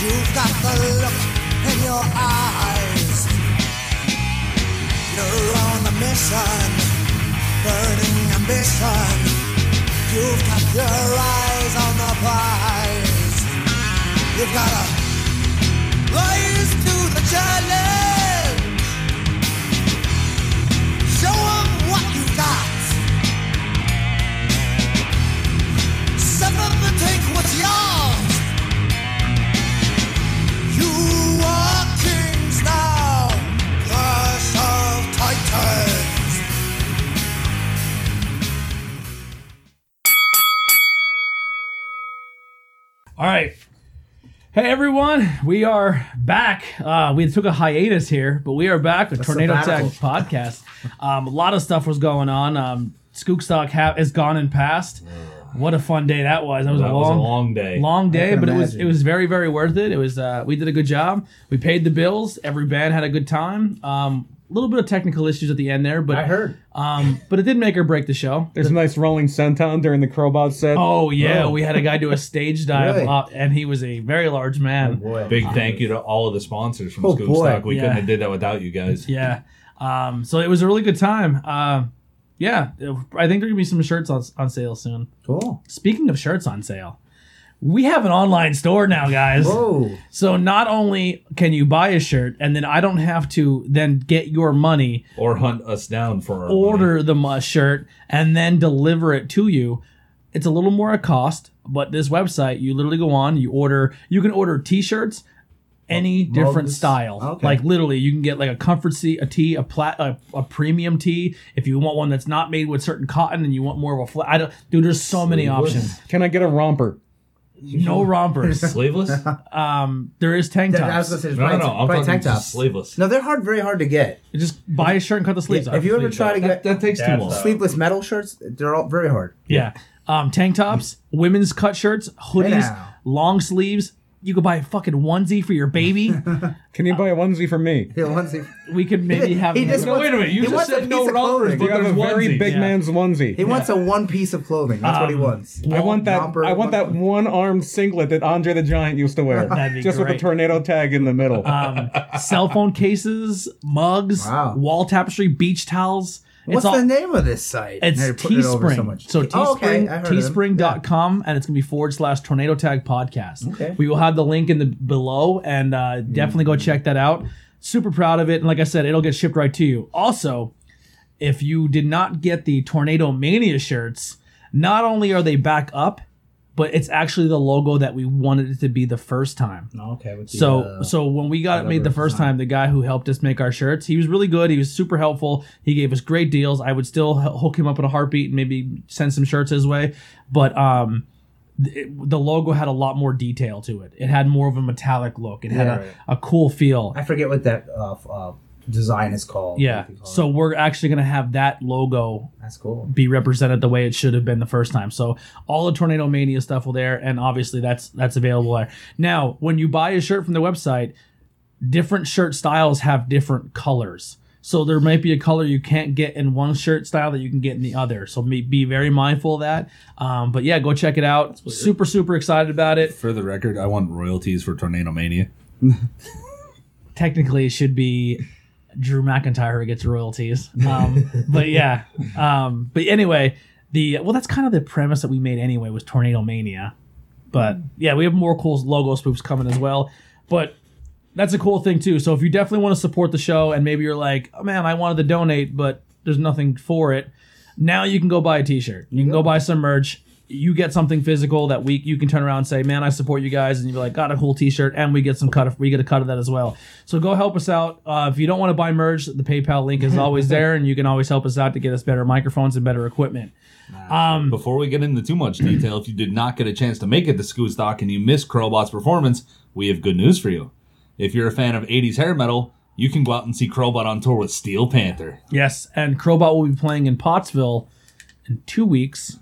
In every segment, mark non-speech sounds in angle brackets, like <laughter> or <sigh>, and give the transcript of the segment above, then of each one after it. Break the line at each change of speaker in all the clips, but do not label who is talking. You've got the look in your eyes. You're on a mission, burning ambition. You've got your eyes on the prize. You've got to rise to the challenge. Show 'em what you've got. Set up and take what's yours. You are kings now, clash of titans.
All right. Hey everyone, we are back. Uh, we took a hiatus here, but we are back. A tornado tech
sabbatical.
podcast. Um, a lot of stuff was going on. Um, Skookstock ha- is gone and passed. What a fun day that was. That was,
That
a,
was
long,
a long day.
long day,
can
but it was
imagine.
it was very very worth it. It was uh, we did a good job. We paid the bills. Every band had a good time. Um, A little bit of technical issues at the end there, but
I heard.
Um, but it did make or break the
<laughs>
show.
There's a nice rolling sound during the crowbot set.
Oh yeah,
Oh.
we had a guy do a stage dive,
Really? Oh,
up, and he was a very large man.
Boy.
Big thank you to all of the sponsors from
Oh,
Scoop
boy.
Stock. We
Yeah.
couldn't have did that without you guys.
Yeah. Um, so it was a really good time. Uh, yeah, I think there gonna be some shirts on, on sale soon.
Cool.
Speaking of shirts on sale, we have an online store now, guys.
Whoa.
So not only can you buy a shirt, and then I don't have to then get your money,
Or hunt us down for our money.
order the mu- shirt, and then deliver it to you. It's a little more a cost, but this website, you literally go on, you order, you can order t-shirts, any different
Oh, this-
style.
okay.
Like literally, you can get like a comfort tee, a tee, a plat, a, a premium tee. If you want one that's not made with certain cotton and you want more of a flat, I don't, dude, there's so many
Sleeveless.
options.
Can I get a romper?
No
<laughs>
rompers.
Sleeveless? no,
um, there is tank
I was
tops.
gonna say, it's
no,
probably,
no. I'm
probably
talking
tank
just
tops.
sleeveless.
No, they're hard, very hard to get.
You just buy a shirt and cut the sleeves off.
if you ever try to get
That, that takes too
That's
long.
a-
sleeveless metal shirts, they're all very hard.
Yeah. Um, tank tops, women's cut shirts, hoodies,
now.
long sleeves. You could buy a fucking onesie for your baby.
Can you buy a onesie for me?
Yeah, once they-
we
<laughs>
could maybe have.
He just
No, wait a minute. You
He
just
wants a
said no
piece of
rompers,
clothing.
but
You have
there's
a very
onesies.
big
Yeah.
man's onesie.
He wants a one piece of clothing. That's what he wants.
I want that.
romper,
I want that
one-
one armed singlet that Andre the Giant used to wear,
That'd be
just with
great.
a tornado tag in the middle.
um, cell phone cases, mugs,
Wow.
wall tapestry, beach towels. it's
What's
all,
the name of this site?
It's
Now you're putting it over
Teespring.
so much.
So
Oh, okay.
Teespring,
I heard of them.
teespring.com, and it's going to be forward slash tornado tag podcast.
Okay. Mm-hmm.
We will have the link in the below, and uh, definitely go check that out. Super proud of it. And like I said, it'll get shipped right to you. Also, if you did not get the Tornado Mania shirts, not only are they back up, but it's actually the logo that we wanted it to be the first time.
Oh, okay. with the,
So
uh,
so when we got it made the
whatever
first
design.
time, the guy who helped us make our shirts, he was really good. He was super helpful. He gave us great deals. I would still h- hook him up in a heartbeat and maybe send some shirts his way, but um. th- it- the logo had a lot more detail to it. It had more of a metallic look. It had
Yeah,
a,
right.
a cool feel.
I forget what that uh, f- uh, design is called.
Yeah.
What they call
So
it.
we're actually going to have that logo
that's cool.
be represented the way it should have been the first time. So all the Tornado Mania stuff will there, and obviously that's that's available there. Now, when you buy a shirt from the website, different shirt styles have different colors. So there might be a color you can't get in one shirt style that you can get in the other. So be, be very mindful of that. Um, but yeah, go check it out. Super super excited about it.
For the record, I want royalties for Tornado Mania.
Technically, it should be Drew McIntyre who gets royalties. Um, but yeah. Um, but anyway, the well, that's kind of the premise that we made anyway was Tornado Mania. But yeah, we have more cool logo spoofs coming as well. But that's a cool thing too. So if you definitely want to support the show and maybe you're like, oh man, I wanted to donate, but there's nothing for it. Now you can go buy a t-shirt. You can go buy some merch. You get something physical that we you can turn around and say, man, I support you guys, and you're like, got a cool t-shirt, and we get some cut of we get a cut of that as well. So go help us out. Uh, if you don't want to buy merch, the PayPal link is always there, and you can always help us out to get us better microphones and better equipment. Um,
Before we get into too much detail, if you did not get a chance to make it to Scoot Stock and you missed Crowbot's performance, we have good news for you. If you're a fan of 80s hair metal, you can go out and see Crowbot on tour with Steel Panther.
yes, and Crowbot will be playing in Pottsville in two weeks,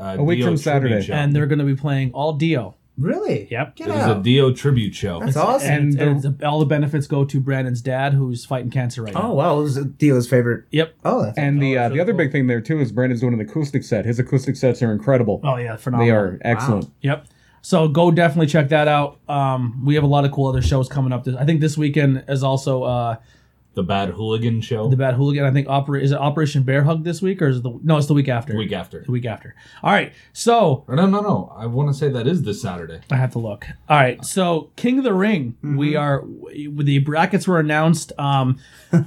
Uh,
A week
Dio
from
tribute
Saturday.
show.
and they're going to be playing all Dio.
Really?
Yep.
Get
it was a
out.
Dio tribute show.
that's awesome.
And,
And
it's- all the benefits go to Brandon's dad, who's fighting cancer right now.
oh wow, it was Dio's favorite.
Yep.
Oh, that's
and the uh, the other big thing there too is Brandon's doing an acoustic set. His acoustic sets are incredible.
Oh yeah,
they
phenomenal.
are excellent.
Yep. So go definitely check that out. Um, we have a lot of cool other shows coming up. This, I think this weekend is also uh,
The Bad Hooligan Show.
the Bad Hooligan. I think opera is it Operation Bear Hug this week or is it the no? It's the week after.
the week after.
The week after. All right. So
Or no, no, no. I want to say that is this Saturday.
I have to look. All right. So King of the Ring.
Mm-hmm.
We are w- the brackets were announced.
<laughs>
Um,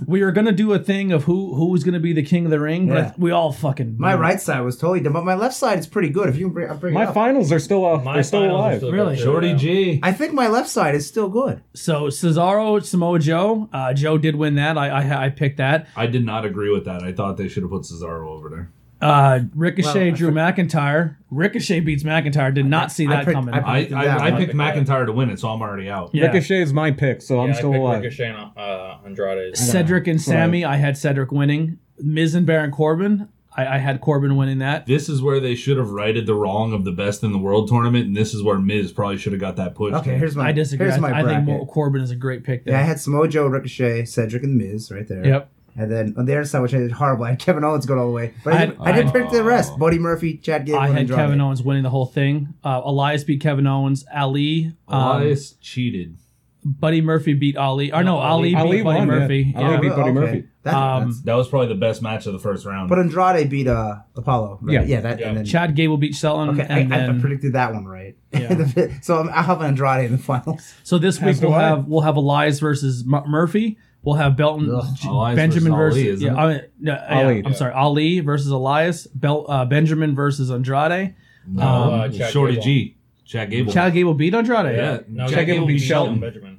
we are gonna do a thing of who who is gonna be the King of the Ring, but I
Yeah.
th- we all fucking
My right side was totally dumb, but my left side is pretty good. If you can bring, I'll bring it
My
up.
finals are still uh,
My
they're still
finals are
alive.
still
Really?
good.
Shorty
Yeah.
G.
I think my left side is still good.
So Cesaro Samoa Joe. Uh, Joe did win that. I I, I picked that.
I did not agree with that. I thought they should have put Cesaro over there.
Uh, Ricochet
Well, I
drew McIntyre. Ricochet beats McIntyre. Did not see
I
that
picked-
coming.
I
I,
Yeah,
I, I
I
picked
picked that.
McIntyre to win it, so I'm already out.
Yeah.
Ricochet is my pick, so
Yeah,
I'm
I
still
picked
alive.
Ricochet and uh, Andrade.
Cedric and
Right.
Sammy. I had Cedric winning. Miz and Baron Corbin. I, I had Corbin winning that.
This is where they should have righted the wrong of the best in the world tournament, and this is where Miz probably should have got that push.
Okay, here's my.
I disagree.
Here's
I,
my
I
bracket.
think Mo- Corbin is a great pick. There.
yeah, I had Samojo, Ricochet, Cedric, and The Miz right there.
Yep.
And then on the other side, which I did horribly, I had Kevin Owens going all the way. But I,
I-
did, I, did
I-
pick the
Oh.
rest: Buddy Murphy, Chad Gable,
I
and
had
Andrade.
Kevin Owens winning the whole thing. Uh, Elias beat Kevin Owens. Ali. Um,
Elias cheated.
Buddy Murphy beat Ali. Or no,
No,
Ali,
Ali-
beat
Ali
Buddy
won, yeah.
Murphy.
Ali
Yeah.
beat Buddy Murphy.
That-
Um,
that's-
That was probably the best match of the first round.
but Andrade beat uh, Apollo. Right?
Yeah.
Yeah, that.
Yeah.
And then,
Chad Gable beat Shelton.
okay, I,
and
I- I
then,
predicted that one right.
Yeah.
<laughs> so I'm, I'll have Andrade in the finals.
So this
As
week we'll
do I.
have we'll have Elias versus M- Murphy. We'll have Belton J-
Elias
Benjamin
versus
versus,
Ali, isn't
yeah,
it?
I mean, no, yeah,
Ali.
I'm sorry, Ali versus Elias. Bel, uh, Benjamin versus Andrade.
no,
um,
uh,
Chad
Shorty
Gable.
G. Chad Gable.
Chad Gable beat Andrade.
Yeah.
No,
Chad Gable beat Shelton.
Benjamin.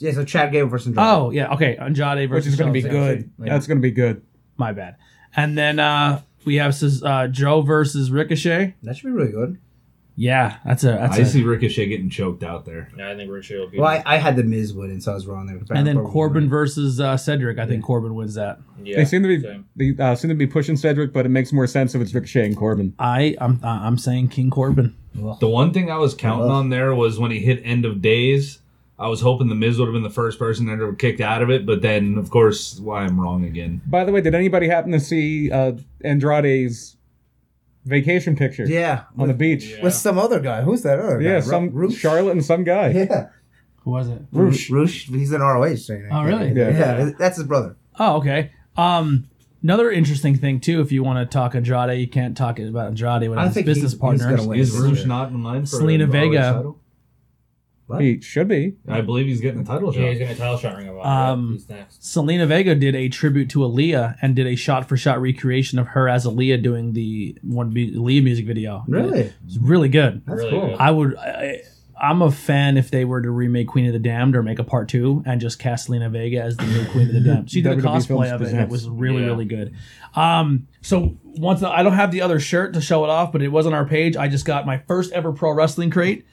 Yeah, so Chad Gable versus Andrade.
Oh yeah, okay, Andrade
Which
versus
is going to be
Shelton.
good.
Yeah.
That's going to be good.
My bad. And then uh, we have Ces- uh, Joe versus Ricochet.
that should be really good.
Yeah, that's a that's
I
a,
see Ricochet getting choked out there.
Yeah, I think Ricochet will beat
Well, I, I had the Miz winning, so I was wrong there.
and then Corbin
won.
versus uh, Cedric. I think Corbin wins that.
him. Yeah,
they seem to be
same.
they uh, seem to be pushing Cedric, but it makes more sense if it's Ricochet and Corbin.
I I'm I'm saying King Corbin.
The one thing I was counting
Ugh.
on there was when he hit end of days. I was hoping the Miz would have been the first person that ever kicked out of it, but then of course, why I'm wrong again.
By the way, did anybody happen to see uh, Andrade's vacation picture?
Yeah,
on the
with,
beach.
Yeah.
with some other guy. Who's that other guy?
Yeah,
Ru-
some
Ru-
Charlotte and some guy.
<laughs> Yeah,
Who was it?
Roosh.
Roosh. He's in ROH. Right now.
Oh, really?
Yeah.
Yeah.
that's his brother.
Oh, okay. Um, another interesting thing too. If you want to talk Andrade, you can't talk about Andrade
I
without his
think
business
he- he's
partners.
gonna win.
Is
Yes.
Rouge not in line for
Selena
the ROH
Vega.
title?
He should be.
I believe he's getting a title
Yeah,
shot.
he's gonna title shot ring about.
Um,
Um, He's next.
Selena Vega did a tribute to Aaliyah and did a shot-for-shot recreation of her as Aaliyah doing the one B- Aaliyah music video.
Really?
it's really good.
That's
Really
cool.
good.
I would. I, I'm a fan if they were to remake Queen of the Damned or make a part two and just cast Selena Vega as the new Queen of the Damned. She did a
<laughs>
WWE
cosplay
Films
of it and it
Presents.
was really,
Yeah.
really good. Um, so once I don't have the other shirt to show it off, but it was on our page. I just got my first ever pro wrestling crate.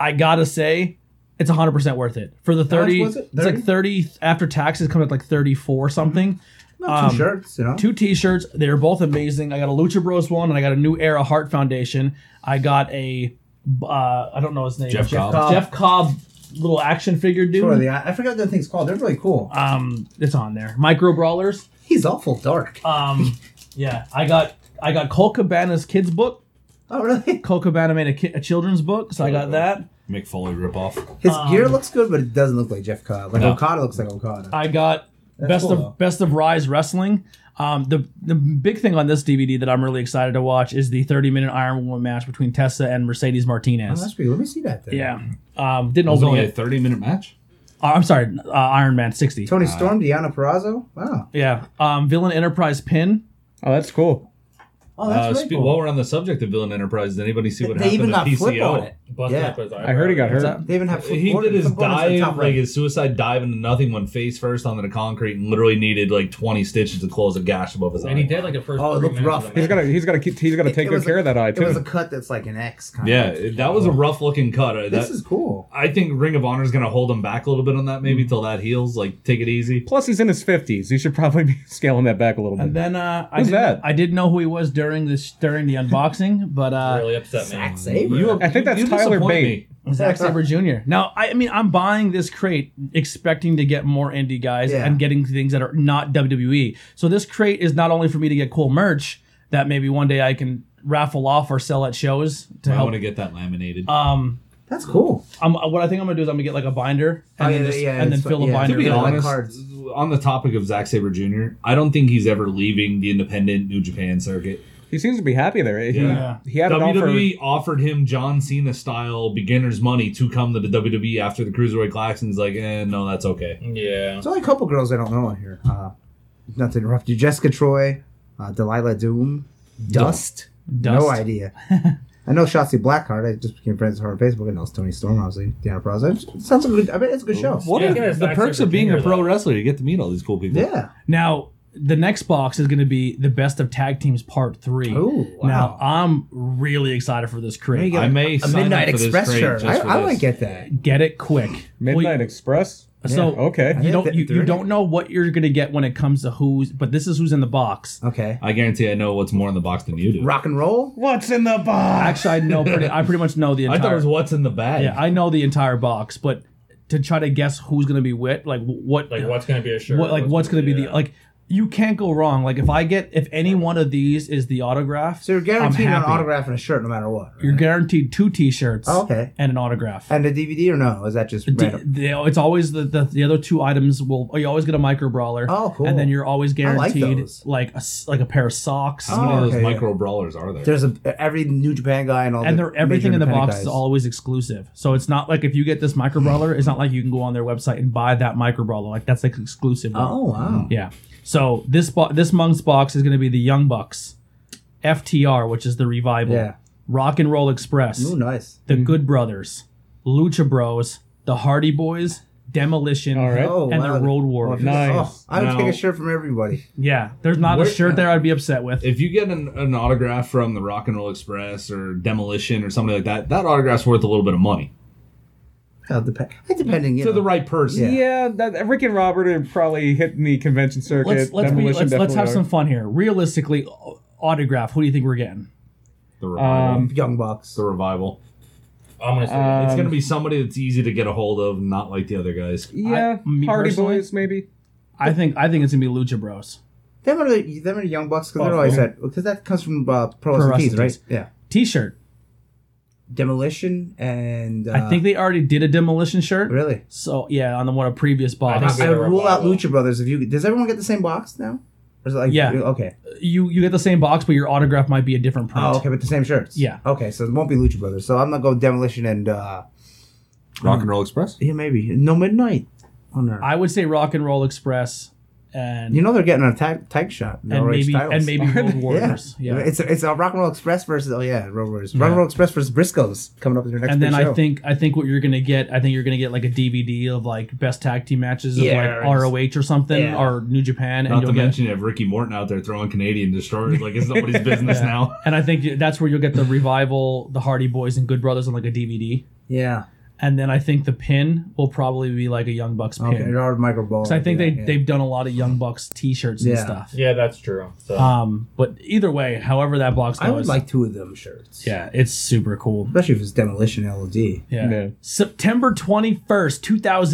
I gotta say, it's 100 percent worth it for the 30.
was it?
It's like 30 after taxes comes out like 34 something.
Not two shirts, you know.
Two T-shirts. They're both amazing. I got a Lucha Bros one, and I got a New Era Heart Foundation. I got a uh, I don't know his name.
Jeff Cobb.
Jeff Cobb little action figure dude.
Sure, the- I I forgot what the thing's called. They're really cool.
um, it's on there. Micro Brawlers.
He's awful dark.
Um, yeah, I got I got Cole Cabana's kids book.
Oh, really?
Cole Cabana made a, ki- a children's book, so I got that.
Mick Foley ripoff.
His
Um,
gear looks good, but it doesn't look like Jeff Cobb. Like
No.
Okada looks like Okada.
I got
That's
best
cool,
of
though.
best of Rise Wrestling. Um, the the big thing on this DVD that I'm really excited to watch is the 30 minute Iron Woman match between Tessa and Mercedes
Oh,
Martinez.
that's pretty. Let me see that. Then.
Yeah. Um, didn't
It was
open
only a
it.
30 minute match.
Uh, I'm sorry, uh, Iron Man 60.
Tony Storm, Deanna Perrazzo. Wow.
Yeah. Um, Villain Enterprise pin.
Oh, that's cool.
Oh, that's
Uh,
really
spe-
cool.
While we're on the subject of Villain Enterprise, did anybody see what
they
happened
even
to
got
PCO?
flip on it.
Busted
yeah.
up his
I heard Uh, he got
eyebrow.
hurt.
that?
They even have flip
He did his
flip bonus at the
dive,
top
like
right.
his suicide dive into nothing, went face first onto the concrete and literally needed like 20 stitches to close a gash above his eye.
And he did like the first.
Oh, it
three
looked
minutes
rough.
of the
He's
match.
gonna he's gonna keep he's gonna
It-
take
it
good
was a-
care of that eye
It was a
too.
cut that's like an X. Kind
Yeah,
Of.
it- that was a rough looking cut. I,
This
that,
is cool.
I think Ring of Honor is going to hold him back a little bit on that, maybe till that heals. Like, take it easy.
Plus, he's in his fifties. He should probably be <laughs> scaling that back a little
And
bit.
then uh, I
Who's
did,
that?
I did know who he was during this during the unboxing, <laughs> but uh,
Really upset me.
Zack
Mm,
Sabre.
I think that's Tyler
disappoint
Bate.
me.
Zack Saber Jr. Now, I, I mean, I'm buying this crate expecting to get more indie guys
Yeah.
and getting things E. that are not WWE. So this crate is not only for me to get cool merch that maybe one day I can raffle off or sell at shows to
I
help.
want to get that laminated.
Um,
That's cool.
I'm, what I think I'm gonna do is I'm gonna get like a binder and
Oh,
then
yeah,
just,
yeah,
and then
it's
fill
fun.
a
Yeah.
binder.
to be
they're
with-
like
honest,
cards.
on the topic of Zack Saber Jr., I don't think he's ever leaving the independent New Japan circuit.
He seems to be happy there. He,
Yeah. E
he had an offer.
WWE offered him John Cena style beginner's money to come to the WWE after the Cruiserweight Classic, and he's like, eh, no, that's okay.
Yeah.
There's only a couple girls I don't know on here. Uh, not to interrupt you. Jessica Troy, uh, Delilah Doom, Dust.
Dust.
No idea. <laughs> I know Shotzi Blackheart. I just became friends with her on Facebook, and knows Tony Storm, obviously. Deanna Pros. It sounds like a good. I mean, it's a good show.
What
Yeah,
are
I think it's
the
Zack
perks
Sabre
of being
Jr.,
a pro
though.
wrestler? You get to meet all these cool people.
Yeah.
Now the next box is gonna be the best of tag teams part three.
Oh,
Now
wow.
I'm really excited for this crate.
I may
a
sign
Midnight
up for this
Express
trade
shirt.
just
I,
for
I
this.
might get that.
Get it quick.
Midnight Express.
Well, so
Okay.
You
Yeah,
don't
th-
you, you
they're-
don't know what you're gonna get when it comes to who's, but this is who's in the box.
Okay.
I guarantee I know what's more in the box than you do.
Rock and roll.
What's in the box?
Actually, I know pretty. I pretty much know
<laughs>
the
I
entire.
thought it was what's in the bag.
yeah, I know the entire box, but to try to guess who's gonna be with, like wh- what,
Like what's gonna be a shirt?
what, like what's gonna be the
yeah.
like. You can't go wrong. Like if I get if any one of these is the autograph,
So you're
I'm
guaranteed an
happy.
autograph and a shirt no matter what. right?
You're guaranteed two T-shirts.
Oh, okay.
and an autograph.
And a DVD or no? Is that just
D-
random?
they- it's always the, the the other two items will you always get a micro brawler.
Oh, cool.
And then you're always
I like
guaranteed like, a
those.
s- like a pair of socks.
How many
Oh,
of those
okay, yeah.
micro brawlers are there?
There's a every New Japan guy and all.
And
the
they're everything
major
in the
independent
box is
guys.
always exclusive. So it's not like if you get this micro brawler, it's not like you can go on their website and buy that micro brawler. Like that's like exclusive. one.
Oh wow.
Yeah. So this bo- this month's box is going to be the Young Bucks, FTR, which is the revival.
Yeah.
Rock and Roll Express.
Ooh, nice.
The Good Brothers, Lucha Bros, The Hardy Boys, Demolition,
All right.
Oh,
and
wow.
the Road
Oh,
Warriors.
if you-
Nice.
Oh, I would
Now-
take a shirt from everybody.
Yeah, there's not a
Where-
shirt there I'd be upset with.
if you get an, an autograph from the Rock and Roll Express or Demolition or something like that, that autograph's worth a little bit of money
Oh, depend. Depending. You
to
know.
the right person.
yeah, that, Rick and Robert are probably hitting the convention circuit.
Let's let's, be,
Demolition
let's, let's have some
definitely
fun here. Realistically, au- autograph. Who do you think we're getting?
The
are.
revival.
Um,
Young Bucks.
the revival.
I'm gonna say
Uh,
It's
Um,
gonna be somebody that's easy to get a hold of, not like the other guys.
yeah,
me
Hardy
personally-
Boys maybe.
I think I think it's gonna be Lucha Bros.
Them are the them are the Young Bucks because they're
Oh,
always
yeah.
that because that comes from uh, Pro
Pro
Wrestling Tees,
Wrestling
right?
Tees.
Yeah.
T-shirt.
Demolition and uh,
I think they already did a demolition shirt.
really.
So yeah, on the one of previous
I
box,
think
I, I
they're
rule out
revival.
Lucha Brothers. If you does everyone get the same box now? Or is it like
Yeah.
Okay.
you you get the same box, but your autograph might be a different print.
Oh, okay, but the same shirts.
Yeah.
Okay, so it won't be Lucha Brothers. So I'm gonna go Demolition and uh
Rock and Roll Express.
yeah maybe No Midnight on there.
I would say Rock and Roll Express, and
you know they're getting a tag, tag shot. in
and
LRH
maybe
titles.
and maybe
<laughs>
Road
Yeah.
Warriors. Yeah.
it's a, it's a Rock and Roll Express versus oh yeah, Road Warriors. Rock and Roll Express versus Briscoes coming up in their next.
and then
big
I
show.
think I think what you're gonna get, I think you're gonna get like a DVD of like best tag team matches of
Yeah,
like
it's-
ROH or something
yeah.
or New Japan, and
Not to
you'll get.
mention you have Ricky Morton out there throwing Canadian destroyers like
<laughs>
it's nobody's business now.
And I think you- that's where you'll get the revival, the Hardy Boys and Good Brothers on like a DVD.
yeah,
And then I think the pin will probably be like a Young Bucks pin.
okay, they're all Michael Ball.
So I think
yeah,
they
yeah.
they've done a lot of Young Bucks T-shirts and
Yeah.
stuff.
yeah, that's true. So
uh,
Um, but either way, however that box goes,
I would like two of them shirts.
yeah, it's super cool.
especially if it's Demolition LOD.
Yeah.
Yeah.
September 21st,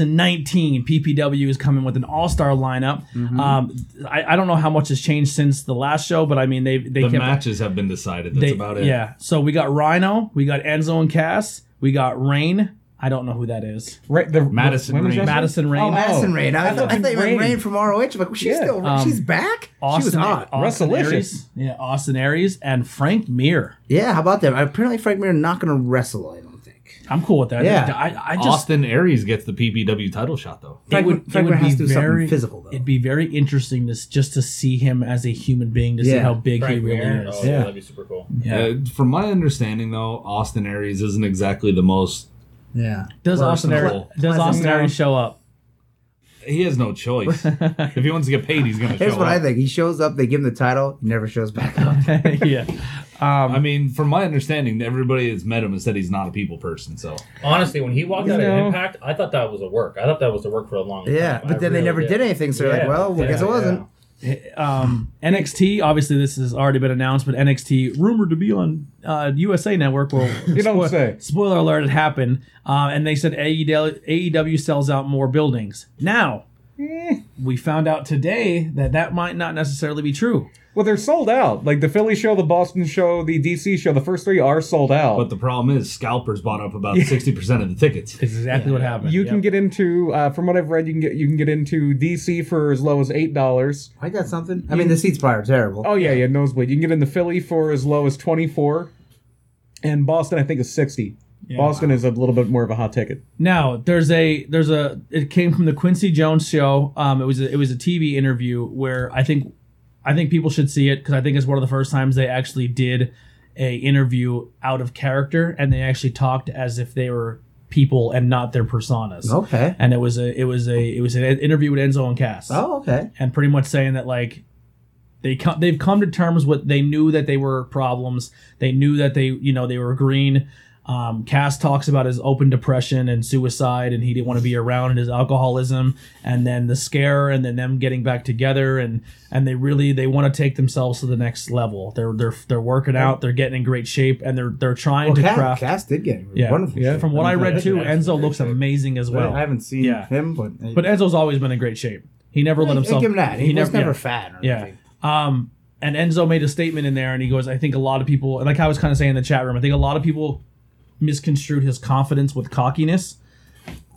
2019, PPW is coming with an all star lineup.
Mm-hmm.
Um, I, I don't know how much has changed since the last show, but I mean, they they
The
kept.
matches have been decided. That's
they,
about it.
Yeah. So we got Rhino, we got Enzo and Cass, we got Rain. I don't know who that is.
Right, the
Madison
women's
Rain.
wrestling?
Madison Rain.
Oh,
Madison
Oh.
Rain. I,
I thought
I thought you meant
Rain.
Rain from ROH. I'm like well, she's
Yeah.
still
Um,
she's back. she was
Austin,
hot.
Austin
Wrestlelicious.
Aries. Yeah, Austin Aries and Frank Mir.
Yeah, how about that? Apparently, Frank Mir not going to wrestle. I don't think.
I'm cool with that. I
Yeah.
think- I, I just
Austin Aries gets the PPW title shot though.
Frank,
it would,
Frank
it would
Mir
be
has to do
very
something physical though.
It'd be very interesting to, s- just to see him as a human being to see
Yeah.
how big
Frank
he really
Mir,
is.
oh, yeah.
Yeah.
that'd be super cool.
Yeah.
Uh, from my understanding though, Austin Aries isn't exactly the most.
yeah,
Does Austin Aries,
Personable.
does Austin
Pleasant.
Aries show up? <laughs>
He has no
<laughs>
choice. if he wants to get paid, he's gonna.
here's
show
what
up.
I think. He shows up. They give him the title. He never shows back up.
<laughs> yeah.
I mean, from my understanding, everybody that's met him has said he's not a people person. So
Honestly, when he walked out
You
of
know-
Impact, I thought that was a work. I thought that was a work for a long time.
yeah, but then they never did anything. So they're like, well, I guess it wasn't.
Um, NXT, obviously, this has already been announced, but NXT, rumored to be on uh, USA Network. Well,
<laughs> You don't say.
Spoiler alert, it happened. Uh, and they said AEW, AEW E sells out more buildings. Now, we found out today that that might not necessarily be true.
Well, they're sold out. Like the Philly show, the Boston show, the DC show. The first three are sold out.
But the problem is, scalpers bought up about sixty percent of the tickets.
That's exactly what happened.
you
Yep.
can get into, uh, from what I've read, you can get you can get into DC for as low as eight dollars.
I got something. I mean, the seats probably are terrible.
Oh yeah, yeah, nosebleed. You can get into Philly for as low as twenty four, and Boston I think is sixty. Boston is a little bit more of a hot ticket.
Now there's a there's a it came from the Quincy Jones show. Um, it was a, it was a TV interview where I think I think people should see it because I think it's one of the first times they actually did a interview out of character and they actually talked as if they were people and not their personas.
Okay.
And it was a it was a it was an interview with Enzo and Cass
Oh, okay.
and pretty much saying that like they come they've come to terms with they knew that they were problems they knew that they you know they were green um, Cass talks about his open depression and suicide, and he didn't want to be around, and his alcoholism, and then the scare, and then them getting back together, and and they really they want to take themselves to the next level. They're they're they're working out, they're getting in great shape, and they're they're trying
Well,
to
Cass,
craft.
Cass did get
yeah,
wonderful.
Yeah.
shape.
From what I
mean,
read too,
Yeah.
Enzo looks amazing as well.
I haven't seen
Yeah.
him, but
but Enzo's always been in great shape. He never
I
let himself.
give him that. He, was never
yeah.
fat. Or
Yeah.
anything.
Um, and Enzo made a statement in there, and he goes, "I think a lot of people, and like I was kind of saying in the chat room, I think a lot of people misconstrued his confidence with cockiness.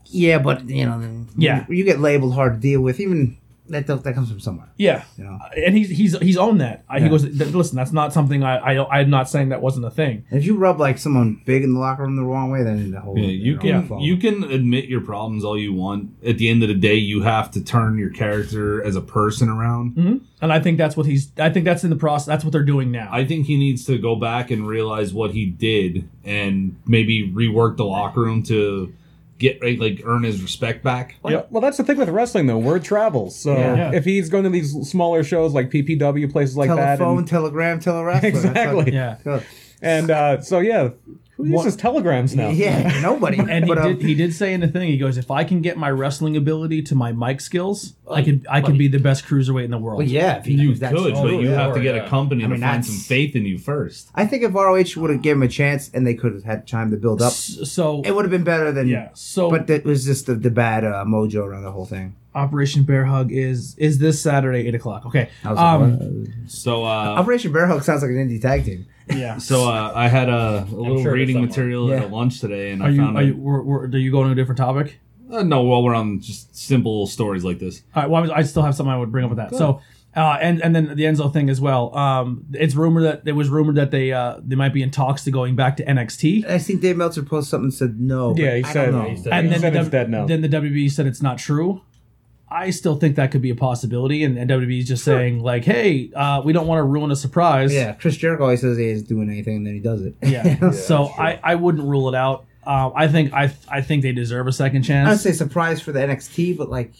Yeah, but you know,
Yeah.
you, you get labeled hard to deal with. Even that that comes from somewhere.
Yeah,
You know,
and he's he's he's owned that. I He goes, "Th- "Listen, that's not something I, I I'm not saying that wasn't a thing."
if you rub like someone big in the locker room the wrong way, then the whole
Yeah, you
they're all
can
falling.
you can admit your problems all you want. At the end of the day, you have to turn your character as a person around.
Mm-hmm.
And I think that's what he's. I think that's in the process. That's what they're doing now.
I think he needs to go back and realize what he did and maybe rework the locker room to get like earn his respect back.
Yeah, well, that's the thing with wrestling though. Word travels. So
Yeah.
if he's going to these smaller shows like PPW, places like that,
telephone,
and,
telegram, telewrestler. That's what-
exactly.
yeah,
tele-
And uh, so yeah, who uses telegrams now?
yeah, nobody.
and he
but, um,
did he did say in the thing, he goes, "If I can get my wrestling ability to my mic skills, I could I could be the best cruiserweight in the world."
well, Oh, yeah, if he
You
used that
could, but
story.
you
yeah.
have to get a company
I mean,
to find
that's-
some faith in you first.
I think if ROH would have given him a chance and they could have had time to build up,
S- So
it would have been better than.
yeah, so
But that was just the, the bad uh, mojo around the whole thing.
Operation Bear Hug is is this Saturday eight o'clock. Okay.
I was
Um,
like, what?
So uh,
Operation Bear Hug sounds like an indie tag team.
yeah.
so uh, I had a, a little
sure there's
reading
someone.
material
Yeah.
at lunch today, and
Are
I
you
found
are
a-
you we're, we're, are you going to a different topic?
Uh, no, well, we're on just simple stories like this.
All right. Uh, Well, I still have something I would bring up with that. So. Uh, and and then the Enzo thing as well. Um, it's rumored that it was rumored that they uh, they might be in talks to going back to NXT.
I think Dave Meltzer posted something and said no. but
Yeah, he
I
said-
Don't know.
he
said-
And
He
then
said
the
it's dead now.
Then the WB said it's not true. I still think that could be a possibility, and, and WB is just saying like, hey, uh, we don't want to ruin a surprise.
Yeah, Chris Jericho always says he isn't doing anything and then he does it. <laughs>
Yeah. so
that's true.
I, I wouldn't rule it out. Um, I think I I think they deserve a second chance.
I would say surprise for the NXT, but like,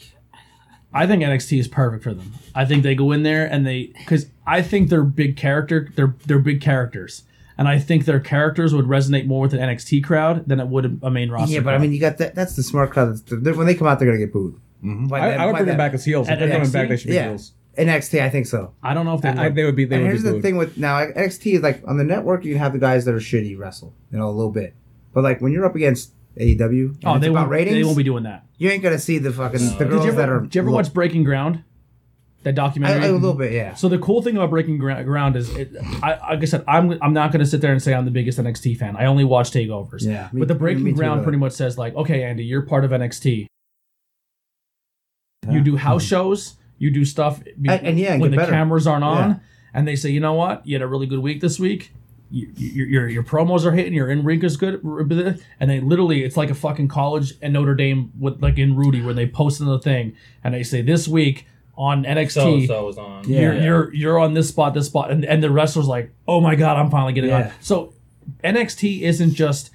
I think NXT is perfect for them. I think they go in there and they because I think they're big character. They're they're big characters, and I think their characters would resonate more with an NXT crowd than it would a main roster.
yeah, but I
crowd.
mean, you got that. That's the smart crowd. that's- they're- When they come out, they're gonna get booed. By
I,
that-
I would
by
bring them
that-
back as heels. If
At
they're coming
NXT?
back, they should be
Yeah.
heels.
NXT, I think so.
I don't know if they.
I,
would.
they would be. They
And
would be
here's the
booed.
thing with now like, NXT is like on the network, you have the guys that are shitty wrestle, you know, a little bit. But like when you're up against AEW, and
oh,
it's
they
about
won't,
ratings.
they won't be doing that.
you ain't gonna see the fucking the
Did
girls
you ever,
that are.
did you ever
low.
watch Breaking Ground? That
I,
documentary.
I- a little bit, yeah.
So the cool thing about Breaking Gra- Ground is, it, I, like I said, I'm I'm not going to sit there and say I'm the biggest NXT fan. I only watch takeovers.
Yeah, me-
but the
me-
Breaking
me too,
Ground
brother.
pretty much says like, okay, Andy, you're part of NXT. You do house shows. You do stuff. be-
Hmm. And- and yeah, and
when
get
the
better.
cameras aren't on,
Yeah.
and they say, you know what, you had a really good week this week. You- you- Your, your your promos are hitting. Your in ring is good, and they literally it's like a fucking college and Notre Dame with like in Rudy when they post another thing and they say this week on NXT
So so was on.
Yeah.
you're you're you're on this spot, this spot, and and the wrestler's like, oh my god, I'm finally getting
Yeah.
on. So NXT isn't just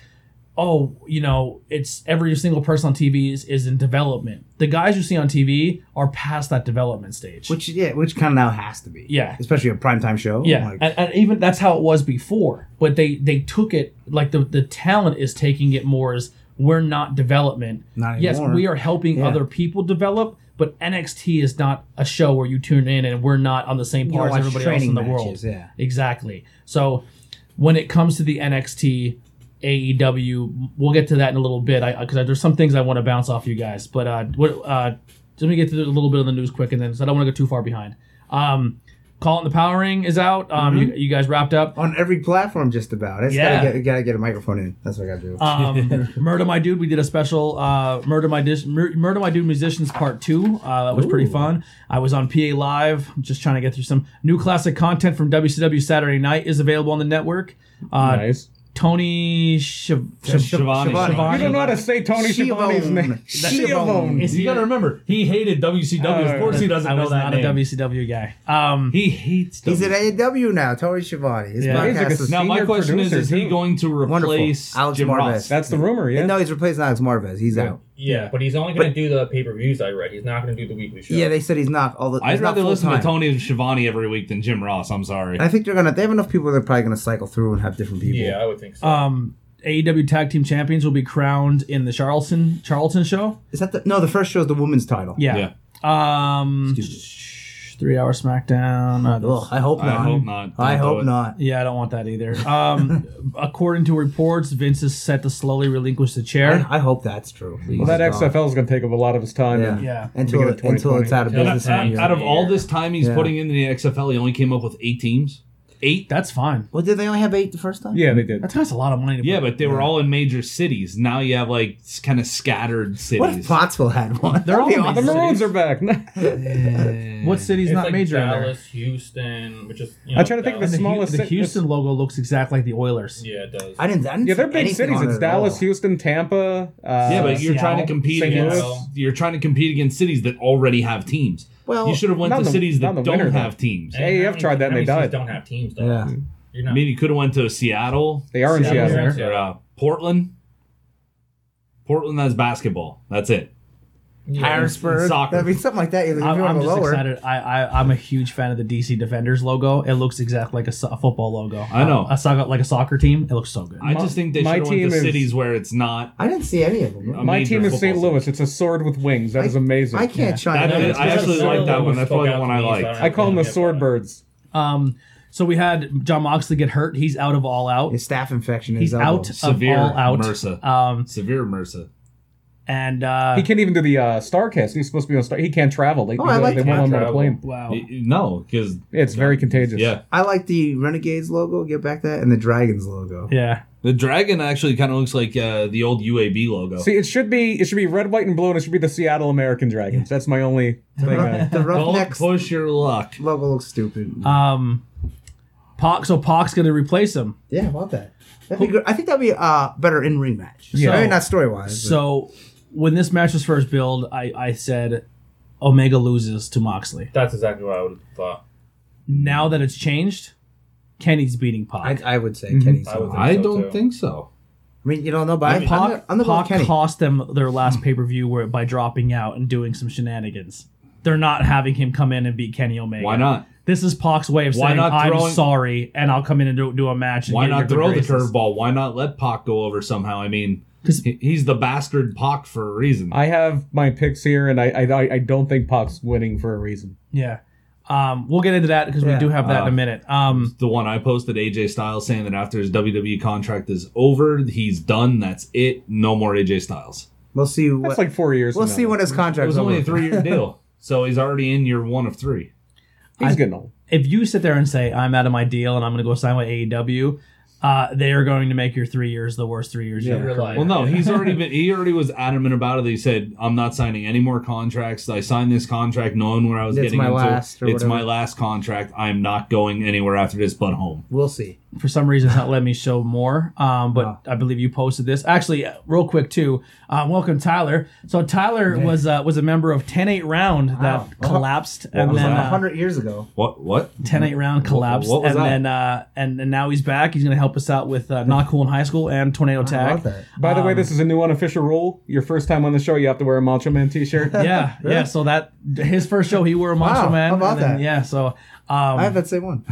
oh you know it's every single person on TV is, is in development. The guys you see on TV are past that development stage.
Which oh yeah, which kind of now has to be.
Yeah.
especially a primetime show.
yeah,
like,
and, and even that's how it was before. But they they took it like the the talent is taking it more as we're not development.
Not
yes,
anymore.
we are helping
Yeah.
other people develop. But NXT is not a show where you tune in and we're not on the same
You
par as
watch
everybody else in the
training
world.
matches, Yeah,
Exactly. So when it comes to the NXT AEW, E we'll get to that in a little bit. I because there's some things I want to bounce off you guys, but uh, what uh, let me get through a little bit of the news quick, and then 'cause I don't want to go too far behind. Um, Call in the Power Ring is out. Um, you, you guys wrapped up.
on every platform just about. I just
Yeah.
gotta, get, gotta get a microphone in. That's what I gotta do.
Um, Murder My Dude, we did a special uh, Murder My Dis- Mur- Murder My Dude Musicians Part Two. Uh, that was pretty fun. I was on PA Live, just trying to get through some new classic content from WCW Saturday Night is available on the network. Uh,
nice.
Tony Shav-
Shivani.
You don't know how to say Tony
Shivone.
Schiavone's name.
Shivone.
Shivone.
Is he-
You got to remember, he hated WCW.
Oh,
of course, he doesn't
I
know
was not
that name.
a WCW guy. Um,
he hates.
He's
WCW.
at AEW now, Tori Schiavone. His
Yeah.
He's like
podcast
a
is
Now, my
Senior
question is:
producer,
Is he
too.
going to
wonderful.
replace
Alex
Jim
Marvez.
Ross?
That's the rumor, yeah.
No, he's replacing Alex Marvez. He's out.
Yeah, but he's only going to do the pay per views I read. He's not going to do the weekly show.
Yeah, they said he's not all the.
I'd
he's not
rather listen
full-time.
to Tony and Schiavone every week than Jim Ross. I'm sorry.
I think they're gonna. They have enough people. They're probably gonna cycle through and have different people.
Yeah, I would think so.
um, AEW Tag Team Champions will be crowned in the Charlton Charlton show.
Is that the no? The first show is the women's title.
Yeah. Um, sh- three hour SmackDown. Uh,
Ugh, I hope
I
not.
hope not.
I
Don't do
hope
it.
not.
Yeah, I don't want that either. Um, according to reports, Vince is set to slowly relinquish the chair.
I, I hope that's true.
Well, that XFL is going to take up a lot of his time.
Yeah.
and-
Yeah.
Until,
Beginning of
it, until it's out of
Yeah,
business.
that-
in a
Out,
year.
out of all this time he's
Yeah.
putting in the XFL, he only came up with eight teams. Eight.
That's fine.
well, did they only have eight the first time?
Yeah, they did.
That costs a lot of money to
Yeah,
put-
but they were all in major cities. Now you have like kind of
What
scattered
if
cities.
Pottsville had one? <laughs>
They're all
That'd be
The
amazing.
awesome.
Maroons are back. <laughs>
what city's
It's
not
like
major in there?
Dallas, Houston, which is you know,
I try to think of
And
Dallas.
the, Hu-
Smallest
the
city-
Houston logo looks exactly like the Oilers.
Yeah, it does.
I didn't. I didn't
yeah, they're
see
big
anything
cities.
on
It's
it at all.
Dallas, Houston, Tampa. Uh,
yeah, but you're
Seattle,
trying to compete
St.
against
Louis.
you're trying to compete against cities that already have teams.
Well,
you should have went
not
to
in the-
cities
not
that
in the
don't
winter, though.
have teams.
And how
AAF
many-
tried that and
how
they
many cities
died.
Don't have teams though.
Yeah.
You're
I
not.
mean, you could have went to Seattle
They are in
Seattle.
Seattle.
Yeah.
or uh, Portland. Portland has basketball. That's it.
Harrisburg.
Soccer.
That'd be something like that. If you
I'm,
want
I'm
to
just
lower.
excited. I, I I'm a huge fan of the DC Defenders logo. It looks exactly like a, so- a football logo.
I know.
a soccer like a soccer team. It looks so good.
I
My-
just think they should
my
have went to
team is-
cities where it's not.
I didn't see any of them.
a
My
major
team is
football
St.
city.
Louis. It's a sword with wings. That is amazing.
I can't chime
That
in.
is- I actually like that one. That's probably the one I liked.
I call them the sword birds.
Um, so we had John Moxley get hurt. He's out of all out.
His staff infection. in
He's
his elbow.
out
Severe
of all out.
MRSA.
Um,
Severe MRSA.
and uh,
He can't even do the uh, Starcast. He's supposed to be on Star. He can't travel. They,
Oh, I
they-
like
they won't
that.
let him on a
Travel.
plane.
wow.
Y- No, because
It's very contagious.
yeah,
I like the Renegades logo. Get back that and the Dragons logo.
Yeah.
the dragon actually kind of looks like uh, the old UAB logo.
See, it should be it should be red, white, and blue, and it should be the Seattle American Dragons. That's my only
<laughs>
thing. on it.
The
Don't
Roughnecks
push your luck.
logo looks stupid.
Um, Pac. So Pac's gonna replace him.
yeah, about that. That'd be good. I think that'd be uh better in ring match. Yeah,
So-
Maybe not story wise.
So when this match was first billed, I I said Omega loses to Moxley.
That's exactly what I would have thought.
Now that it's changed, Kenny's beating Pac.
I, I would say
Mm-hmm.
Kenny.
I would
Song. I,
think-
I
so,
don't
too.
think so.
mean, you don't know, but I,
Pac,
am the, I'm the
Pac
Kenny.
cost them their last pay per view where by dropping out and doing some shenanigans. They're not having him come in and beat Kenny Omega.
Why not?
This is Pac's way of
Why
saying
not
I'm
throwing-
sorry, and I'll come in and do, do a match. And
Why
get your
not
good
throw
graces."
the curveball? Why not let Pac go over somehow? I mean,
'Cause-
he- he's the bastard Pac for a reason.
I have my picks here, and I I, I don't think Pac's winning for a reason.
Yeah, um, we'll get into that because we
Yeah.
do have that in a
Uh,
minute. Um,
the one I posted, AJ Styles saying that after his WWE contract is over, he's done. That's it. No more AJ Styles.
We'll see. What,
That's like four years.
we'll
from
see
now.
when his
It
contract's
was only
over.
a three-year deal, so he's already in year one of three.
he's getting old.
if you sit there and say I'm out of my deal and I'm going to go sign with AEW, uh, they are going to make your three years the worst three years. of your
Real
career.
life.
Well, no, he's already been. He already was adamant about it. He said, "I'm not signing any more contracts. I signed this contract knowing where I was
It's
getting
my
into.
last or
it's my
whatever."
last contract. I'm not going anywhere after this, but home."
We'll see.
for some reason it's not letting me show more um, but i believe you posted this actually uh, real quick too uh, welcome tyler so tyler was uh, was a member of 10-8 round
Wow.
that collapsed and
was
then
that?
uh,
hundred years ago.
What? What?
10-8 round collapsed
what was
and
that?
then uh, and, and now he's back he's going to help us out with uh, not cool in high school and tornado
I
tag
love that.
By the way, this is a new unofficial rule. Your first time on the show, you have to wear a Macho
<laughs>
Man T-shirt.
yeah yeah so that his first show he wore a
Wow,
monster
how
man and
about
then-
that?
yeah so
I
um,
have that
<laughs>
same one.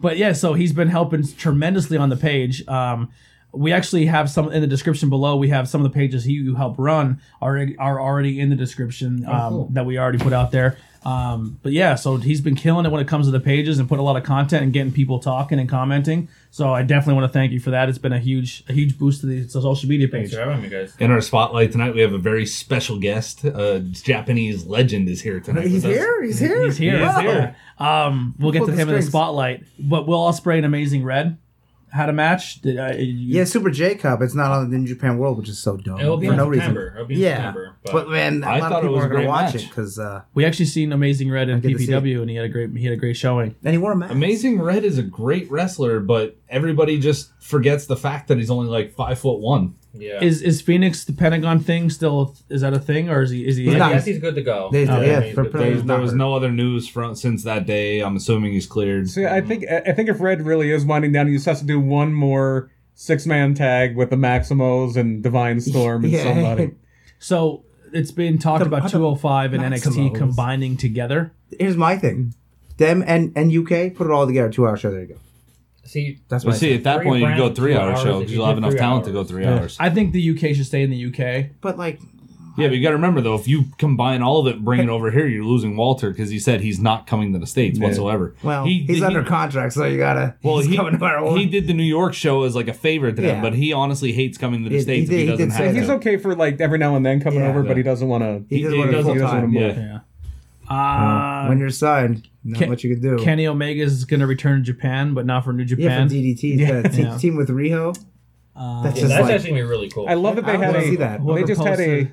but yeah, so he's been helping tremendously on the page. Um, we actually have some in the description below. We have
Oh,
some of the pages he you help run are are already in the description um, that we already put out there. Um, but yeah, so he's been killing it when it comes to the pages and put a lot of content and getting people talking and commenting. So I definitely want to thank you for that. It's been a huge, a huge boost to the social media
Thanks
page.
for having me, guys.
In our spotlight tonight, we have a very special guest. A Japanese legend is here tonight.
He's
with us.
here. He's here.
He's here.
Wow.
He's here. Um, we'll get
Pull
to
the
him in the
strings.
spotlight, but we'll all spray an amazing red. Had a match. Did I, you,
Yeah, Super J Cup. It's not on the New Japan World, which is so dumb
It'll be
for
in
no reason.
September. It'll be in
Yeah,
September.
but, man, a
I
lot
thought
of
it
people
was a
are gonna
great
watch
match.
it because uh,
We actually seen Amazing Red in
get to see
PPW, and he had a great he had a great showing.
and he wore a mask.
Amazing Red is a great wrestler, but everybody just forgets the fact that he's only like five foot one.
yeah.
Is is Phoenix the Pentagon thing still? Is that a thing, or is he is he?
He's
I
not-
guess he's good to go.
They-
I
yeah,
mean,
for-
but
for-
they-
There's,
He's
there
not
was
hurt.
no other news from since that day. I'm assuming he's cleared.
See, I think I I think if Red really is winding down, he just has to do one more six man tag with the Maximos and Divine Storm
<laughs>
and
Yeah. <laughs>
somebody.
So it's been talked
The-
about
the
205 and NXT
Maximals.
combining together.
Here's my thing: them and and UK put it all together. Two hour show. There you go.
See,
That's my
Well, see,
thing.
at that
Three
point, you can go
brands,
three
two
hour
hours,
show
if
because
you
you'll
did
have enough
three
talent
hours.
to go three
Yeah.
hours.
I think the UK should stay in the UK.
But like,
Yeah, but you got to remember though, if you combine all of it, and bring it over here, you're losing Walter because he said he's not coming to the states whatsoever.
well,
He-
he's
he-
under contract, so you gotta.
Well,
he's
he,
coming to our world.
he did the New York show as like a favor to them,
Yeah.
but he honestly hates coming to
He-
the
he
states
did- he
if
did
he doesn't
say
have
that.
He's
to.
okay for like every now and then coming
Yeah.
over, but he doesn't want to.
He doesn't want to
doesn't
full
he doesn't
time.
want
Yeah.
Yeah. Uh,
when you're signed, not
Ken-
much you can do.
Kenny Omega is going to return to Japan, but not for New
yeah,
Japan.
from DDT, yeah,
Yeah.
te-
Yeah.
team with Riho.
Uh,
That's
yeah,
just
that's
like
actually gonna be really cool.
I love that they
I
had
wanna
a.
see that.
They
Whoever
just had a.
posted-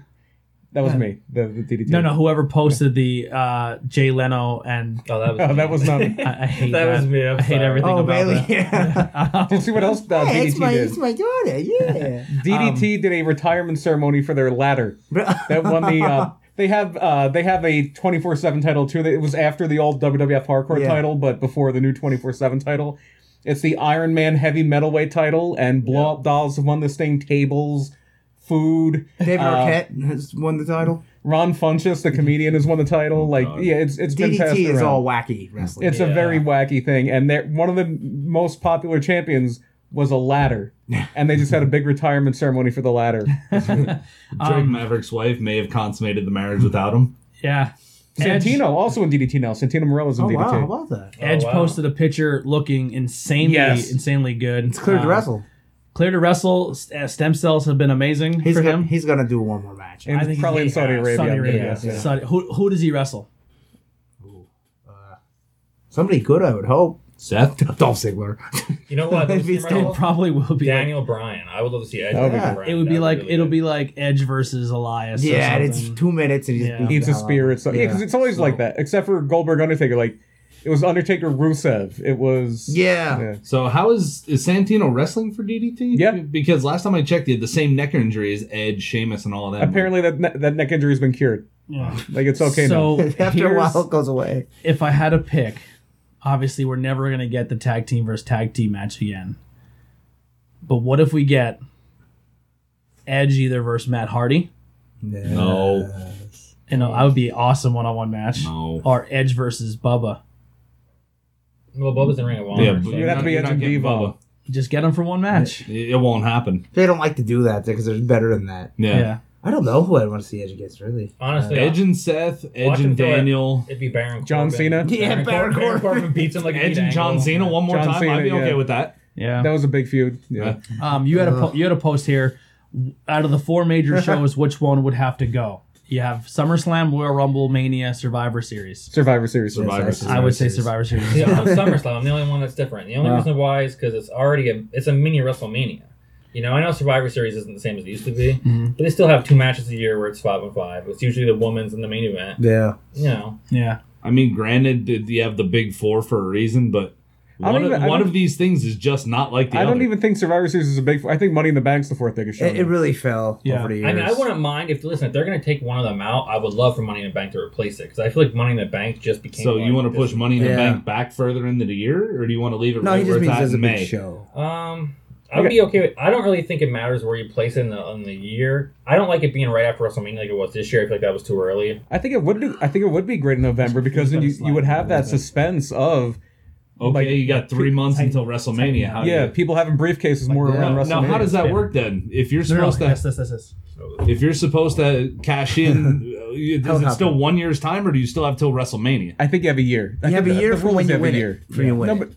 That was me. The, the DDT.
no, no. Whoever posted the uh, Jay Leno and
<laughs> oh, that was
<laughs> Oh, that was
<laughs>
not. Did
I, I hate
That
that.
was me, I'm
I hate
sorry.
everything
oh
about
Bailey.
that.
Yeah.
you see what else
<laughs>
uh,
Hey, it's
DDT
my um,
did?
it's my daughter. Yeah.
DDT did a retirement ceremony for their ladder. that won the. Uh, they have uh, they have a twenty four seven title too. It was after the old WWF Hardcore
Yeah.
title, but before the new twenty four seven title. It's the Iron Man heavy metalweight title, and blow up dolls have won this thing. Tables, food.
<laughs> David
uh,
Arquette has won the title.
Ron Funches, the comedian, has won the
Oh,
title. Like, yeah, it's it's been passed
DDT is
around.
all wacky wrestling.
It's a
Yeah.
very wacky thing, and they're, one of the most popular champions was
<laughs>
a ladder, and they just had a big retirement ceremony for the ladder.
Drake
Um,
Maverick's wife may have consummated the marriage without him.
Yeah. Edge-
Santino also in DDT now. Santino Morello's in
oh
DDT.
wow, how about that?
Edge
Oh, wow.
posted a picture looking insanely,
Yes.
insanely good.
It's clear
Uh,
to wrestle.
Clear to wrestle. S- uh, Stem cells have been amazing
He's
for
gonna,
him.
he's gonna do one more match.
And
I think
probably in
he's-
Saudi
yeah,
Arabia.
Saudi
I'm gonna
Arabia.
guess, yeah.
Saudi- who, who does he wrestle? <laughs>
Somebody good, I would hope.
Seth,
Dolph Ziggler.
You know what?
If he's
It probably will be. like-
Daniel Bryan. I would love to see Edge.
That would be
versus
cool.
Bryan.
it would be
That
like
really
it'll
good.
be like Edge versus Elias. or
yeah, and it's
something.
two minutes and he's
Yeah.
beat the
Eats a
hell out of him.
spirit. So yeah, because it's always like that. Except for Goldberg, Undertaker. Like it was Undertaker, Rusev. It
<laughs>
was
Yeah.
Yeah.
so how is is Santino wrestling for DDT?
Yeah.
because last time I checked, he had the same neck injury as Edge, Sheamus, and all of that.
Apparently that ne- that neck injury has been cured.
Yeah.
Like it's okay
so
now.
<laughs> After a
here's-
while, it goes away.
if I had a pick, obviously we're never gonna get the tag team versus tag team match again. But what if we get Edge either versus Matt Hardy?
no,
You know, that would be an awesome one on one match.
No.
Or Edge versus Bubba.
well, Bubba's in Ring of Honor.
yeah,
so-
but
You'd have to be
you're not
Edge and
getting
Devo.
Just get them for one match.
Bubba. It it won't happen.
They don't like to do that because there's better than that.
Yeah.
Yeah.
I don't know who I want to see Edge against, really.
honestly,
Edge and Seth, Edge
Watch him
and
do it.
Daniel,
it'd be Baron.
John
Corbin.
Cena?
Yeah, Baron
Baron
Corbin.
Corbin beats him like a
Edge
meat
and John
angle.
Cena one more
John
time. I'd
Cena,
be okay
yeah.
with that.
Yeah.
That was a big feud. Yeah.
Um, you had a po- you had a post here. Out of the four
<laughs>
major shows, which one would have to go? You have SummerSlam, Royal Rumble, Mania, Survivor Series.
Survivor Series.
Survivor
Yes,
I would say
Series.
Survivor
<laughs>
Series.
Yeah, on SummerSlam, I'm the only one that's different. The only
Wow.
reason why is because it's already a it's a mini WrestleMania. You know, I know Survivor Series isn't the same as it used to be,
Mm-hmm.
but they still have two matches a year where it's five on five. It's usually the women's in the main event.
Yeah.
You know,
Yeah.
I mean, granted, did you have the big four for a reason, but
I don't
one,
even-
of,
I
one
don't-
of these things is just not like the
I
other.
don't even think Survivor Series is a big. I think Money in the Bank's the fourth biggest show.
It, it really fell
Yeah.
over the years.
I mean, I wouldn't mind if listen if they're going to take one of them out. I would love for Money in the Bank to replace it because I feel like Money in the Bank just became.
So you
like
want to
this-
push Money in the
Yeah.
Bank back further into the year, or do you want to leave it
No,
right
he
where
just
it's
means
at
it's a
in May?
big show.
Um, I'd be okay with. I don't really think it matters where you place it in the, in the year. I don't like it being right after WrestleMania like it was this year. I feel like that was too early.
I think it would be. I think it would be great in November because then you, you would have that suspense of
Okay,
Like,
you got three months until WrestleMania. How do
yeah,
you-
people having briefcases more
yeah.
around
Now,
WrestleMania.
how does that work then? If you're
No, no,
supposed
yes,
to,
this, this, this.
<laughs>
if you're supposed to cash in is it
Helicopter.
still one year's time, or do you still have till WrestleMania?
I think you have a year. I
You have
think
a
the-
year
the
for
rule
when
is
you
have a
win it.
year.
For when you win
No,
it.
but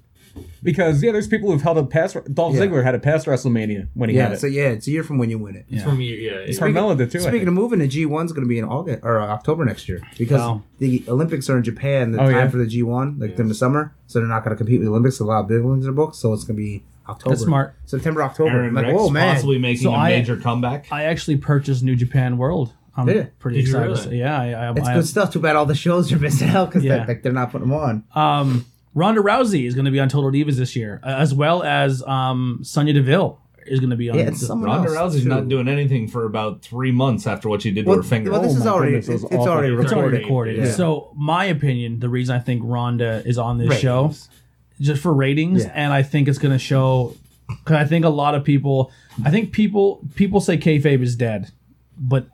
because yeah, there's people who've held it past Dolph
Yeah.
Ziggler had it past WrestleMania when he
yeah,
had it.
so yeah, it's a year from when you win it.
It's from year, yeah.
It's Carmella did too. I
Speaking
think.
of moving, the G one's going to be in August or uh, October next year because
Wow.
the Olympics are in Japan. The
Oh,
time
yeah.
for the G one, like in the summer, so they're not going to compete with the Olympics. A lot of big ones are booked, so it's going to be October.
That's smart.
September, October.
Aaron
I'm like,
Rex
whoa, man!
possibly making
So
a
I-
major comeback.
I actually purchased New Japan World. I'm
Yeah.
pretty
Did you
excited.
really?
Yeah, I, I,
It's
I,
good stuff. Too bad all the shows are missing out because
Yeah.
like, they're not putting them on.
Um, Ronda Rousey is going to be on Total Divas this year, uh, as well as um, Sonya Deville is going to be on.
Yeah, it's someone
Ronda
else.
Rousey's
too.
not doing anything for about three months after what she did
Well,
to her finger.
well, this
Oh
is
my
already
goodness, it was
it's, it's
awful.
already
It's
It's already
recorded.
recorded.
Yeah.
So, my opinion, the reason I think Ronda is on this
Ratings.
show,
<laughs>
just for ratings,
Yeah.
and I think it's going to show. Because I think a lot of people, I think people people say kayfabe is dead, but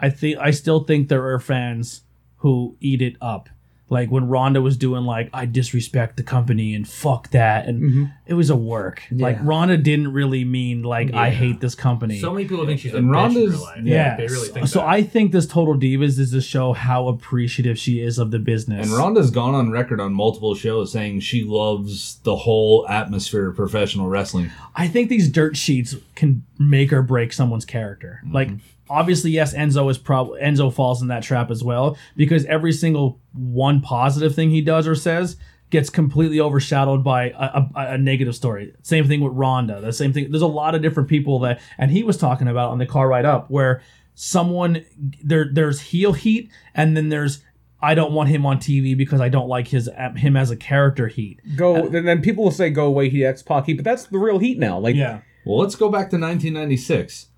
I think I still think there are fans who eat it up. Like when Ronda was doing like I disrespect the company and fuck that, and it was a work. Like
Mm-hmm. Yeah.
Ronda didn't really mean like I
Yeah.
hate this company.
So many people think she's a
And
bitch in
Ronda's-
real life.
yeah,
Like, they really
so,
think
so
that.
I think this Total Divas is to show how appreciative she is of the business.
And Ronda's gone on record on multiple shows saying she loves the whole atmosphere of professional wrestling.
I think these dirt sheets can make or break someone's character. Like obviously, yes, Enzo is probably Enzo falls in that trap as well because every single one positive thing he does or says gets completely overshadowed by a, a, a negative story. Same thing with Ronda. The same thing. There's a lot of different people that, and he was talking about on the car ride up where someone there there's heel heat and then there's I don't want him on TV because I don't like his him as a character heat.
uh,
go, and then people will say go away, he X Pac heat, but that's the real heat now. Like
Well, let's go back to 1996.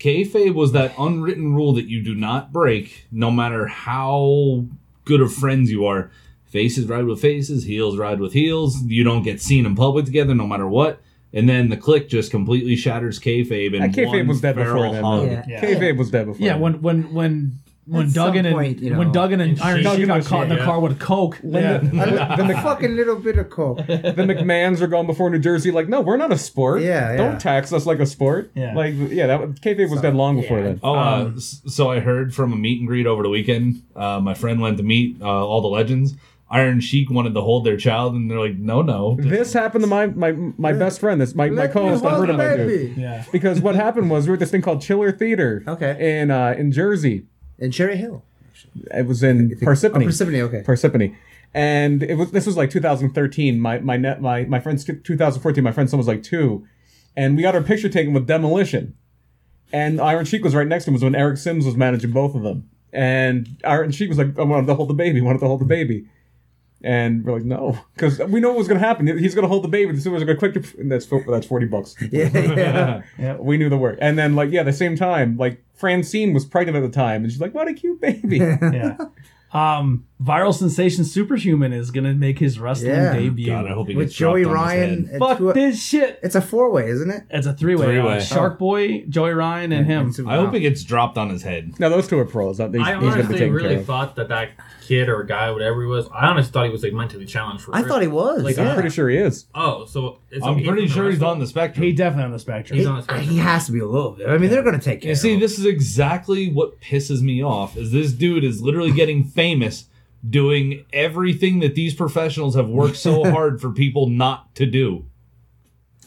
Kayfabe was that unwritten rule that you do not break, no matter how good of friends you are. Faces ride with faces, heels ride with heels. You don't get seen in public together, no matter what. And then the click just completely shatters kayfabe. And
That kayfabe was dead before then, though.
Yeah.
kayfabe was dead before.
Yeah, when when when when
At some
Duggan and
point, you know.
when Duggan and
And
Iron
she-
Sheik
Duggan
got
was-
caught in the
yeah.
car with coke.
Linda-
<laughs>
yeah.
the Mc- fucking little bit of coke.
the McMahons are going before New Jersey. Like, no, we're not a sport.
Yeah, yeah.
don't tax us like a sport.
Yeah.
like yeah, that kayfabe was dead long before then.
Oh, uh, s- so I heard from a meet and greet over the weekend. Uh, my friend went to meet uh, all the legends. Iron Sheik wanted to hold their child, and they're like, "No, no."
This happened to my my my best friend. This my my
Let me
co-host on
hold
Brutal
the
Mic Dude.
baby.
yeah.
Because what happened was we were at this thing called Chiller Theater.
Okay.
In uh, in Jersey,
And Cherry Hill.
it was in Parsippany.
Oh, Persephone, okay.
Parsippany. And it was this was like 2013. My my net my my friend's 2014. My friend's son was like two, and we got our picture taken with Demolition. And Iron Sheik was right next to him. Was when Eric Sims was managing both of them. And Iron Sheik was like, "I wanted to hold the baby. I Wanted to hold the baby." And we're like, "No," because we know what was going to happen. He's going to hold the baby. The was going to quick. And that's that's forty bucks.
yeah, yeah.
We knew the word. And then like yeah, the same time, like Francine was pregnant at the time, and she's like, "What a cute baby."
yeah. Um, viral sensation superhuman is gonna make his wrestling
Yeah.
debut.
God, I hope he
With
gets dropped
Joey
on his
Ryan.
head.
and
Fuck
two-
this shit.
It's a four way, isn't it?
It's a three-way.
Three-way.
uh, Shark Boy, Joey Ryan, and him.
It's-
I hope
wow.
he gets dropped on his head.
now those two are pros. He's,
I
he's going to be
honestly
taken care
really
of.
thought that that kid or guy, whatever he was, I honestly thought he was like mentally challenged for.
I
real.
thought he was.
Like,
I'm
yeah.
pretty sure he is.
Oh, so it's
I'm
okay
pretty
for
sure he's
wrestler?
on the spectrum.
He definitely on the spectrum.
He's on the
He-
spectrum.
he has to be a little bit. I mean, they're going to take care
You see,
of him.
this is exactly what pisses me off is this dude is literally getting famous doing everything that these professionals have worked so hard for people not to do.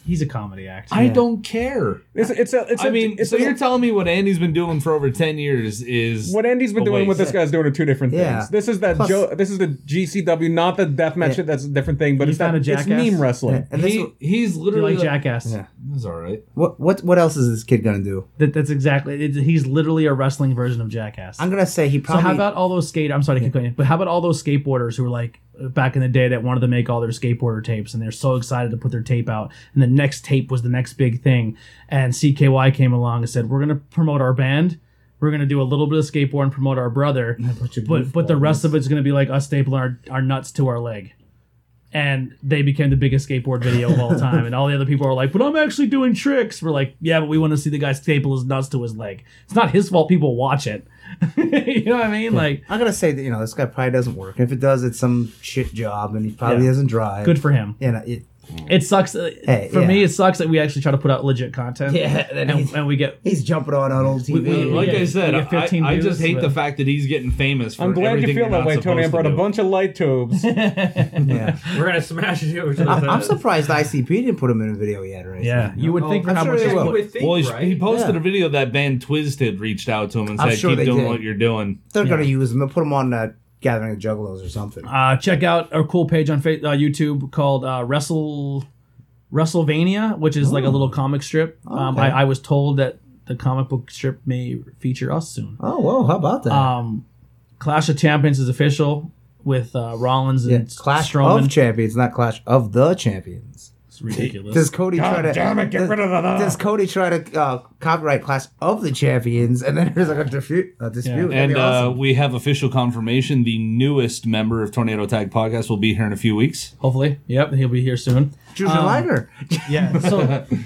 He's a comedy actor.
I don't care.
It's it's a, it's
I
a-
mean,
it's
so
a-
you're telling me what Andy's been doing for over 10 years is
what Andy's been
a
doing, what this
waste.
guy's doing, are two different
Yeah.
things. This is that
Plus-
Joe. This is the GCW, not the deathmatch.
Yeah.
Shit, that's a different thing. But
You
it's that,
found a
it's
jackass?
meme wrestling.
and this,
he, he's
Do you
literally
like Jackass?
Yeah.
That's all right.
what, what what else is this kid going to do?
That, that's exactly. It, he's literally a wrestling version of Jackass.
I'm going to say he
So
probably.
how about all those skate? I'm sorry to keep going, but how about all those skateboarders who were like uh, back in the day that wanted to make all their skateboarder tapes, and they're so excited to put their tape out, and the next tape was the next big thing, and CKY came along and said, "We're gonna promote our band, we're gonna do a little bit of skateboard and promote our brother, but but the rest of it's gonna be like us stapling our, our nuts to our leg." And they became the biggest skateboard video of all time, and all the other people are like, "But I'm actually doing tricks." We're like, "Yeah, but we want to see the guy staple his nuts to his leg." It's not his fault. People watch it. <laughs> you know what I mean? Like,
I'm gonna say that you know this guy probably doesn't work. If it does, it's some shit job, and he probably
Yeah.
doesn't drive.
good for him.
you know, uh, it,
It sucks. uh,
Hey,
for
yeah.
me, it sucks that we actually try to put out legit content.
Yeah, then
and,
he's-
and we get.
He's jumping on on old TV.
we-
Like
Yeah,
I said,
you
I,
get 15
I
views,
just hate
but-
the fact that he's getting famous. For
I'm glad you
everything
feel
you're
that
not
way, Tony. I
supposed
brought
to
a
do.
bunch of light
<laughs>
tubes.
yeah.
We're gonna smash it over to the
I'm, I'm
<laughs> side.
surprised ICP didn't put him in a video yet or anything.
Yeah, you would
Oh,
think
I'm
how
sure
much
they
it
will.
would.
would think,
Well, he-
right?
he posted
Yeah.
a video that band Twisted reached out to him and
I'm
said,
sure
"Keep
they
doing
did.
what you're doing."
They're going to use him. They'll put him on uh, Gathering of Juggalos or something.
Uh, check out our cool page on fa- uh, YouTube called uh, Wrestle WrestleVania, which is like a little comic strip. Um,
Okay.
I, I was told that the comic book strip may feature us soon.
oh, whoa. How about that?
Um, Clash of Champions is official with uh, Rollins
yeah,
and
Clash
Strowman.
of Champions, not Clash of the Champions.
it's ridiculous.
Does Cody try to.
Damn it, get
does,
rid of the.
does Cody try to uh, copyright Clash of the Champions? And then there's like a, difu- a dispute. That'd
And
be awesome.
uh, we have official confirmation: the newest member of Tornado Tag Podcast will be here in a few weeks.
Hopefully, yep, he'll be here
<laughs>
soon.
Drew Liger.
Yeah. so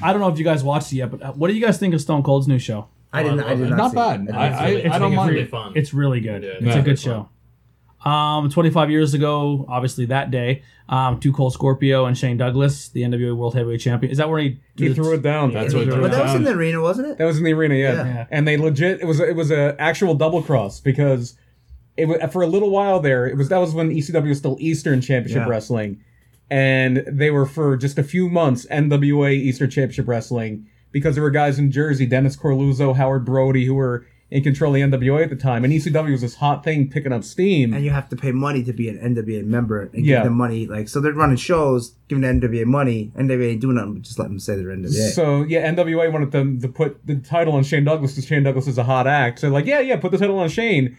I don't know if you guys watched it yet, but uh, what do you guys think of Stone Cold's new show?
I didn't. I did not.
Not
see
bad.
it.
I,
didn't
I,
see it.
really-
I
I think
don't
it's
mind
really
it.
fun.
It's really good.
Yeah,
it's
yeah,
a good
it's
show. Um, 25 years ago, obviously that day, um, Two Cold Scorpio and Shane Douglas, the NWA World Heavyweight Champion. Is that where he,
He threw it down.
That's what.
But that was in
the-
the arena, wasn't it?
That was in the arena, yeah.
Yeah.
And they legit it was it was a actual double cross because it wa- for a little while there it was that was when ECW was still Eastern Championship
Yeah.
Wrestling, and they were for just a few months NWA Eastern Championship Wrestling because there were guys in Jersey, Dennis Corluzzo, Howard Brody, who were in control of the NWA at the time, and ECW was this hot thing picking up steam.
and you have to pay money to be an NWA member and
Yeah.
give them money. Like so, they're running shows, giving the NWA money. NWA ain't doing nothing, but just let them say they're NWA. <laughs>
So yeah, NWA wanted them to put the title on Shane Douglas because Shane Douglas is a hot act. So like, yeah, yeah, put the title on Shane.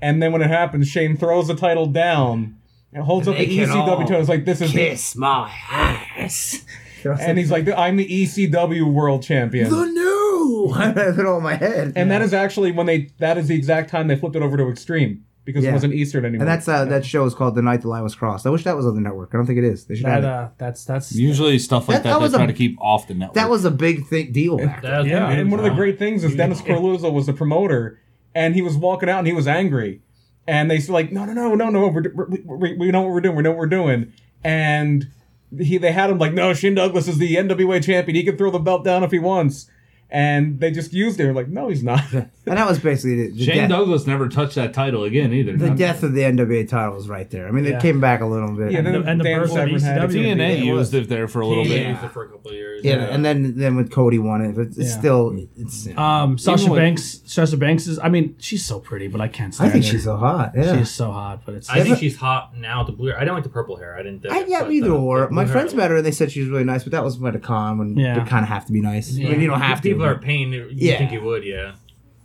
And then when it happens, Shane throws the title down and holds
And
up
they
the
can all
ECW title. It's like this is it.
Kiss my ass. <laughs>
And he's like, I'm the ECW world champion.
the new. Oh, <laughs> I have it all in my head.
and that is actually when they that is the exact time they flipped it over to Extreme because
Yeah.
it wasn't Eastern anymore.
and that's uh, that show is called The Night the Line Was Crossed. I wish that was on the network. I don't think it is. They should have
That,
it.
uh, that's that's
Usually, stuff like
That-
that,
that was
they try
a-
to keep off the network.
that was a big thing deal back. then.
That was
Yeah.
yeah.
and one of the great things is
Yeah.
Dennis
<laughs>
Corluzzo was the promoter, and he was walking out and he was angry, and they said like, no, no, no, no, no, we're, we, we, we know what we're doing, we know what we're doing, and he they had him like, no, Shane Douglas is the NWA champion, he can throw the belt down if he wants, and they just used him like, no, he's
<laughs>
not.
And that was basically the, the
Shane
death,
Douglas never touched that title again either.
the death of the NWA titles right there. I mean,
Yeah.
it came back a little bit.
Yeah,
Yeah,
then
the- and the
Dan
birth of
Severn had
ECW.
it.
TNA
Yeah, it was.
used it there for a little
He
bit.
used it for a couple of years.
and then then when Cody won it, but it's
Yeah.
still it's.
um, Sasha
Even when-
Banks. Sasha Banks is. I mean, she's so pretty, but I can't
I
stand
think
her.
she's so hot. Yeah.
She's so hot, but it's.
I think she's hot now. with The blue. hair. I don't like the purple hair. I didn't. dig
I,
it,
yeah,
but
either
the-
or.
the
My
blue
friends
hair-
met her and they said she was really nice, but that was at a con when
Yeah.
you kind of have to be nice. I mean, you don't have to.
People are paying. You
Yeah.
think you would? Yeah.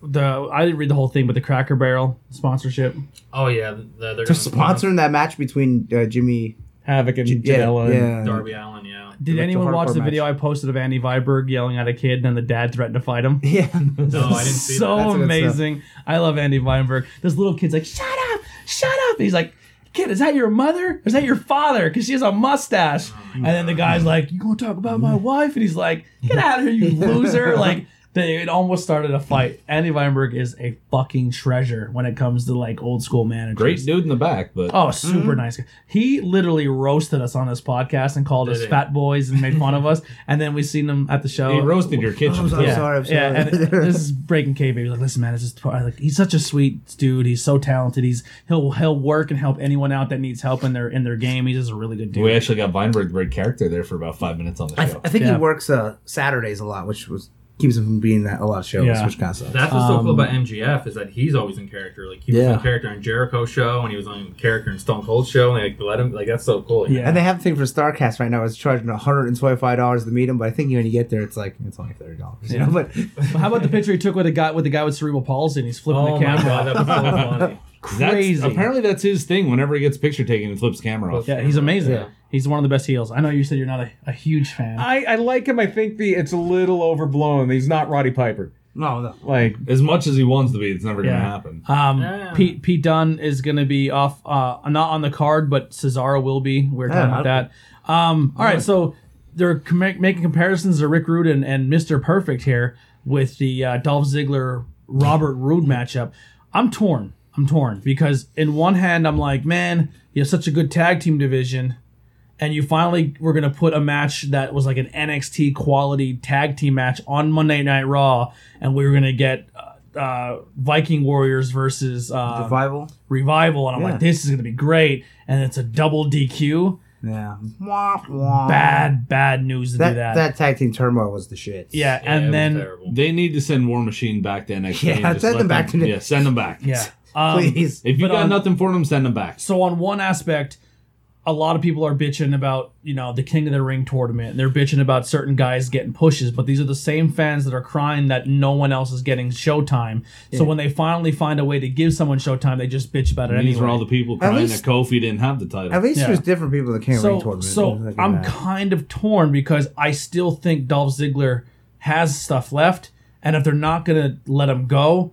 the I didn't read the whole thing, but the Cracker Barrel sponsorship.
Oh yeah. The, they're
They're
gonna-
sponsoring that match between uh, Jimmy.
Havoc and
Yeah,
Janela. and-
yeah.
Darby Allen. Yeah.
Did
Like the
anyone watch
hardcore
the video I posted of Andy Viberg yelling at a kid, and then the dad threatened to fight him?
<laughs> Yeah.
<laughs> No, I didn't see
so
that.
That's a good
amazing. I love Andy Weinberg. This little kid's like, shut up, shut up. He's like, kid, is that your mother? Is that your father? Because she has a mustache.
Oh
and then the guy's like, you gonna talk about my wife? And he's like, get out of here, you loser. like, they, it almost started a fight. Andy Weinberg is a fucking treasure when it comes to like old school managers.
Great dude in the back, but
Oh, super nice. guy. He literally roasted us on this podcast and called
Did
us
he?
fat boys and made fun of
<laughs>
us. And then we seen him at the show.
he roasted your
I'm
kitchen.
sorry.
Yeah,
I'm sorry. <laughs>
Yeah, and this is breaking K baby. Like, listen, man, it's just part- like he's such a sweet dude. He's so talented. He's he'll he'll work and help anyone out that needs help in their in their game. He's just a really good dude.
We actually got Weinberg great character there for about five minutes on the
I,
show.
I think
Yeah.
he works uh, Saturdays a lot, which was keeps him from being at a lot of shows,
Yeah.
which kind of sucks.
That's what's so
Um,
cool about MGF is that he's always in character. Like he was
Yeah.
in character on Jericho show, and he was on character in Stone Cold show, and they like, let him. Like that's so cool.
Yeah.
And they have a thing for Starcast right now. It's charging 125 dollars to meet him, but I think when you get there, it's like it's only thirty dollars. You know, but <laughs>
But how about the picture he took with a guy with the guy with cerebral palsy and he's flipping
Oh
the
my
camera?
god, that was so funny.
That's-
Crazy.
apparently, that's his thing. Whenever he gets picture taken, he flips camera
<laughs>
off.
yeah, he's amazing.
Yeah.
He's one of the best heels. I know you said you're not a, a huge fan.
I, I like him. I think the it's a little overblown. He's not Roddy Piper.
no, no.
Like
As much as he wants to be, it's never going
Yeah.
to happen.
um,
Yeah.
Pete Pete Dunn is going to be off, uh, not on the card, but Cesaro will be. We're talking
Yeah,
about that. Um, all right, so they're com- making comparisons to Rick Rude and, and Mr. Perfect here with the uh, Dolph Ziggler Robert Rude matchup. I'm torn. I'm torn because in one hand I'm like, man, you have such a good tag team division, and you finally were going to put a match that was like an NXT quality tag team match on Monday Night Raw, and we were going to get uh, uh, Viking Warriors versus uh,
Revival.
Revival, and I'm
Yeah.
like, this is going to be great, and it's a double DQ.
Yeah. Wah, wah.
Bad, bad news to
That,
do that.
that tag team turmoil was the shit.
yeah,
Yeah, it was
and then
terrible.
They need to send War Machine back to NXT.
Yeah,
and just
send
let
them back to-
Yeah, send them back.
yeah,
<laughs>
um,
Please.
If you
But
got
on-
nothing for them, send them back.
So on one aspect, a lot of people are bitching about you know the King of the Ring tournament. and They're bitching about certain guys getting pushes, but these are the same fans that are crying that no one else is getting showtime. So when they finally find a way to give someone showtime, they just bitch about it
These
anyway.
were all the people crying
least-
that Kofi didn't have the title.
At least
Yeah.
there's different people that can't ring
so
tournament.
so
Look at
I'm
that.
kind of torn because I still think Dolph Ziggler has stuff left, and if they're not gonna let him go.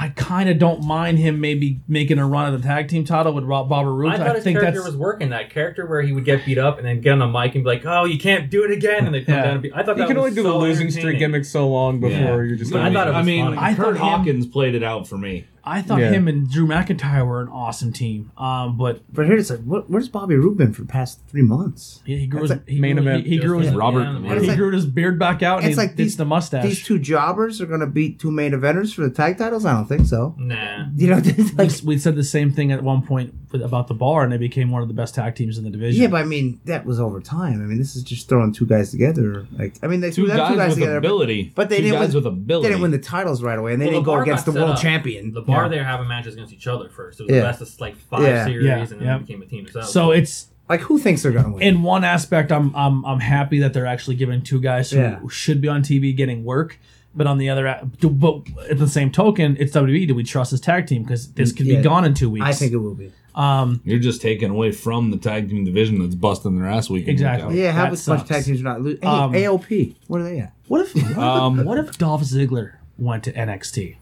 I kind of don't mind him maybe making a run at the tag team title with Rob Bobber Roode.
I thought his
think
character
that's
was working. That character where he would get beat up and then get on a mic and be like, "Oh, you can't do it again," and they come
Yeah.
down and be. I thought
You
that
can
was
only do the
so
losing streak
entertaining.
gimmick so long before
Yeah.
you're just.
But
gonna
I thought
be-
it was
I mean,
funny.
I thought
Kurt
him-
Hawkins played it out for me.
I thought
Yeah.
him and Drew McIntyre were an awesome team. Um, but
But here's like, what, where's Bobby Roode been for the past three months?
he, he grew his
That's
he
main
grew,
event.
He, he grew his
Just
Robert-
down.
What
he
It's like-
grew his beard back out. And
It's
he
like
ditched
these-
the mustache.
These two jobbers are going to beat two main eventers for the tag titles? I don't think so.
Nah.
You know, <laughs> it's
We-
like,
we said the same thing at one point with, about the bar, and they became one of the best tag teams in the division.
yeah, but I mean, that was over time. I mean, this is just throwing two guys together. Like, I mean, they
Two
threw them
guys,
two guys
with
together,
ability,
but they
two
didn't
guys
win-
with
they
ability.
didn't win the titles right away, and they
Well,
didn't go
bar
against the
got set
world
up.
champion.
The bar
Yeah.
they were having matches against each other first. It was
Yeah.
the best of like five
Yeah.
series,
Yeah.
and then
Yeah.
it became a team itself.
So it's
Like, who thinks they're going to win?
in one aspect, I'm I'm I'm happy that they're actually giving two guys who
Yeah.
should be on TV getting work. But on the other, a- but at the same token, it's WWE. Do we trust this tag team? Because this could
Yeah.
be gone in two weeks.
I think it will be.
Um,
You're just taking away from the tag team division that's busting their ass week. in, week
Exactly.
Yeah, how
That
much much
sucks.
tag teams are not losing? Hey,
Um,
AOP, what are they at?
what if what if,
out. Um,
what if Dolph Ziggler went to NXT?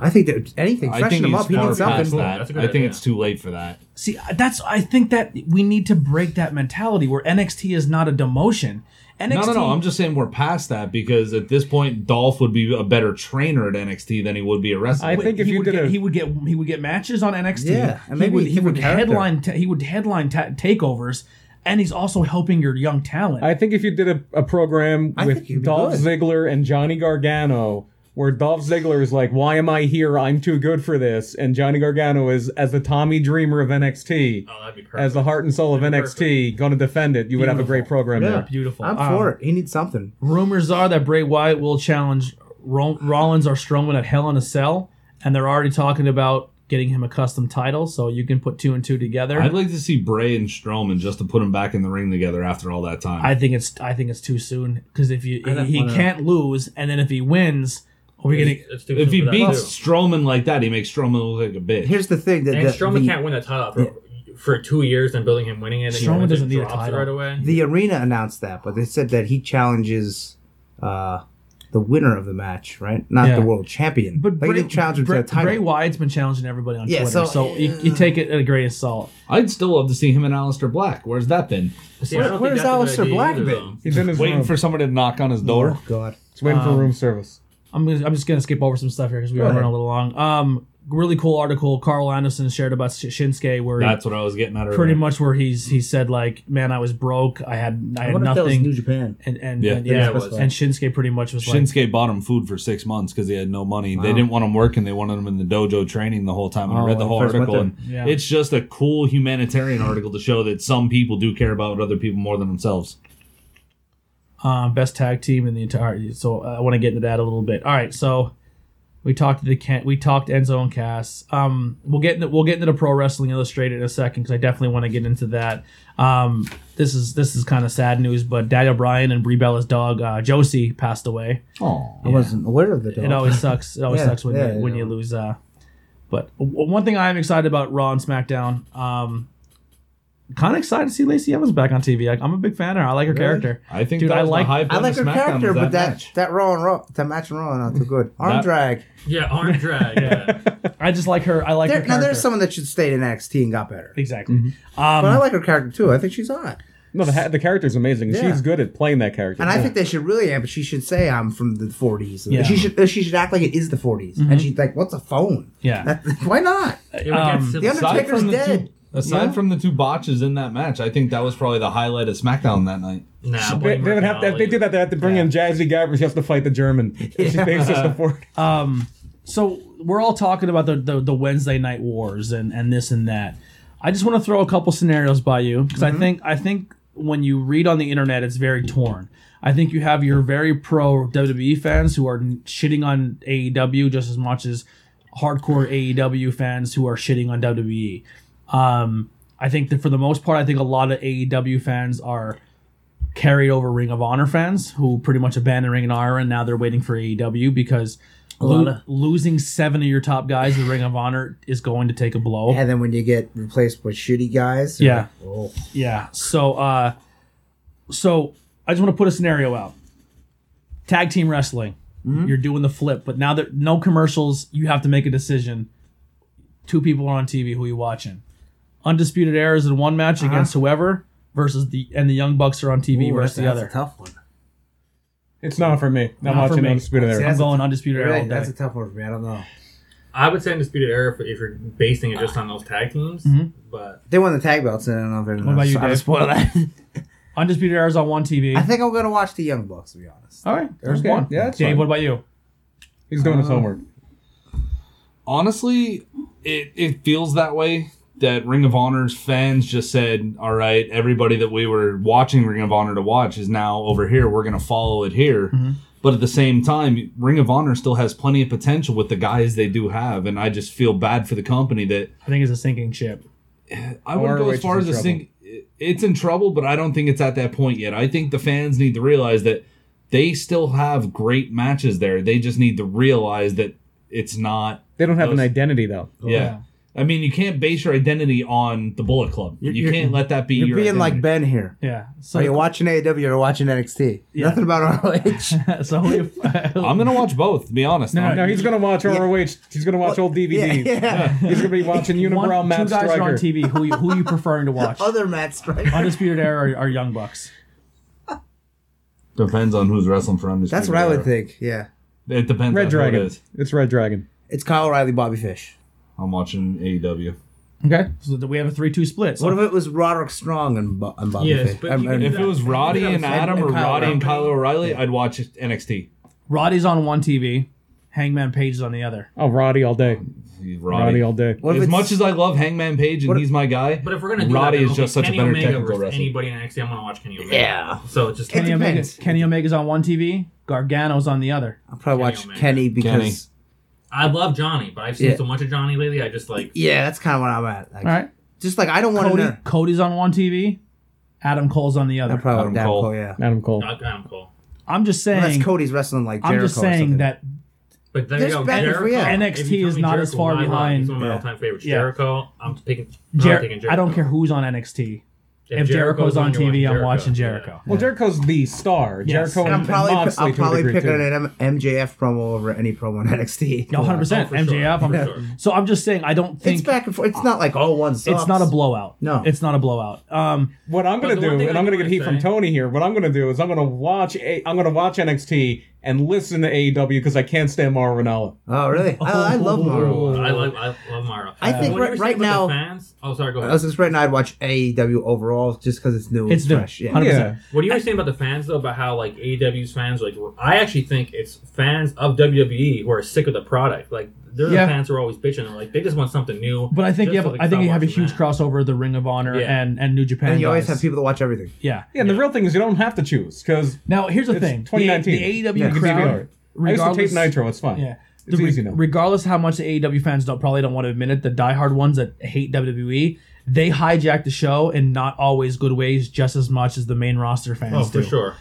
I think that anything
I
freshen
think
them
he's
up. He
far
needs
past
something.
that. I
That's a
think
good idea.
it's too late for that.
See, that's I think that we need to break that mentality where NXT is not a demotion. NXT,
No, no, no. I'm just saying we're past that because at this point, Dolph would be a better trainer at NXT than he would be at wrestling.
I think if
he
you
would
did
get,
a-
he would get he would get matches on NXT.
Yeah, and
he
maybe
would he
different
would
character.
headline ta- he would headline ta- takeovers, and he's also helping your young talent.
I think if you did a, a program
I think you'd
with
be
Dolph
good.
Ziggler and Johnny Gargano, where Dolph Ziggler is like, "Why am I here? I'm too good for this," and Johnny Gargano is as the Tommy Dreamer of NXT,
oh, that'd be perfect.
as the heart and soul of NXT, going to defend it. You would have a great program
Yeah,
there.
Beautiful.
I'm
Um,
for it. He needs something.
Rumors are that Bray Wyatt will challenge Ro- Rollins or Strowman at Hell in a Cell, and they're already talking about getting him a custom title. So you can put two and two together.
I'd like to see Bray and Strowman just to put them back in the ring together after all that time.
I think it's I think it's too soon because if you
I don't
he
wanna-
can't lose and then if he wins, are we gonna?
It's too
if
soon
he
for that, too.
beats Strowman like that, he makes Strowman look like a bitch.
Here's the thing that
and
the,
Strowman
the,
can't win the title for, for two years and building him winning it. And he
Strowman
wins it,
doesn't need a
drops it
title.
right away.
the arena announced that, but they said that he challenges uh, the winner of the match, right? Not
Yeah.
the world champion.
But
like,
Bray,
he didn't challenge him
Bray,
to a title.
Bray Wyatt's been challenging everybody on
Yeah,
Twitter, so,
so- uh,
you, you take it at a grain of salt.
I'd still love to see him and Alistair Black. Where's that been?
See, I don't think
where's
that's
Aleister
a good idea
Black
either,
been?
though.
He's in his
Waiting
room.
for somebody to knock on his door.
Oh God!
He's waiting for room service.
I'm gonna, I'm just gonna skip over some stuff here because we are running a little long. Um, really cool article Carl Anderson shared about Sh- Shinsuke where he-
That's what I was getting at.
pretty
earlier.
much where he's he said like, man, I was broke, I had I had nothing,
Japan.
and and
Yeah.
and,
Yeah,
yeah,
it was.
and Shinsuke pretty much was like,
Shinsuke bought him food for six months because he had no money. They didn't want him working; they wanted him in the dojo training the whole time. And I
Oh,
read the
when
whole
he first went
article, and
there. Yeah.
it's just a cool humanitarian article to show that some people do care about other people more than themselves.
um, best tag team in the entire. So I want to get into that a little bit. All right, so we talked to the Kent, we talked Enzo and Cass. Um, we'll get into, we'll get into the Pro Wrestling Illustrated in a second because I definitely want to get into that. Um, this is this is kind of sad news, but Daddy O'Brien and Brie Bella's dog uh, Josie passed away.
I wasn't aware of the dog.
It always sucks. It always
Oh. <laughs> Yeah,
sucks when
yeah,
you, when
yeah.
you lose. Uh, but w- one thing I am excited about Raw and SmackDown. Um, kind of excited to see Lacey Evans back on TV. Like, I'm a big fan of her. I like her character.
I think
Dude,
that
I
was
like-
the high point
I like her
of SmackDown
character,
was
but that
match.
that raw and raw that match and raw not too good. Arm
That-
drag.
Yeah, arm drag. yeah.
I just like her. I like
There,
her
now
character.
there's someone that should stay in NXT and got better.
Exactly.
But I
Um,
like her character too. I think she's hot,
No, the, ha- the character's amazing. and
Yeah.
She's good at playing that character.
and I think they should really amp. it. She should say I'm from the 40s.
Yeah. Mm-hmm.
She should she should act like it is the 40s, and she's like, "What's a phone?
Yeah.
That- <laughs> why not?
It would get
Um,
civil-
The
Aside
Undertaker's
from the
dead.
two- Aside
No?
from the two botches in that match, I think that was probably the highlight of SmackDown that night.
Nah,
They,
blame
they would
Mark
have to, if they
Knopfler.
did that, they have to bring in Jazzy Gavers. He has to fight
<laughs>
the German. It's just- they just afford-
so we're all talking about the, the, the Wednesday night wars and, and this and that. I just want to throw a couple scenarios by you because I think I think when you read on the internet, it's very torn. I think you have your very pro WWE fans who are n- shitting on AEW just as much as hardcore AEW fans who are shitting on E. WWE. Um, I think that for the most part, I think a lot of AEW fans are carried over Ring of Honor fans who pretty much abandoned Ring of Honor and now they're waiting for AEW because
lot
lo-
of-
losing seven of your top guys in Ring of Honor is going to take a blow.
And then when you get replaced with shitty guys, you're
yeah,
like, oh,
yeah. So, uh, so I just want to put a scenario out. Tag team wrestling. You're doing the flip, but now that no commercials, you have to make a decision. Two people are on TV. Who are you watching? Undisputed Era is in one match against whoever versus the and the Young Bucks are on TV
ooh,
versus
that's,
the
that's
other.
a tough one.
It's not for me.
Not
Not,
for
watching
me.
Undisputed
See,
Era.
I'm
that's a-
going Undisputed Era.
Really,
all
that's
day.
a tough one for me. I don't know.
I would say Undisputed Era if, if you're basing it just on those tag teams, but
They won the tag belts, and I don't know if they're
about you,
I'm gonna
Dave?
Spoil that.
Undisputed Era is on one TV.
I think I'm gonna watch the Young Bucks. To be honest,
all right, there's
Okay.
one.
Yeah, that's
Dave,
fine.
what about you?
He's doing
Uh,
his homework.
honestly, it it feels that way. That Ring of Honor's fans just said, "All right, everybody that we were watching Ring of Honor to watch is now over here. We're going to follow it here." But at the same time, Ring of Honor still has plenty of potential with the guys they do have, and I just feel bad for the company that
I think it's a sinking ship.
I wouldn't go
ROH
as far
is
as to
in
think it's in trouble, but I don't think it's at that point yet. I think the fans need to realize that they still have great matches there. They just need to realize that it's not
They don't have an
Those-
identity though.
yeah. I mean, you can't base your identity on the Bullet Club.
You're-
you
you're-
can't let that be
you're
your
being like
identity.
Ben here.
Yeah. So
Are you watching AEW or watching NXT?
Yeah.
Nothing about
<laughs>
ROH.
so
<laughs>
who you-
I'm gonna watch both. To be honest,
No,
I'm-
<laughs> No, he's gonna watch ROH. He's gonna watch old
<laughs> yeah,
DVDs.
yeah.
<laughs> He's gonna be watching
One-
Unibrow Matt
two guys are on
Striker.
TV. Who you, who you preferring to watch?
<laughs> Other Matt Striker.
Undisputed Era or, or Young Bucks?
depends on who's wrestling for Undisputed.
That's what I would
Era.
think. Yeah,
It depends.
Red
on Who it
Dragon.
is.
It's Red Dragon.
it's Kyle O'Reilly, Bobby Fish.
I'm watching E AEW.
Okay. So do we have a three-two split. So
What if it was Roderick Strong and, Bo- and Bobby
Yes,
Fish?
but
Um,
you can
and-
If it was Roddy and Adam or
and Kyle
Roddy and
O'Reilly.
Kyle O'Reilly, I'd watch NXT.
Roddy's on one TV, Hangman Page is on the other.
Oh, Roddy all day.
Roddy.
Roddy all day.
What if
as
it's-
much as I love Hangman Page and
What if-
he's my guy,
but if we're gonna do
Roddy
that,
is
then
just such a
Kenny
better
Omega
technical
versus
wrestler.
Anybody in NXT, I'm gonna watch Kenny Omega. Yeah. So it's
It's-
just
Kenny
Kenny.
Omega.
depends.
Kenny Omega's on one TV. Gargano's on the other.
I'll probably
Kenny
watch
Omega.
Kenny because
Kenny.
I love Johnny, but I've seen
Yeah.
so much of Johnny lately. I just like
yeah, that's kind of where I'm at. Like,
All right.
Just like I don't want to.
Cody,
know.
Cody's on one TV. Adam Cole's on the
I
other.
probably
Adam
would
Cole.
Cole. Cole, yeah.
Adam Cole.
not Adam Cole.
I'm just
Unless
saying.
Cody's wrestling like Jericho.
I'm just
or something.
saying that
But there
There's
you go.
back and
Jericho.
forth, yeah.
NXT
If you tell
is
me
not as far
why I want, He's
behind-
one of my
Yeah.
all-time favorites.
Yeah.
Jericho. I'm picking. I'm
Jer-
taking Jericho.
I don't care who's on NXT. If, Jericho's, on
you're
TV, I'm
Jericho.
watching Jericho.
Well, Jericho's the star.
Yes.
Jericho
And
and,
I'm probably,
and Moxley
I'll
to a
probably
degree,
pick
too.
an M- MJF promo over any promo in NXT.
No, 100%.
Oh, for sure.
MJF. I'm-
For sure.
So I'm just saying, I don't
It's
think it's,
back and forth. It's not like all one sucks.
not a blowout.
No.
It's not a blowout. Um,
What I'm
But
gonna
the one
do,
thing
and
I
I'm gonna
wanna
get heat from
say-
Tony here. What I'm gonna do is I'm gonna watch a, I'm gonna watch NXT and listen to AEW because I can't stand Mara Ranallo.
Oh, really? I,
<laughs>
I love Marvel.
I love. I love Mara.
I think
When you
right-
were
right
saying about
now-
the Fans, oh, sorry. Go
I
ahead.
was just right now. I'd watch AEW overall just because it's new.
it's
It's
new.
fresh. Yeah.
100%.
Yeah.
What are you saying about the fans though? About how like AEW's fans like I actually think it's fans of WWE who are sick of the product. Like they're
Yeah.
the fans who are always bitching. They're like they just want something new.
But I think
Just
yeah,
so
but
they
I think
stop
you have a
watching
huge
that.
crossover the Ring of Honor
Yeah.
and and New Japan.
And you always
guys.
have people that watch everything.
Yeah.
Yeah, and the real thing is you don't have to choose because
Now here's the
It's
thing:
2019.
The, the AEW
Yeah, you can DVR
crowd,
it. I used to tape
regardless,
Nitro. It's fine.
yeah,
It's
the re-
easy now.
regardless how much the AEW fans don't probably don't want to admit it, the diehard ones that hate WWE, they hijack the show in not always good ways, just as much as the main roster fans
Oh, for
do.
sure.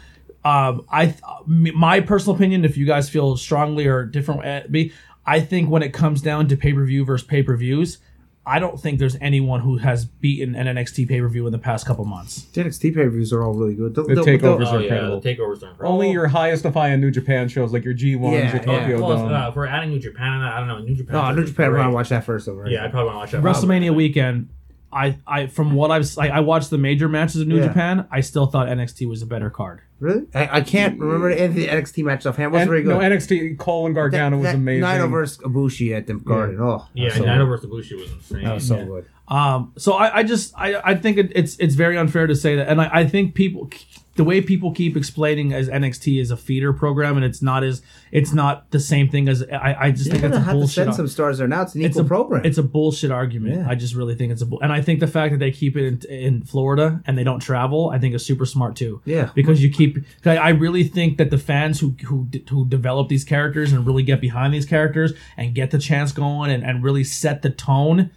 Um, I, th- m- my personal opinion, if you guys feel strongly or different at me, I think when it comes down to pay per view versus pay per views, I don't think there's anyone who has beaten an NXT pay per view in the past couple months.
The NXT pay per views are all really good. The,
takeovers
Oh
are-
yeah, the
incredible.
takeovers are incredible.
Only your highest of high end New Japan shows like your G1s,
Yeah,
your
yeah.
Tokyo
Plus,
Dome.
uh, if we're adding New Japan, I don't know New Japan.
No, New Japan. I want to
Great.
watch that first over.
Yeah, I'd probably want to watch that.
WrestleMania weekend, I, I from what I've I, I watched the major matches of New
Yeah.
Japan, I still thought NXT was a better card.
Really? I, I can't remember any of the NXT match offhand. It wasn't very
And-
good.
no, NXT Colin Gargano was amazing.
Nine versus Ibushi at the Garden. Oh,
Yeah,
so
Nino
good.
versus Ibushi was insane.
That was so
Yeah.
good.
Um, so I, I just I, I think it, it's it's very unfair to say that, and I, I think people the way people keep explaining as NXT is a feeder program and it's not as it's not the same thing as I, I just
You're
think
gonna
that's a
have to
bullshit.
send
ar-
some stars there now. It's an
it's
equal
a
program.
It's a bullshit argument.
Yeah.
I just really think it's a bull, and I think the fact that they keep it in, in Florida and they don't travel, I think is super smart too.
Yeah.
because you keep. 'cause I I really think that the fans who who d- who develop these characters and really get behind these characters and get the chance going and, and really set the tone,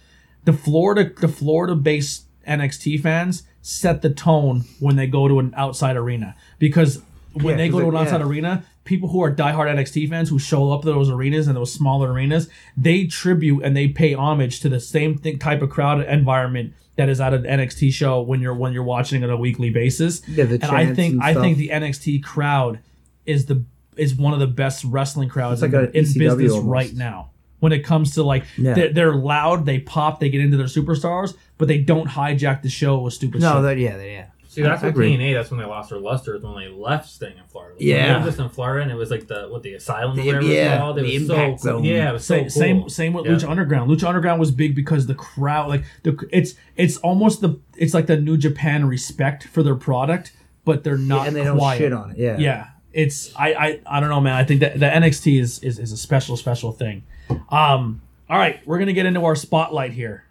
the Florida the Florida based NXT fans set the tone when they go to an outside arena because when
Yeah,
they go
'cause
to
it-
an outside
yeah.
arena, people who are diehard NXT fans who show up to those arenas and those smaller arenas, they tribute and they pay homage to the same thing, type of crowd environment that is at an NXT show when you're when you're watching it on a weekly basis.
Yeah, the
and I
chants
think
and
I
stuff.
think the NXT crowd is the is one of the best wrestling crowds
It's
in,
like a
in
ECW
business
almost.
right now. When it comes to like
Yeah.
they're, they're loud, they pop, they get into their superstars, but they don't hijack the show with stupid
no,
shit.
that yeah, that- yeah.
See, that's
I
what
agree.
TNA. That's when they lost their luster. is When they left staying in Florida. Like,
Yeah.
they lived just in Florida, and it was like the what the asylum, or
The-
whatever yeah,
yeah,
it's called. It
the
was so
impact
cool.
zone.
Yeah, it was so
Sa-
cool.
Same same with
Yeah.
Lucha Underground. Lucha Underground was big because the crowd, like the it's it's almost the it's like the New Japan respect for their product, but they're not
and they don't
quiet.
shit on it. Yeah,
Yeah, it's I, I I don't know, man. I think that the NXT is, is is a special special thing. Um, all right, we're gonna get into our spotlight here.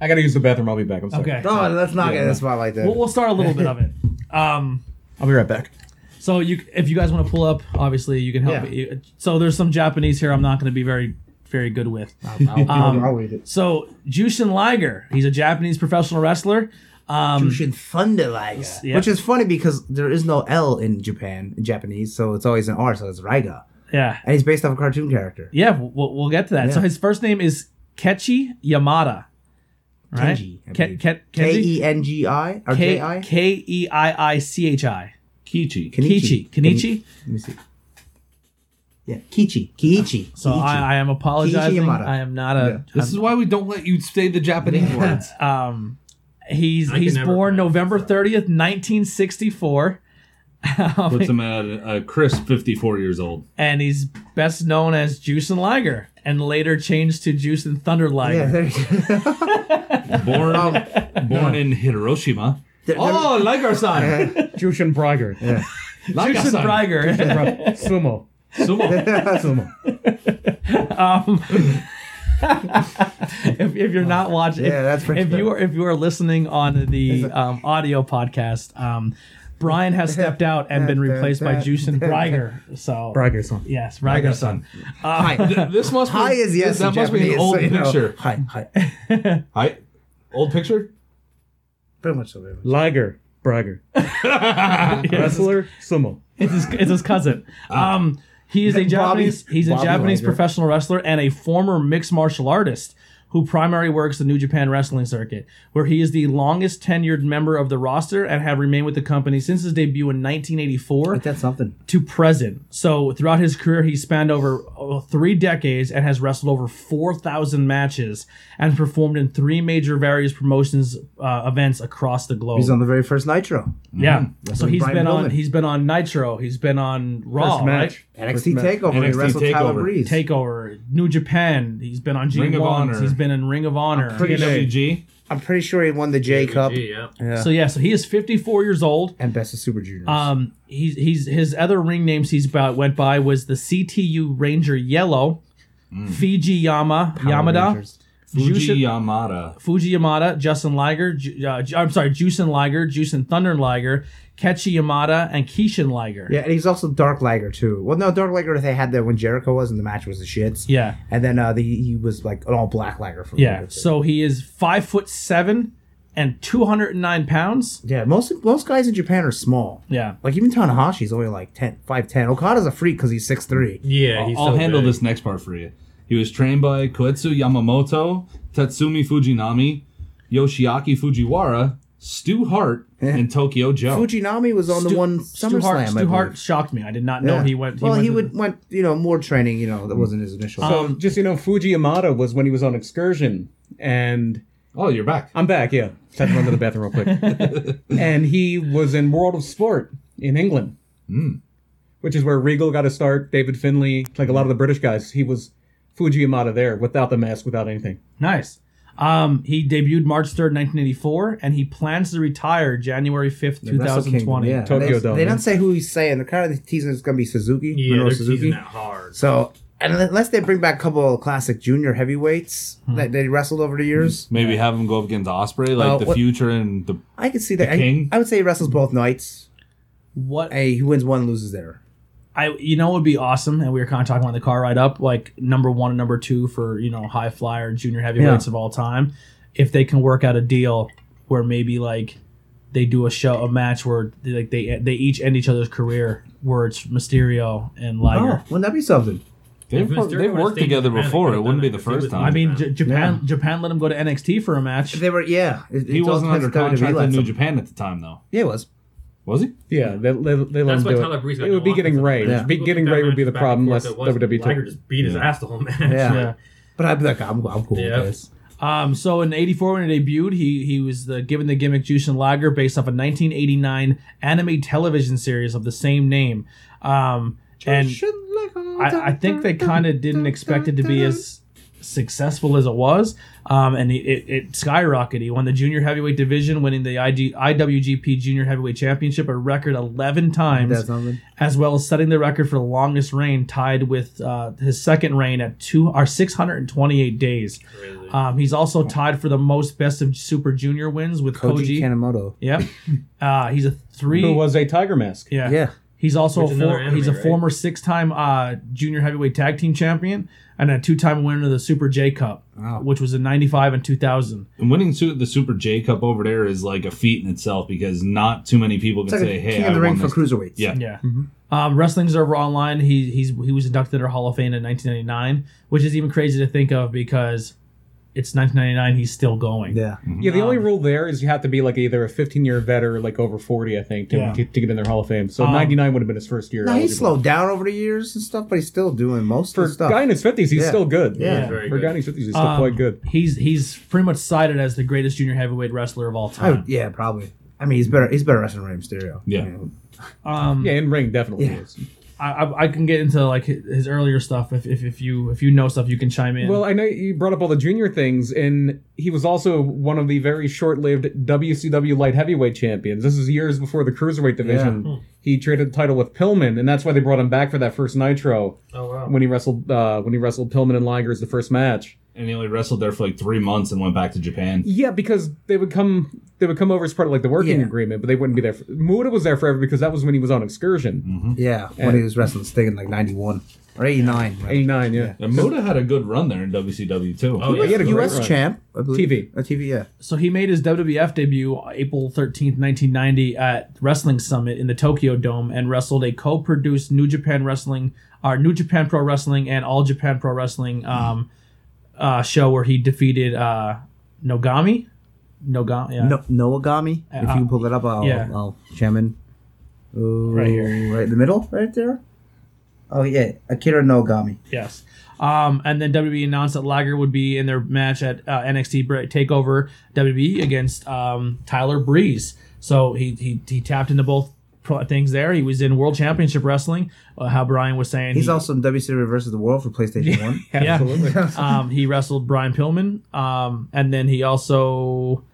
I gotta use the bathroom. I'll be back. I'm sorry.
Okay,
No, let's not get in a spot like that.
we'll, we'll start a little bit of it. Um,
I'll be right back.
So you, if you guys want to pull up, obviously you can help.
Yeah.
You- So there's some Japanese here. I'm not going to be very, very good with.
I'll,
Um,
I'll read it.
So Jushin Liger, he's a Japanese professional wrestler. Um,
Jushin Thunder Liger,
Yeah.
which is funny because there is no L in Japan in Japanese, so it's always an R, so it's Raiga,
yeah,
and he's based off a cartoon character.
yeah, we'll, we'll get to that. So
Yeah.
his first name is Kechi Yamada, right?
Kenji, I
Ke-
believe.
Ke-
K
Kenji?
e n g i or j
K
i.
K E I I C H I.
Kichi.
Kichi. Kenichi.
Let me see. Yeah, Kichi. Kiichi.
Ah, So I, I am apologizing.
Yamada.
I am not a.
This is why we don't let you say the
<laughs>
Japanese words.
Um, he's
can
he's
never
born
pronounce
November
that.
30th, <laughs> 1964. Um,
Puts him at a, a crisp 54 years old.
and he's best known as Juice and Liger, and later changed to Juice and Thunder
Yeah,
Liger.
there you go. <laughs>
Born born in Hiroshima.
Oh. There-
Oh, Liger-san.
<laughs>
Jushin Brager.
Juice and
Liger-san.
<laughs>
Liger.
Sumo.
<laughs>
Sumo.
Sumo.
if, if you're not watching,
Oh. Yeah, that's
if,
pretty
if
good.
you are if you are listening on the um, audio podcast, um, Brian has stepped out and
<laughs>
been replaced by Juice and Briger. So
Brager song.
yes, Briger son.
son.
Ah,
Hi.
This must be
Hi is yes.
That
in
must be
Japanese,
an
<laughs>
old
so you know.
picture.
Hi, hi.
Hi. Old picture?
Pretty much so. Very much.
Liger. Brager. Wrestler. Sumo.
It's his, it's his cousin. Um, he is a
Bobby-
Japanese he's a
Bobby
Japanese
Liger.
professional wrestler and a former mixed martial artist who primarily works the New Japan wrestling circuit, where he is the longest tenured member of the roster and have remained with the company since his debut in 1984
But that's something.
to present. So throughout his career, he spanned over uh, three decades and has wrestled over 4,000 matches and performed in three major various promotions uh, events across the globe.
He's on the very first Nitro.
yeah. So
with
he's
Brian
been on
Pillman.
he's been on Nitro, he's been on Raw,
First match.
NXT Takeover. he
NXT
wrestled Tyler
Takeover.
Breeze.
right? Takeover, New Japan, he's been on
Ring of
G1,
Honor.
he's been in Ring of Honor.
pretty sure-
PWG.
I'm pretty sure he won the J Cup
Gee, yeah.
So yeah, so he is 54 years old.
and Best of Super Juniors.
Um, he's he's his other ring names he's about went by was the CTU Ranger Yellow, Fiji Yama
Power
Yamada,
Rangers.
Fuji
Jushin-
Yamada.
Fuji Yamada, Justin Liger, Ju- uh, Ju- I'm sorry, Jusen Liger, Jusen Thunder Liger, Kechi Yamada, and Kishin Liger.
Yeah, and he's also Dark Liger too. Well, no, Dark Liger they had that when Jericho was, and the match was the shits.
Yeah.
and then uh, the, he was like an all black Liger for a
Yeah.
little bit.
So he is five foot seven and 209 pounds.
yeah, most most guys in Japan are small.
Yeah.
Like even Tanahashi's only like 10, 5'10". Okada's a freak because he's six three.
Yeah, he's
I'll
so
handle
big.
this next part for you. He was trained by Koetsu Yamamoto, Tatsumi Fujinami, Yoshiaki Fujiwara, Stu Hart, and Tokyo Joe.
Fujinami was on the one
Stu Hart,
SummerSlam.
Stu Hart shocked me. I did not know he went.
well,
went
he
to Oh,
would went you know more training. You know that wasn't his initial.
So just you know, Fujiyamada was when he was on excursion, and
Oh, you're back.
I'm back, yeah. Just had to run to the bathroom real quick. and he was in World of Sport in England, which is where Regal got his start. David Finley, like a lot of the British guys, he was Fujiyamada there without the mask, without anything.
Nice. Um, he debuted March 3rd, 1984, and he plans to retire January 5th,
The Wrestle Kingdom,
2020.
yeah.
Tokyo
they,
Dome,
They
yeah.
don't say who he's saying. They're kind of teasing it's going to be Suzuki.
Yeah,
Minoru
they're teasing
Suzuki.
that hard.
So, and unless they bring back a couple of classic junior heavyweights that they wrestled over the years,
Maybe have him go up against Osprey, like
Uh,
the
what-
future and the.
I could see that. I-
King?
I, would say he wrestles both nights.
What
Hey, he wins one, loses there.
I you know what would be awesome, and we were kind of talking about in the car ride up, like number one and number two for you know high flyer and junior heavyweights of all time, if they can work out a deal where maybe like they do a show a match where they, like they they each end each other's career, where it's Mysterio and Liger.
Oh, wouldn't that be something?
They've,
Mysterio
they've
would've
worked
stayed in
together
Japan, they
before.
could've
It wouldn't
done
be
it
the
if he was
first
in
time.
I mean, J- Japan Japan let him go to NXT for a match.
If They were, yeah. It,
he
it all
wasn't under
depends if WWE
contract in
lets
New
him.
Japan at the time, though.
Yeah, it was.
Was he?
Yeah, they, they, they let
That's
him
why
do
Tyler Breeze
it.
got
It would be
walked
getting
with it.
Ray.
Yeah.
Be-
Look
getting
at that
Ray would be
match
the
back
problem
and
unless
forth it was.
WWE
Liger
took.
just beat his ass the whole match.
Yeah.
Yeah.
But I'd be like, I'm, I'm cool
Yeah.
with this.
Um, so in '84 when he debuted, he he was the given the gimmick Juice and Lager based off a 1989 anime television series of the same name. Um, and I, I think they kind of didn't expect it to be as successful as it was, um, and it, it, it skyrocketed. He won the junior heavyweight division, winning the IG, IWGP Junior Heavyweight Championship a record 11
That's
times,
something.
as well as setting the record for the longest reign, tied with uh, his second reign at two or 628 days.
Crazy.
Um, he's also tied for the most best of Super Junior wins with Koji.
Koji Kanemoto. <laughs>
Yep, uh, he's a three.
Who was a Tiger Mask?
yeah,
Yeah.
He's also
Which
a
is another
for, he's a
anime, right?
former six-time uh, junior heavyweight tag team champion and a two-time winner of the Super J Cup,
Wow.
which was in '95 and 2000.
And winning su- the Super J Cup over there is like a feat in itself because not too many people
It's
can
like
say,
a
"Hey,
king
I
of the
won
ring for
this."
cruiserweights.
Yeah.
Yeah.
Mm-hmm.
Um, Wrestling Observer Online. He he's he was inducted into Hall of Fame in 1999, which is even crazy to think of because it's 1999. He's still going.
Yeah.
Yeah, the only rule there is you have to be like either a 15 year vet or like over 40, I think, to,
Yeah.
to, to get in their Hall of Fame. So
Um,
99 would have been his first year.
Now, he's
eligible.
slowed down over the years and stuff, but he's still doing most
For
of the stuff.
a guy in his 50s, he's
Yeah.
still good.
Yeah. He's
very
For a guy
good.
in his 50s, he's still
Um,
quite good.
He's he's pretty much cited as the greatest junior heavyweight wrestler of all
I
time.
would, yeah, probably. I mean, he's better. He's better wrestling Rey Mysterio.
Yeah.
I mean,
Um,
Yeah, in ring, definitely
Yeah.
is.
I, I I can get into like his his earlier stuff if, if if you if you know stuff you can chime in.
Well, I know you brought up all the junior things, and he was also one of the very short lived WCW light heavyweight champions. This is years before the cruiserweight division. He traded the title with Pillman, and that's why they brought him back for that first Nitro
Oh wow.
when he wrestled uh, when he wrestled Pillman and Liger's the first match.
And he only wrestled there for like three months and went back to Japan.
Yeah, because they would come they would come over as part of like the working
Yeah.
agreement, but they wouldn't be there. For, Muda was there forever because that was when he was on excursion,
yeah. When he was wrestling Sting in like '91 or '89. right?
eighty nine. Yeah.
And Muda had a good run there in WCW too.
Oh, yeah.
He had a
Great
U.S.
run.
champ, I believe.
TV.
A TV, yeah.
So he made his WWF debut April 13th, 1990 at Wrestling Summit in the Tokyo Dome and wrestled a co-produced New Japan Wrestling or New Japan Pro Wrestling and All Japan Pro Wrestling um, uh, show where he defeated uh, Nogami. Nogami, yeah.
No, Noagami. if
uh,
you can pull that up, I'll,
yeah.
I'll chime in. Ooh,
Right here.
Right in the middle, right there. Oh, yeah. Akira Noagami.
Yes. Um, and then WWE announced that Lager would be in their match at uh, NXT Bre- Takeover WWE against um, Tyler Breeze. So he, he he tapped into both pro- things there. He was in World Championship Wrestling. Uh, how Brian was saying
He's
he-
also in WCW versus the World for PlayStation 1.
Yeah.
Absolutely.
<laughs> um, he wrestled Brian Pillman, um, and then he also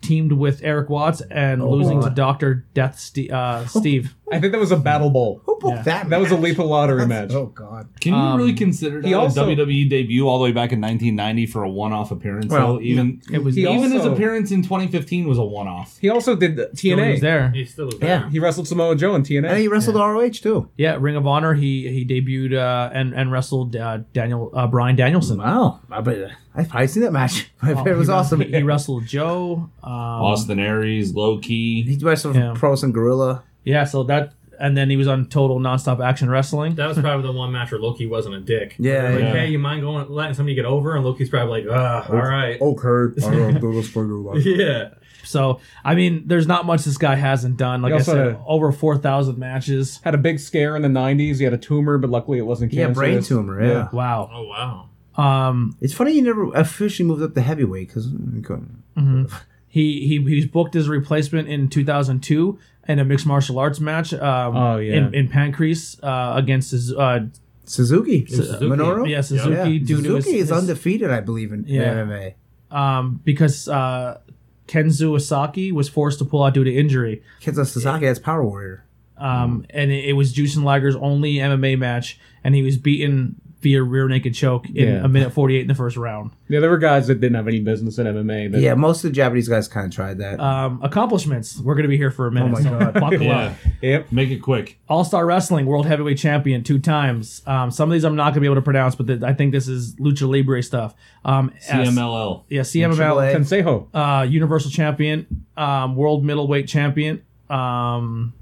teamed with Eric Watts and losing to
God.
Doctor Death Ste- uh, Steve.
<laughs> I think that was a battle bowl.
Who booked
Yeah.
that?
That was a
match?
lethal lottery
That's-
match.
Oh, God.
Can you
Um,
really consider that
he also-
a WWE debut all the way back in 1990 for a one-off appearance?
Well,
though? even
It was
He
it
even his
also-
appearance in 2015 was a one-off.
He also did the
was
TNA.
there.
He's still there.
Yeah.
He wrestled Samoa Joe in
And he
TNA.
wrestled ROH, too.
Yeah, Ring of Honor. He he debuted uh, and and wrestled uh, Daniel uh, Brian Danielson.
Wow. I bet I've probably seen that match. <laughs>
Oh,
it was
he wres-
awesome.
He, he wrestled Joe. Um,
Austin Aries, low key.
He wrestled
Yeah.
for Pros and Gorilla.
Yeah, so that and then he was on Total Nonstop Action Wrestling.
That was probably the one match where Loki wasn't a dick.
Yeah,
Like,
yeah.
hey, you mind going letting somebody get over? And Loki's probably like, ah, all right.
Okay. I <laughs> don't do this for you.
<laughs> Yeah.
So I mean, there's not much this guy hasn't done. Like
He
I
also
said,
had a-
over four thousand matches.
Had a big scare in the 90s. He had a tumor, but luckily it wasn't
Yeah,
cancer.
brain tumor. Yeah.
Wow.
Oh wow.
Um,
It's funny you never officially moved up to heavyweight mm, because
he, he he's booked as a replacement in 2002 in a mixed martial arts match. Um,
Oh, yeah.
in, in Pancrase uh, against his uh,
Suzuki,
Suzuki.
Minoru.
yeah Suzuki.
Yeah.
due to his-
Suzuki is
his-
undefeated, I believe, in
Yeah.
MMA.
um, because uh, Kenzu Asaki was forced to pull out due to injury.
Kenzo Suzuki has Power Warrior.
um, and it, it was Juicen Liger's only MMA match, and he was beaten via rear naked choke in
Yeah.
a minute forty eight in the first round.
Yeah, there were guys that didn't have any business in MMA. That,
Yeah, most of the Japanese guys kind of tried that.
Um, accomplishments. We're gonna be here for a minute.
Oh my
so uh,
God.
Buckle
Yeah.
up.
Yep.
Make it quick.
All Star Wrestling World Heavyweight Champion two times. Um, some of these I'm not gonna be able to pronounce, but th- I think this is lucha libre stuff. Um, S-
CMLL.
Yeah, CMML.
Consejo.
Uh, Universal Champion. Um, World Middleweight Champion. Um,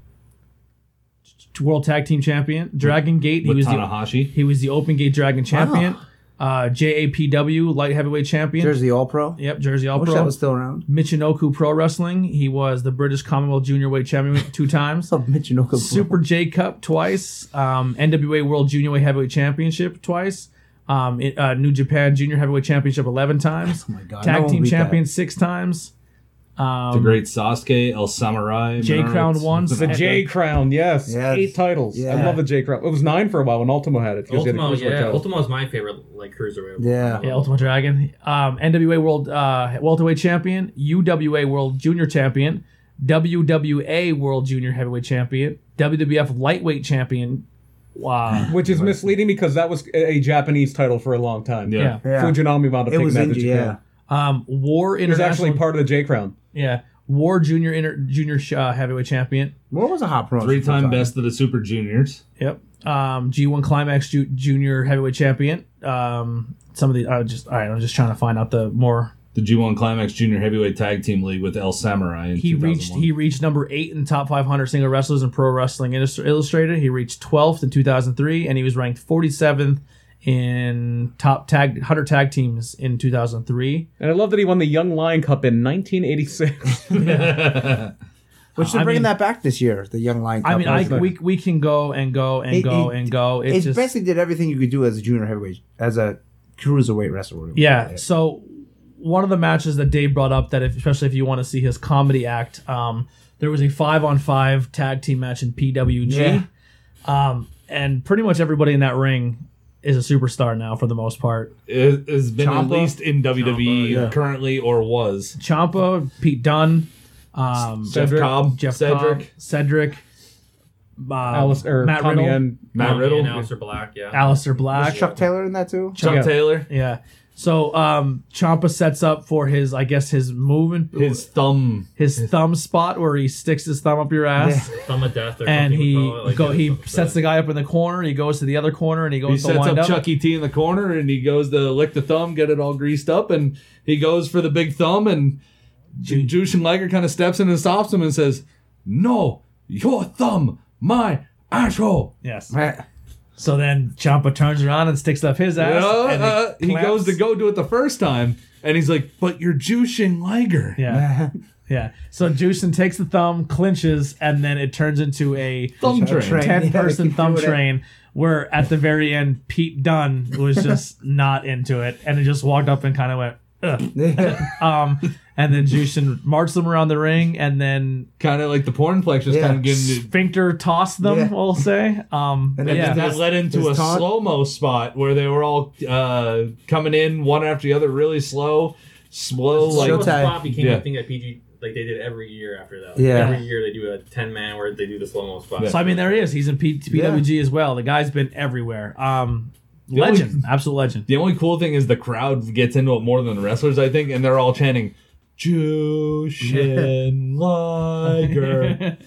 t- World Tag Team Champion. Dragon Gate.
With
he was the
Tanahashi.
He was the Open Gate Dragon Champion, uh, JAPW Light Heavyweight Champion.
Jersey All Pro.
Yep, Jersey All
I wish
Pro.
that was still around. <laughs>
Michinoku Pro Wrestling. He was the British Commonwealth Junior Weight Champion two times.
<laughs> Still Michinoku. Pro.
Super J Cup twice. Um, NWA World Junior Weight Heavyweight Championship twice. Um, it- uh, New Japan Junior Heavyweight Championship eleven
<laughs>
times.
Oh my God, no
Tag
one
Team
beat that.
Champion six times.
the great Sasuke, El Samurai.
um, J
Minoru.
Crown one.
The J Crown, yes.
Yes.
Eight titles. I
Yeah.
love the J Crown. It was nine for a while when Ultimo had it. because he had a
Ultimo,
cruiserweight
yeah,
title.
Ultimo is my favorite like cruiserweight.
Yeah.
Yeah, Ultimate Dragon. Um, NWA World uh, Welterweight Champion, UWA World Junior Champion, WWA World Junior Heavyweight Champion, WWF Lightweight Champion. Wow.
Which is misleading because that was a a Japanese title for a long time.
Yeah.
Yeah.
Yeah.
Fujinami wound up
It
taking
was
that to
India.
Japan.
Yeah.
Um, War
It was
International.
actually part of the J Crown.
yeah. War Junior Inter- Junior uh, Heavyweight Champion.
What was a hot promotion?
Three time
for a
best of the Super Juniors.
Yep. Um, G1 Climax Ju- Junior Heavyweight Champion. Um, some of the I was just all right. I'm just trying to find out the more.
The G1 Climax Junior Heavyweight Tag Team League with El Samurai. In
He reached
2001.
he reached number eight in top 500 single wrestlers in Pro Wrestling Illus- Illustrated. He reached 12th in 2003, and he was ranked 47th in top tag 100 tag teams in 2003.
And I love that he won the Young Lion Cup in 1986.
Which
I
they're bringing
mean-
that back this year. The Young Lion.
I
Cup.
mean, I,
It-
we, we can go and go and
it-
go and go.
it
It's just
basically did everything you could do as a junior heavyweight, as a cruiserweight wrestler.
yeah. So one of the matches that Dave brought up that if, especially if you want to see his comedy act, um, there was a five on five tag team match in PWG.
Yeah.
Um, and pretty much everybody in that ring is a superstar now for the most part.
It has been
Ciampa.
released in WWE
Ciampa, yeah.
currently or was.
Champa, Pete Dunn, um,
Jeff
Cedric.
Cobb,
Jeff
Cedric,
Cobb, Cedric, uh,
Alice, or
Matt
Tommy
Riddle,
and
Matt Riddle,
announcer Black, yeah.
Alistair Black,
Was Chuck Taylor in that too?
Chuck
Yeah.
Taylor.
yeah. So um, Champa sets up for his, I guess, his move and
His thumb.
his thumb spot where he sticks his thumb up your
<laughs>
ass,
Thumb of Death, or
and
something we
he
call it, like,
go he
something like
sets
that.
the guy up in the corner. He goes to the other corner and he goes
He
to
sets
wind
up
up.
Chuck E. T in the corner and he goes to lick the thumb, get it all greased up, and he goes for the big thumb and Ju- Jushin Liger kind of steps in and stops him and says, No, your thumb, my asshole.
Yes.
Right.
So then Champa turns around and sticks up his ass.
Uh,
and
uh, he
clamps-
goes to go do it the first time, and he's like, But you're Jushin Liger.
<laughs>
Yeah. yeah. So Juicen takes the thumb, clinches, and then it turns into a
Thumb train.
train. <laughs> Yeah, they
10 person
keep
thumb
doing it.
train where at the very end, Pete Dunn was
<laughs>
just not into it and it just walked up and kind of went, Ugh.
<laughs> Yeah.
um, and then Jushin marched them around the ring and then
Kind of like the pornplex just
Yeah.
kind of getting.
sphincter tossed them,
Yeah.
we'll say. Um,
<laughs> And
but
then
yeah.
just-
That led into a
His taunt.
slow mo spot where they were all uh, coming in one after the other, really slow, slow,
It's
like
Show
Showtime.
spot became
Yeah.
a thing that PG like they did every year after that. Like,
Yeah.
every year they do a ten man where they do the slow mo spot.
Yeah.
So I mean, there he is. He's in P- PWG as well. The guy's been everywhere. Um, legend, absolute legend.
The only cool thing is the crowd gets into it more than the wrestlers, I think, and they're all chanting
<laughs>
Jushin Liger.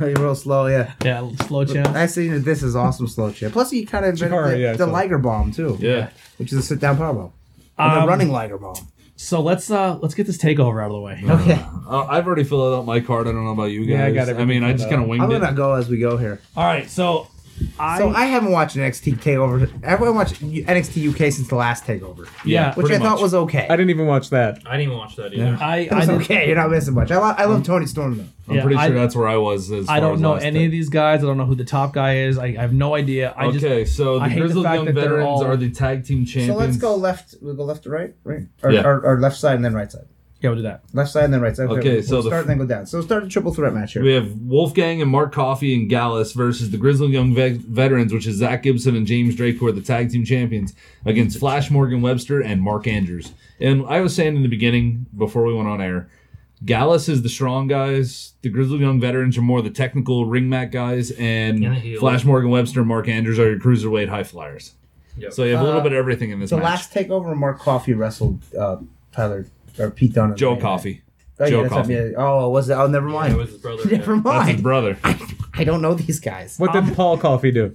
You're real slow, yeah.
Yeah, slow channel.
I seen that this is awesome slow chip. Plus, he kind of invented
Chikara,
the,
yeah,
the
so-
Liger bomb too,
yeah.
which is a sit down power bomb. And
Um,
the running Liger bomb.
So let's uh let's get this takeover out of the way.
Okay,
Uh, I've already filled out my card. I don't know about you guys.
Yeah, I got
I mean, I just kind of winged
I'm
it.
gonna go as we go here.
All right, so I,
so I haven't watched NXT Takeover. I haven't watched NXT UK since the last Takeover,
Yeah,
which I
pretty
thought
much.
was okay.
I didn't even watch that.
I didn't even watch that either.
I,
It
I
was
did-
okay. You're not missing much. I, lo- I love Tony Storm though.
I'm
yeah,
pretty sure
I-
that's where I was. As
I
far
don't
as
know
last
any
time.
of these guys. I don't know who the top guy is. I, I have no idea. I just
okay, so
I hate
the
the
Grizzled
fact
Young
that they're
Veterans
all-
are the tag team champions.
So let's go left. We will go left to right, right, or,
Yeah.
or, or left side and then right side.
yeah, we'll do that.
Left side and then right side.
Okay,
we'll
so the
start
f-
and then go down. So start a triple threat match here.
We have Wolfgang and Mark Coffey and Gallus versus the Grizzled Young Ve- Veterans, which is Zach Gibson and James Drake, who are the tag team champions, against Flash Morgan Webster and Mark Andrews. And I was saying in the beginning, before we went on air, Gallus is the strong guys. The Grizzled Young Veterans are more the technical ring mat guys, and
And the heel.
Flash Morgan Webster and Mark Andrews are your cruiserweight high flyers.
Yep.
So you have a little bit of everything in this
Uh, The
match.
last takeover, Mark Coffey wrestled uh, Tyler or Pete Dunne. in the
Joe
main event.
Coffey,
Oh, yeah,
Joe
that's what I
Coffey.
mean. Oh, was it? Oh, never
Yeah,
mind.
it was his brother.
<laughs> never
that's his
mind.
brother.
I don't know these guys.
What did Paul Coffey do?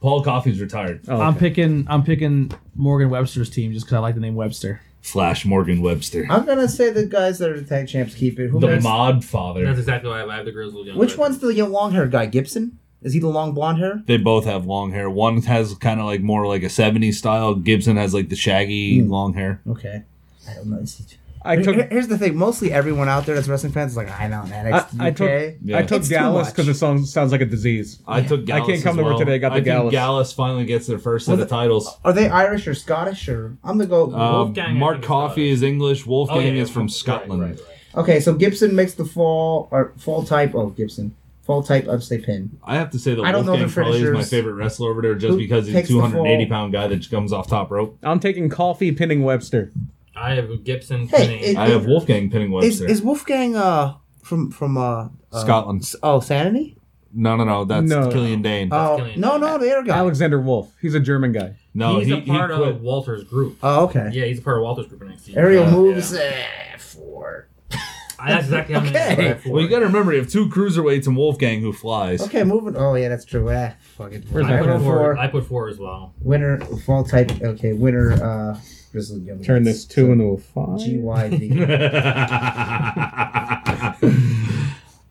Paul Coffey's retired.
Oh,
I'm
okay.
picking I'm picking Morgan Webster's team just because I like the name Webster.
Flash Morgan Webster,
I'm gonna say the guys that are the tag champs keep it. Who
the
makes,
Mod Father.
That's exactly why I have the Grizzled Young.
Which
Veterans.
one's the long hair guy? Gibson? Is he the long blonde hair?
they both have long hair. One has kind of like more like a 70s style. Gibson has like the shaggy long hair.
Okay. I don't know. Is he-
I
Here-
took
here- Here's the thing. Mostly everyone out there that's wrestling fans is like, I know, man.
I,
It's
I took
UK.
I
Yeah.
took
It's too
Gallus
much.
because it sounds sounds like a disease.
I took
I
Gallus.
can't come
as
to work
well.
today. I got the
I think
Gallus.
Gallus finally gets their first set
Well,
of titles.
Are they Irish or Scottish or I'm gonna go.
Uh,
Wolfgang, I
Mark
think, is
Coffee
Scottish.
is English.
Oh,
Wolfgang
yeah, yeah,
is from
right,
Scotland.
right, right.
okay, so Gibson makes the fall or fall type. Oh, Gibson fall type. I'd say pin.
I have to say that
I don't know
Wolfgang
the
probably is my
finishers.
favorite wrestler over there just
Who
because he's a
takes the fall?
280 pound guy that just comes off top rope.
I'm taking Coffee pinning Webster.
I have Gibson.
Hey,
Kinney.
it-
I have Wolfgang pinning
Is
Webster.
is Wolfgang uh from from uh, uh
Scotland.
S- Oh, Sanity.
No, no, no. That's
No.
Killian Dane.
Oh
Killian.
no, no, the other guy.
Alexander Wolf. He's a German guy.
no,
he's
he,
a part
he quit.
of Walter's group.
Oh, okay.
Yeah, he's a part of Walter's group in NXT.
Aerial
Yeah.
moves eh, four.
I- That's exactly how many.
Okay.
I have for
Well, you
it.
got to remember, you have two cruiserweights and Wolfgang who flies.
Okay, moving. Oh yeah, that's true. Ah, fuck it.
Where's
I
that
Winner
put
from?
four.
four.
I put four as well.
Winner fall type. Okay, winner. Uh, Grizzly Young.
Turn this two into a five.
G Y
<laughs>
V.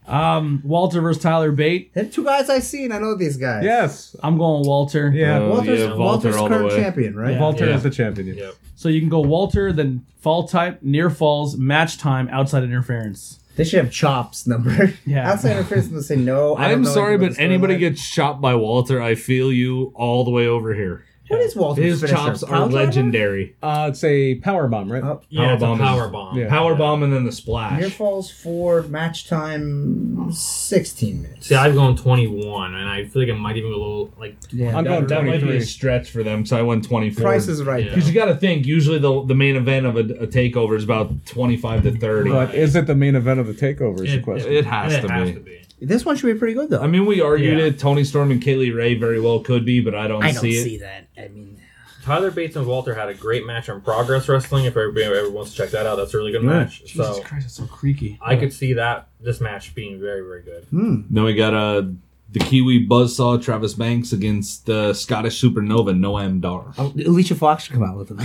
Um, Walter versus Tyler Bate.
They're two guys I see, and I know these guys.
Yes.
I'm going Walter.
Yeah.
Uh,
Walter's,
yeah, Walter
Walter's
all the
current
way.
champion, right?
Yeah.
Walter
Yeah.
is the champion.
Yep.
So you can go Walter, then fall type, near falls, match time, outside interference.
They should have chops number.
Yeah.
Outside interference, they say no. I don't
I'm
know
sorry,
anything about
but
the
anybody
storyline.
gets shot by Walter, I feel you all the way over here.
what is Walter's
His
finisher?
chops
Power
are
driver?
legendary.
Uh, it's a power bomb, right?
Oh,
Yeah, it's a
Powerbomb is-
power bomb.
Yeah.
Power bomb and then the splash.
Near falls four. Match time sixteen minutes.
See, I've gone 21, and I feel like I might even go a little like.
yeah.
I'm going
that might be
23.
a stretch for them, so I went 24.
Price is right.
Yeah.
Because you got to think, usually the, the main event of a, a takeover is about 25 to 30.
But is it the main event of the takeover? Is the
It,
question.
It has to be.
This one should be pretty good though.
I mean, we argued
Yeah.
it. Tony Storm and Kaylee Ray very well could be, but I don't,
I don't
see,
see,
it.
that. I mean,
Tyler Bates and Walter had a great match on Progress Wrestling. If everybody ever wants to check that out, that's a really good match.
Jesus
so
Christ, it's so creaky.
I could see that this match being very, very good.
Then we got uh, the Kiwi Buzzsaw, Travis Banks, against the Scottish Supernova, Noam Dar.
Oh, Alicia Fox should come out <laughs> with them.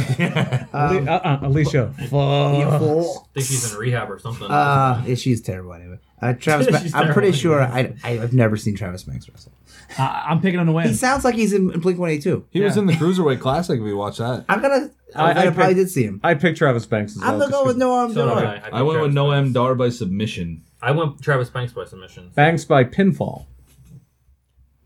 Ali- uh, uh, Alicia. Fuck.
I think he's in rehab or something.
Uh, yeah, she's terrible anyway. Uh, <laughs> Travis,
She's
ba- I'm
terrible.
pretty sure I, I have never seen Travis Banks wrestle.
I, I'm picking on the win.
He sounds like he's in Blink 182.
He was
Yeah.
in the Cruiserweight Classic if you watch that.
I'm gonna.
I-
I,
I
I, probably
picked-
did see him.
I picked Travis Banks. As well,
I'm gonna
just
go with
'cause-
Noam
So did
Dar.
I
I went with
Travis
Noam
Banks.
Dar by submission.
I went Travis Banks by submission.
Banks by pinfall.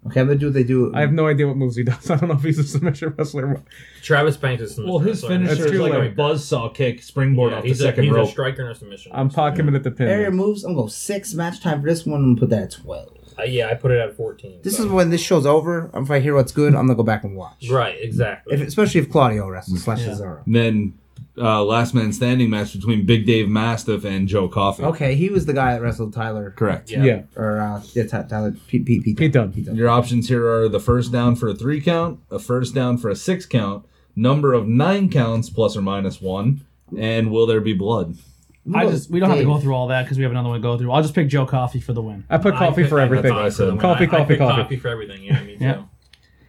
Okay, I'm gonna do what they do.
I have no idea what moves he does. <laughs> I don't know if he's a submission wrestler. Or what.
Travis Banks is submission.
Well, his
wrestling.
finisher
That's
is
true,
like a
like-
buzzsaw kick, springboard
Yeah,
off the
he's, a,
second
he's a
rope.
striker and a submission.
I'm pocket it at the pin.
Area moves. I'm gonna go six match time for this one. I'm gonna put that at 12.
Uh, yeah, I put it at 14.
This
so-
is when this show's over. If I hear what's good, I'm gonna go back and watch.
right, exactly.
If, especially if Claudio wrestles slash Cesaro.
And then uh, last man standing match between Big Dave Mastiff and Joe Coffey.
Okay, he was the guy that wrestled Tyler
Correct.
Yeah.
yeah.
or uh, yeah, Ty- Tyler Pete Pete Pete.
Pete Dunne.
Your options here are the first down for a three count, a first down for a six count, number of nine counts plus or minus one, and will there be blood?
I just we don't have to go through all that because we have another one to go through. I'll just pick Joe Coffey for the win.
I put
I
coffee
picked-
for
I
everything.
picked
That's what I said.
for the win.
Coffee,
I- I
coffee,
picked
coffee. <laughs>
for everything. Yeah, me too.
Yeah.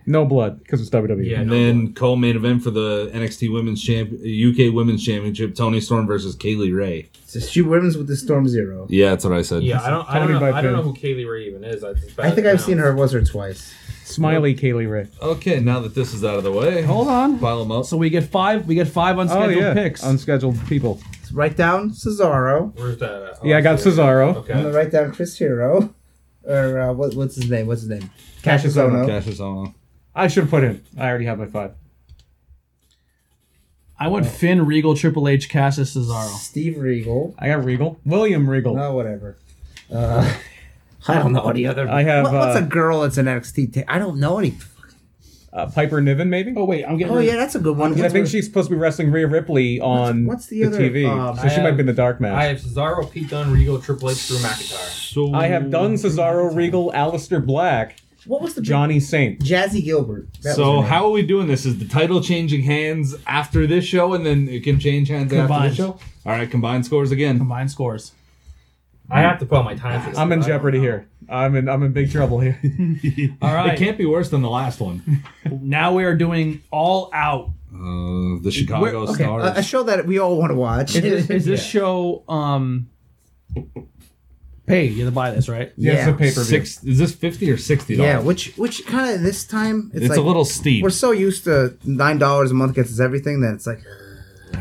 No blood because it's E. WWE.
Yeah.
And then co-main event for the NXT Women's Champ, UK Women's Championship, Tony Storm versus Kaylee Ray.
So she wins with the Storm Zero.
Yeah, that's what I said.
Yeah, I don't. I don't,
Tony
know, I don't know
Button.
who Kaylee Ray even is. I, suspect
I think
it's
I've seen her
pronounced.
once or twice.
Smiley Kaylee Ray.
Okay, now that this is out of the way, hold on, pile them up.
So we get five. We get five unscheduled picks.
Oh, Unscheduled people.
Let's write down Cesaro.
Where's that? At? Oh,
Yeah, I got
see it.
Cesaro.
I'm
Okay.
gonna write down Chris Hero, or uh, what, what's his name? What's his name?
Cassius
Ono.
Cash is on.
I should have put in. I already have my five.
I went Finn, Regal, Triple H, Cassius, Cesaro.
Steve Regal.
I got Regal. William Regal.
Oh, whatever. Uh, <laughs> I don't know any other.
I have,
What- what's
uh,
a girl that's an NXT? Ta- I don't know any.
Uh, Piper Niven, maybe?
Oh wait, I'm getting.
Oh yeah, that's a good one.
I
What's
think
her-
she's supposed to be wrestling Rhea Ripley on
what's the
the,
other,
TV.
um,
so
I
she might
have-
be in the dark match.
I have Cesaro, Pete Dunne, Regal, Triple H, Drew McIntyre.
So
I Mm-hmm. have done Cesaro, Regal, Alistair Black,
What was the
Johnny Saint.
Jazzy Gilbert? That was her
So
name.
how are we doing this? Is the title changing hands after this show, and then it can change hands after
Combined.
the show? All right, combined scores again.
Combined scores.
I have to put on my time for this.
I'm in
but I don't
jeopardy
know.
here. I'm in I'm in big trouble here.
All
It
right.
can't be worse than the last one.
Now we are doing all out.
Uh, the
We're-
Chicago
okay,
Stars.
a, a show that we all want to watch.
Is, is this show um? Pay you to buy this, right?
Yeah, it's
Yeah.
a pay per view.
Six, is this 50 or 60
yeah,
dollars?
which which kind of this time it's,
it's
like
a little steep.
we're so used to nine dollars a month gets us everything that it's like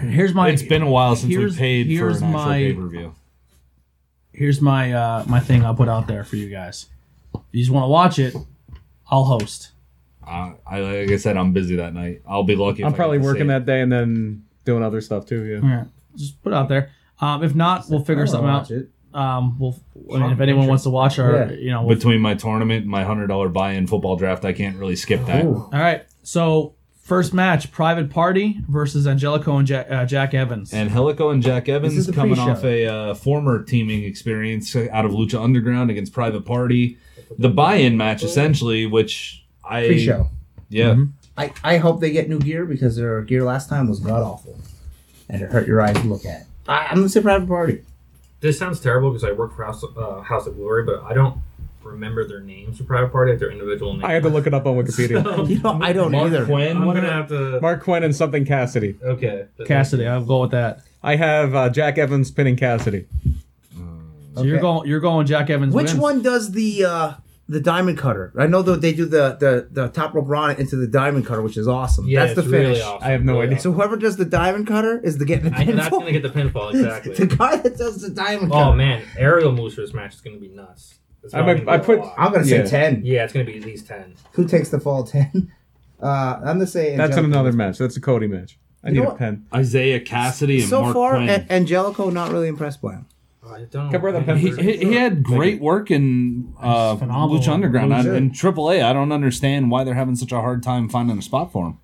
Here's my.
It's been a while since we
Here's-
paid for an
here's
actual
my-
pay-per-view.
here's my uh my thing I'll put out there for you guys. If you just want to watch it, I'll host.
Uh, I, like I said, I'm busy that night. I'll be lucky. if I
<laughs> I'm
get
probably
to see
working
it.
that day and then doing other stuff too. Yeah.
All right, just put it out there. Um, if not, we'll Hmm. figure
I
something
wanna
out.
watch it.
Um, we'll. I mean, if anyone wants to watch our,
Yeah.
you know, we'll-
Between my tournament and my $100 buy-in football draft, I can't really skip that.
Ooh.
all right. So first match, Private Party versus Angelico and Jack, uh, Jack Evans.
And Helico and Jack
This is
Evans
the
coming
pre-show.
off a uh, former teaming experience out of Lucha Underground against Private Party. The buy-in match, essentially, which I...
pre-show.
Yeah.
I, I hope they get new gear because their gear last time was god awful, and it hurt your eyes to look at. I, I'm gonna say private party.
This sounds terrible because I work for House, uh, House of Glory, but I don't remember their names for Private Party. Their individual names.
I had to look it up on <laughs> Wikipedia.
You know, I don't
Mark
either.
Quinn.
I'm
what
gonna
a-
have to.
Mark Quinn and something Cassidy.
Okay.
Cassidy, I'll go with that.
I have uh, Jack Evans pinning Cassidy.
So you're
Okay.
going, you're going Jack Evans.
Which
wins.
one does the uh, the diamond cutter? I know that they do the the, the top rope Ron into the diamond cutter, which is awesome.
Yeah,
that's the
it's
finish.
Really awesome.
I have no <laughs>
Really
idea.
so whoever does the diamond cutter is the getting the
I, that's
pinfall.
gonna get
<laughs>
the pinfall
the
exactly.
guy that does the diamond cutter.
oh man, aerial moves for this match is gonna be nuts. It's
I might-
probably gonna
I
be a
put-
lot.
I'm gonna
Yeah.
say ten.
Yeah, it's gonna be at least ten.
Who takes the fall ten? <laughs> Uh, I'm gonna say
That's in
Angelico.
another match. That's a Cody match. I
You
need
know
a
what?
pen.
Isaiah Cassidy and
So
Mark
far, eh,
Quinn.
A- Angelico not really impressed by him.
I don't.
Get rid of the
he,
pencil.
know.
he, he had great work in uh,
phenomenal.
Lucha Underground
He
I,
did.
and AAA. I don't understand why they're having such a hard time finding a spot for him.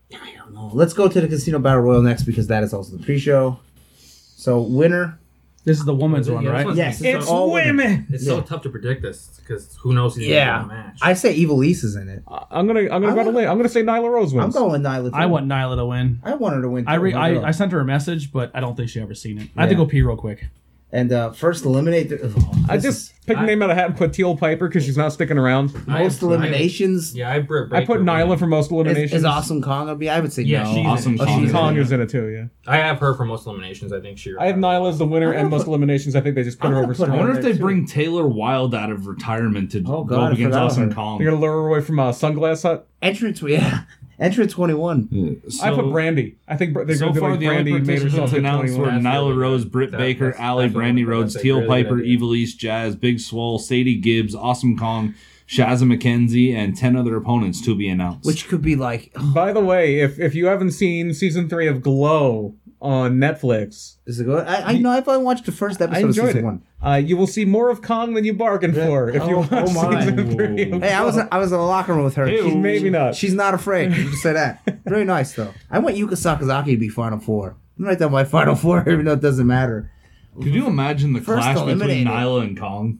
Let's go to the Casino Battle Royal next because that is also the pre-show. So winner,
This is the woman's
Yeah,
one,
this
right?
one's-
yes,
It's
all women.
It's so
Yeah.
tough to predict this because who knows who's
Yeah.
gonna win the match.
I say Evil Lisa's in it.
I'm gonna I'm gonna
I'm
go to
gonna-
late. I'm gonna say Nyla Rose wins.
I'm going with Nyla.
I
too.
want Nyla to win.
I want her to win.
I,
too,
re-
my girl.
I I sent her a message, but I don't think she ever seen it. I have to
Yeah.
go pee real quick.
and uh, first eliminate. The, oh,
I
this
just
is
picked a
I-
name out of hat and put Teal Piper because she's not sticking around.
I-
most
I-
eliminations.
yeah, I, br- break
I put
her
Nyla
win.
for most
Is,
eliminations.
is awesome Kong gonna be? I would say
Yeah,
no.
she's
awesome
awesome.
Oh, she's
Kong
in
is in it too. Yeah.
I have her for most eliminations. I think she.
I have Nyla as the winner
I'm
and
gonna
most
put-
eliminations. I think they just put
I'm
her
gonna
over.
put
Storm.
I wonder
Oh,
if they
there,
bring Taylor Wilde out of retirement to
Oh,
go
God,
up
I
against
forgot
Awesome
about her.
Kong.
They're gonna lure her away from uh, Sunglass Hut.
entrance. Yeah, <laughs> entrance twenty one.
I
So-
put Brandy. I think Br- they're
So
gonna do
far,
like
the only
Brandy made herself
participants
hit
announced were
21.
That's really
Nyla
good.
Rose, Britt
That-
Baker,
that's-
Allie,
that's a-
Brandy
that's a
Rhodes,
really
Teal
good
Piper,
idea.
Evil East, Jazz, Big Swole, Sadie Gibbs, Awesome Kong, Shazza McKenzie, and 10 other opponents to be announced.
Which could be like, oh,
By the way, if if you haven't seen season three of Glow on Netflix,
is it good? I, I know. I've only watched the first episode
I
of
enjoyed
season
it.
one.
Uh, you will see more of Kong than you bargained for if you
Oh,
watch
oh my.
season three. of
Hey, I was I was in the locker room with her.
Ew.
She-
Maybe not.
She's not afraid. You can say
<laughs>
that. Very nice though. I want Yuka Sakazaki to be Final Four. I'm right down my Final <laughs> Four, even though it doesn't matter.
Could you imagine the
First
clash between
eliminated.
Nyla and Kong?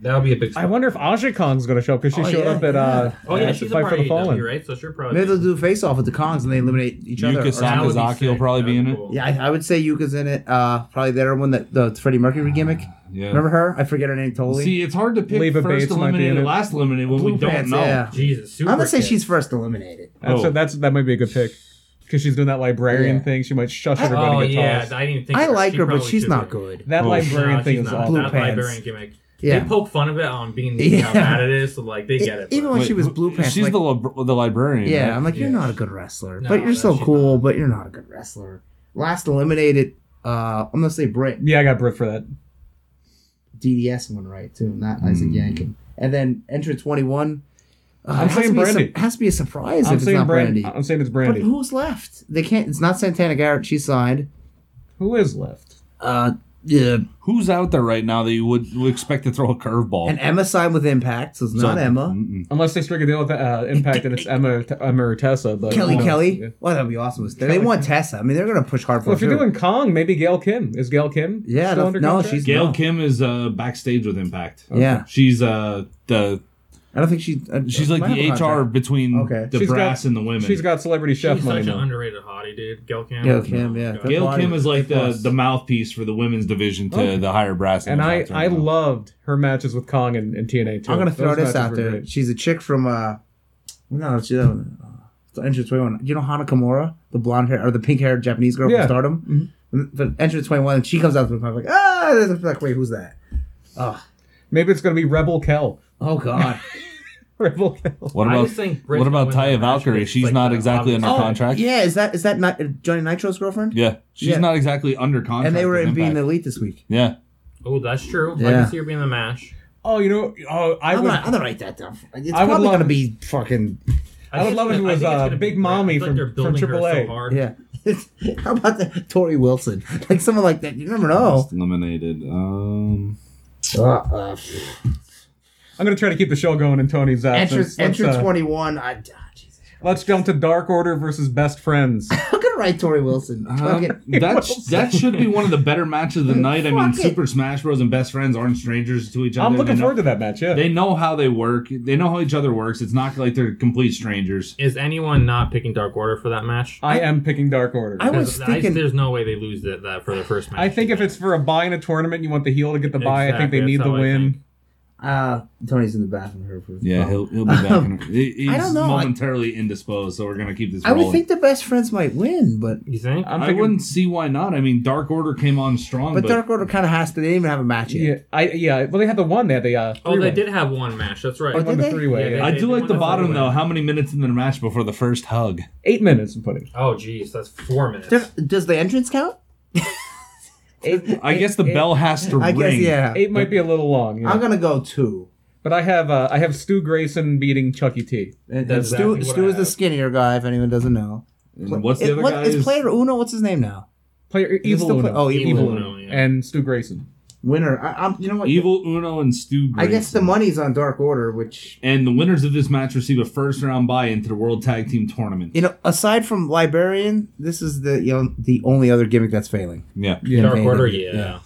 That would be a big.
I wonder if Aja Kong's going to show up because she
Oh,
showed
yeah,
up at uh,
Oh yeah,
at
she's a
Fight
part
for
of
the Fallen.
AEW, right? So she'll probably.
Maybe they'll do a face off with the cons and they eliminate each other.
Yuka
or
That
Saki
would be
Zaki will
sick.
probably
That
be
would
in
be
it.
cool.
Yeah, I, I would say Yuka's in it. Uh, probably the other one that the Freddie
Ah,
Mercury gimmick.
Yeah.
Remember her? I forget her name totally.
See, it's hard to pick
Leva
first
Bates might be
eliminated,
in it.
last eliminated when we
Blue
don't
pants,
know.
yeah.
Jesus, super
I'm gonna say
kid.
she's first eliminated.
That's,
Oh.
that's that might be a good pick because she's doing that librarian
Yeah.
thing. She might shush everybody.
Oh
and get
yeah,
tossed.
I didn't even think.
I
of
like
She
her, but
probably
she's
should
not
be.
good.
that
Oh.
librarian
No,
thing
she's
is
not.
awful.
Blue
That
pants.
librarian gimmick.
Yeah.
They poke fun of it on
<laughs>
being
Yeah. E
how bad it is, so like they get it.
Even
but-
when
Wait,
she was
who-
blue pants,
She's
like-
the lib- the librarian.
Yeah,
right?
I'm like, you're
Yeah.
not a good wrestler,
No,
but you're
no,
so
she's
cool, but you're not a good wrestler. Last eliminated, uh, I'm gonna say Britt
Yeah, I got Brit for that.
DDS one right too, not Isaac Yankin. And then entrance 21. Uh,
I'm
it has to
saying
be a su-
Brandy.
has to be a surprise
I'm
if it's
saying
not
Brandy.
Brandy.
I'm saying it's
But
Brandy. Who,
who's left? They can't. It's not Santana Garrett. She signed.
who is left?
Uh, yeah.
Who's out there right now that you would, would expect to throw a curveball?
And Emma signed with Impact, so it's
So-
not Emma.
Mm-mm.
Unless they strike a deal with uh, Impact and it's Emma, Emma or Tessa. But
Kelly
Yeah.
Kelly.
Yeah.
Well, that'd be awesome. if They want Tessa. I mean, they're gonna push hard for
Well, if you're
sure.
doing Kong, maybe Gail Kim is Gail Kim.
Yeah,
still
that's-
under
no,
contract?
she's-
Gail
No.
Kim is uh, backstage with Impact.
Yeah.
she's uh the
I don't think she. uh,
she's like
might
the
have
HR
a contract.
between
Okay.
the
She's got-
brass and the women.
she's got celebrity chef
She's
money.
such an
now.
underrated hottie, dude. Gail Kim. Oh,
Gail Kim, yeah.
God.
Gail
That's
Kim
why-
is like the,
plus.
the mouthpiece for the women's division to
Okay.
the higher brass.
and I,
levels
I
right now.
loved her matches with Kong and, and TNA too.
I'm gonna
Oh, Those
throw this
matches
out
were
there.
great.
She's a chick from uh, no, she's uh, the entrance twenty one. You know Hana Kimura, the blonde hair or the pink haired Japanese girl
Yeah. Mm-hmm.
from Stardom. Mm-hmm. The entrance twenty one, she comes out to me. I'm like, ah, I'm like, wait, who's that?
Maybe it's gonna be Rebel Kel. <laughs>
Oh God,
Rebel Kel.
What
I
about
just think Brit's
what about
gonna win
Taya
that match
Valkyrie?
because,
She's
like,
not
the
exactly
obvious-
under
<laughs>
contract.
Oh, yeah, is that is that not Johnny Nitro's girlfriend?
Yeah, she's
Yeah.
not exactly under contract.
and they were
with
in being the
Impact.
elite this week.
yeah.
Oh, that's true. I
Yeah.
can see her being in the match.
Oh, you know, oh, I
I'm
would,
gonna, I'm gonna write that down. It's
I would
probably
love-
gonna be fucking
I would
think
love
it's
if it was,
gonna- I think it's
uh,
gonna be
Big
Brit.
Mommy
I feel
from-
like they're
from
building her
AAA.
So hard.
yeah. <laughs> How about that Tori Wilson? <laughs> Like someone like that. You never know.
Just eliminated. Um,
Uh, uh,
I'm gonna try to keep the show going in Tony's absence.
entrance
let's,
entrance
uh,
twenty one. I. ah, Jesus.
let's jump to Dark Order versus
<laughs>
Best Friends.
I'm gonna write Tori Wilson.
Uh-huh.
Fuck it.
Um, that sh- that should be one of the better matches of the night. I mean,
Fuck it.
Super Smash Bros. and best friends aren't strangers to each other.
I'm looking
they know,
forward to that match. Yeah,
They know how they work. They know how each other works. It's not like they're complete strangers.
Is anyone not picking Dark Order for that match?
I am picking Dark Order.
I was
'Cause
thinking-
there's no way they lose that, that for the first match.
I think if it's for a buy in a tournament, you want the heel to get the buy. I think
Exactly,
they need
that's
the
how I
win.
think.
Uh, Tony's in the bathroom here. For
Yeah,
oh.
he'll, he'll be
<laughs>
back. in, he- he's
I don't know, I-
momentarily indisposed, so we're gonna keep this.
I
Rolling.
would think the best friends might win, but
You think?
I'm
I
thinking,
wouldn't see why not. I mean, Dark Order came on strong,
but
but,
Dark Order kind of has to. They didn't even have a match yet.
Yeah, I yeah. Well, they had the one. They had the uh,
oh,
three-way.
they did have one match. That's right.
They won
oh, did
the
they?
three way.
Yeah,
Yeah,
they-
I do like the
They
bottom
won.
though. How many minutes into the match before the first hug?
Eight minutes.
<laughs>
I'm putting.
oh, geez, that's four minutes.
Does- Does the entrance count?
Eight,
I guess the bell has to
I
ring.
guess yeah.
eight might be a little long. yeah.
I'm gonna go two.
but I have uh, I have Stu Grayson beating Chucky T.
And,
That's
Stu,
exactly what
Stu
I
is the
have.
skinnier guy. If anyone doesn't know,
And what's the
It-
other
what-
guy?
is
is-
player Uno? What's his name now?
Player
Is it
Evil
still
Uno.
play- oh, Evil
Uno. Uno, yeah.
and Stu Grayson.
Winner. I, I'm. You know what?
Evil Uno and Stu.
I guess the
Grayson.
money's on Dark Order, which
and the winners of this match receive a first round bye into the World Tag Team Tournament.
you know, aside from Librarian, this is the you know, the only other gimmick that's failing.
Yeah.
Yeah,
Dark
they-
Order,
they-
yeah.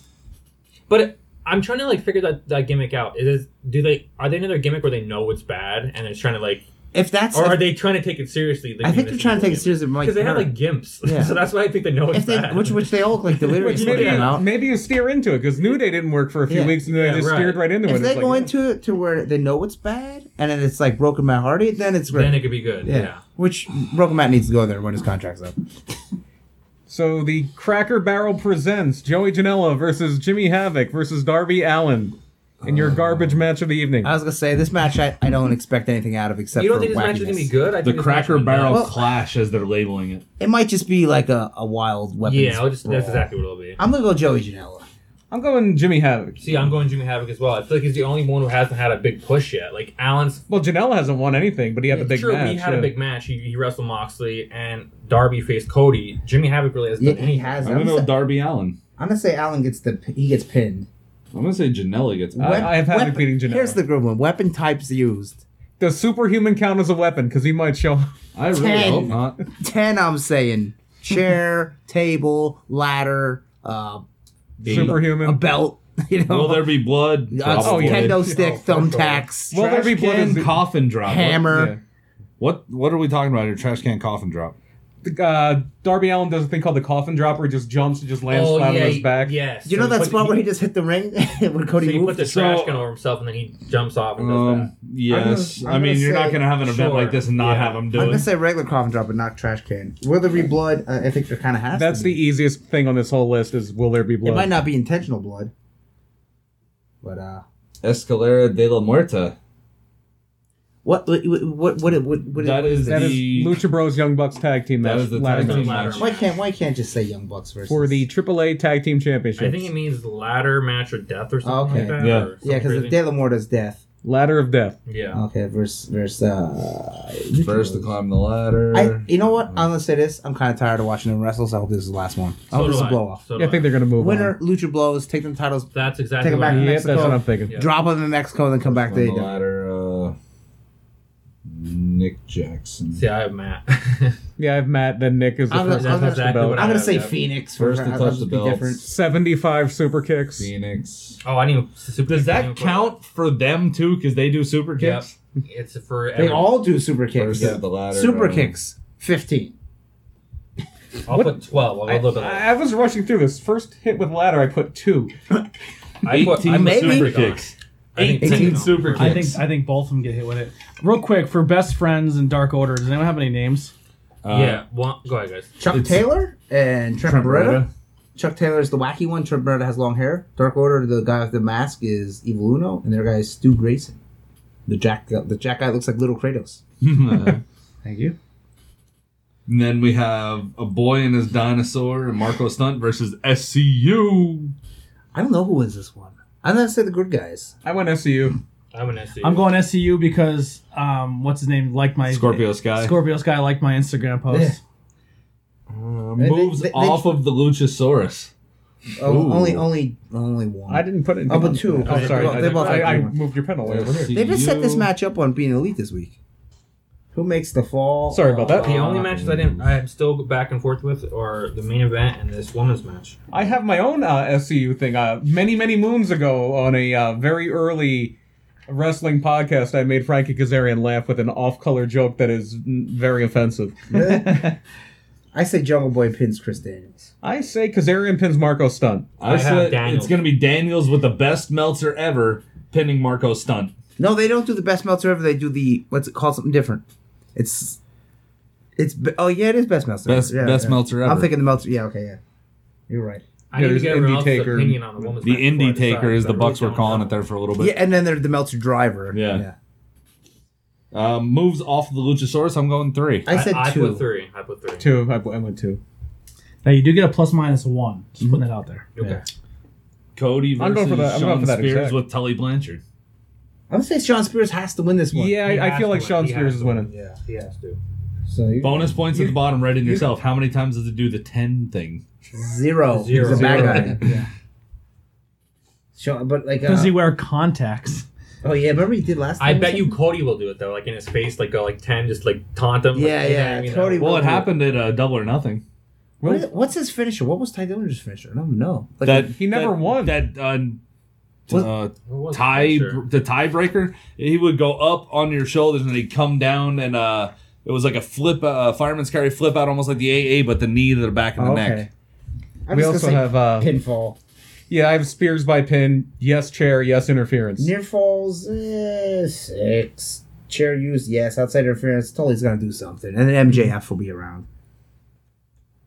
But it- I'm trying to like figure that, that gimmick out. Is it, do they are they another gimmick where they know it's bad and it's trying to like,
If that's
or are they trying to take it seriously?
I think they're trying to take it seriously. but
because they have
Mike
like gimps,
Yeah.
<laughs> so that's why I think they know it's
if they
bad.
which which they all look like delirious
Which
when they
maybe-
come out.
Maybe you steer into it because New Day didn't work for a few
Yeah.
weeks and then
Yeah,
they just
right.
steered right into it.
If
It's
they
like,
go into it to where they know it's bad and then it's like broken Matt Hardy, then it's great.
<laughs> then it could be good.
yeah.
Yeah.
Which broken Matt needs to go there when his contract's up.
So the Cracker Barrel presents Joey Janela versus Jimmy Havoc versus Darby Allen in
Oh.
your garbage match of the evening.
I was gonna say this match, I, I don't expect anything out of except
You don't
for
think this match is gonna
wackiness.
be good? I
The
think this match
Cracker
will be
Barrel
bad.
Well-
Clash, as they're labeling it.
It might just be like a, a wild weapon.
Yeah, I'll just, that's exactly what it'll be.
I'm gonna go Joey Janela.
I'm going Jimmy Havoc.
See, I'm going Jimmy Havoc as well. I feel like he's the only one who hasn't had a big push yet. Like Allen's
Well, Janela hasn't won anything, but he had the big
sure,
match.
he had
yeah.
a big match. He, he wrestled Moxley and Darby faced Cody. Jimmy Havoc really hasn't
Yeah,
done anything.
he has.
I'm
I'm,
gonna go
gonna,
with Darby Allen.
I'm gonna say Allen gets the he gets pinned.
I'm gonna say Janela gets.
I-
Wep-
I have Havoc
weapon-
beating Janela.
Here's the good one: weapon types used.
Does superhuman count as a weapon? Because he might show.
I really
Ten.
hope not.
Ten, I'm saying chair, table, ladder, uh,
Superhuman.
a belt. <laughs> You know,
Will there be blood?
Uh,
Oh, yeah.
Kendo stick,
Oh, for sure.
thumbtacks,
Will there be blood
can
is the-
coffin drop.
hammer.
What what are we talking about here? Trash can coffin drop.
The, uh, Darby Allen does a thing called the coffin drop where he just jumps and just lands
oh
flat
yeah,
on his back.
yes.
You know
So
that
put-
spot where he just hit the ring <laughs> when
so
Cody
he put
moved?
the trash
So-
can over himself and then he jumps off and does that.
Um,
I'm
yes. i
gonna- I'm
mean,
gonna
you're
say-
not going to have an event
Sure.
like this and not
Yeah.
have him do
I'm gonna
it.
say regular coffin drop, but not trash can. Will there be blood? Uh, I think there kind of has.
That's
to
the
be.
easiest thing on this whole list is will there be
It
blood?
might not be intentional blood, but uh,
Escalera de la Muerta.
what what what what, what, what
That is
That is
the
Lucha Bros Young Bucks tag team
that
match
is the
ladder
tag
match
team
ladder
match.
Why can't why can't just say Young Bucks versus
for the AAA tag team championship.
I think it means ladder match or death or
Okay.
something like that.
Yeah.
yeah
or something
because
crazy.
De La Morta's death.
ladder of death.
Yeah.
Okay, versus versus uh,
First to climb the ladder.
I, you know what? I'm gonna say this. I'm kind of tired of watching them wrestle, so I hope this is the last one. I
So
hope this
do
is a
I.
blow off.
So do
Yeah, I think they're gonna move
Winner, Lucha blows, take them titles,
I. that's exactly
Take it
what
back
on.
to
I-
Yep, that's
Mexico.
what I'm thinking.
Yeah.
drop them in Mexico, and then come back. There you
Climb the
go.
ladder. Uh, Nick Jackson.
See, I have Matt. <laughs>
Yeah, I have Matt. Then Nick is the
I'm
first
gonna-
to
I'm gonna-
touch the belt.
what
I'm gonna
Yeah,
say
yeah.
Phoenix for-
First to
I'll
touch
just
the
be
belts.
different.
Seventy-five super kicks.
Phoenix.
oh, I didn't. Even,
Does that count for them too? Because they do super
Yep.
kicks.
It's for
They
everyone.
all do super kicks.
Versus the ladder.
Super
uh,
kicks, fifteen.
I'll
What-
put twelve. I'll go a
I,
little bit.
I was rushing through this first hit with ladder. I put two.
I put- I
18
put
super
Pentagon.
kicks.
I think
18
Pentagon.
super
I
kicks.
think I think both of them get hit with it. Real quick for best friends and Dark Order. Does anyone have any names?
Uh,
yeah. Well, go ahead, guys.
Chuck
It's-
Taylor and Trent,
Trent
Beretta.
Beretta.
Chuck Taylor's the wacky one. Trent Beretta has long hair. Dark Order, the guy with the mask, is Evil Uno, and their guy is Stu Grayson. The Jack, the Jack guy looks like little Kratos. <laughs> Thank you.
Uh-huh. And then we have a boy and his dinosaur and Marco Stunt versus SCU.
I don't know who wins this one. I'm gonna say the good guys.
I went SCU.
I'm an SC.
I'm going SCU because um, what's his name liked my
Scorpio Sky.
Scorpio Sky liked my Instagram post.
Yeah.
Uh,
They-
moves
they- they-
off of the Luchasaurus.
Oh,
Ooh.
only, only, only one.
I didn't put it.
Oh, but two.
I'm sorry.
Well, they both
I,
had
I,
two.
moved your pen away over here.
They just set this match up on being elite this week. Who makes the fall?
Sorry about that.
The only matches I didn't, I'm still back and forth with, are the main event and this women's match.
I have my own uh, SCU thing. Uh, many, many moons ago, on a uh, very early wrestling podcast, I made Frankie Kazarian laugh with an off-color joke that is mm, very offensive.
I say Jungle Boy pins Chris Daniels.
I say Kazarian pins Marco Stunt.
I,
I have
said
Daniels.
it's going to be Daniels with the best Meltzer ever, pinning Marco Stunt.
No, they don't do the best Meltzer ever. They do the what's it called? Something different. It's, it's be- oh yeah, it is best Meltzer.
Best-
yeah,
best
yeah.
Meltzer ever.
I'm thinking the Meltzer. Yeah, okay, yeah. You're right.
I
Yeah,
need to
there's
get
Indie
everyone else's
Taker.
opinion on the women's
The
match before I
Indie Taker
decide,
is the
because I
Bucks
really
were
don't
calling
know.
it there for a little bit.
Yeah, and then they're the Meltzer driver.
Yeah. Uh, moves off of the Luchasaurus. I'm going three.
I said
I,
two.
put three. I put three.
Two. I, I went two.
Now you do get a plus minus one. Just
Mm-hmm.
putting it out there.
Okay.
Cody versus
I'm going for that- I'm going
Shawn
for that
Spears
exact.
with Tully Blanchard.
I'm gonna say Sean Spears has to win this one.
Yeah,
He
I, I
has
feel
to
like
win.
Sean
He
Spears
has
is
to
winning.
Yeah.
He has to.
So you,
Bonus points at the bottom. Write in yourself. How many times does it do the ten thing?
zero.
Zero.
He's a
Zero.
bad
<laughs>
guy. yeah. Sean, but like, uh,
Does he wear contacts?
oh yeah, remember he did last.
I
time or
bet you
something?
Cody will do it though, like in his face, like go like ten, just like taunt him.
Yeah,
like,
yeah,
you know.
Cody-
Well, it
Well,
happened at uh, Double or Nothing.
What is, what's his finisher? What was Ty Dillinger's finisher? I don't know. Like,
That
He never
that-
won.
That uh,
What-
uh,
What was it?
tie
Sure.
the tiebreaker. He would go up on your shoulders and he'd come down and uh it was like a flip, uh, fireman's carry flip out, almost like the AA, but the knee to the back of the
Oh, okay.
neck.
I'm
Oh, we
just gonna
also
say
have uh,
pinfall,
yeah. I have Spears by pin. Yes, chair. Yes, interference.
near falls, eh, six chair used, yes, outside interference. Tully's gonna do something, and then MJF will be around.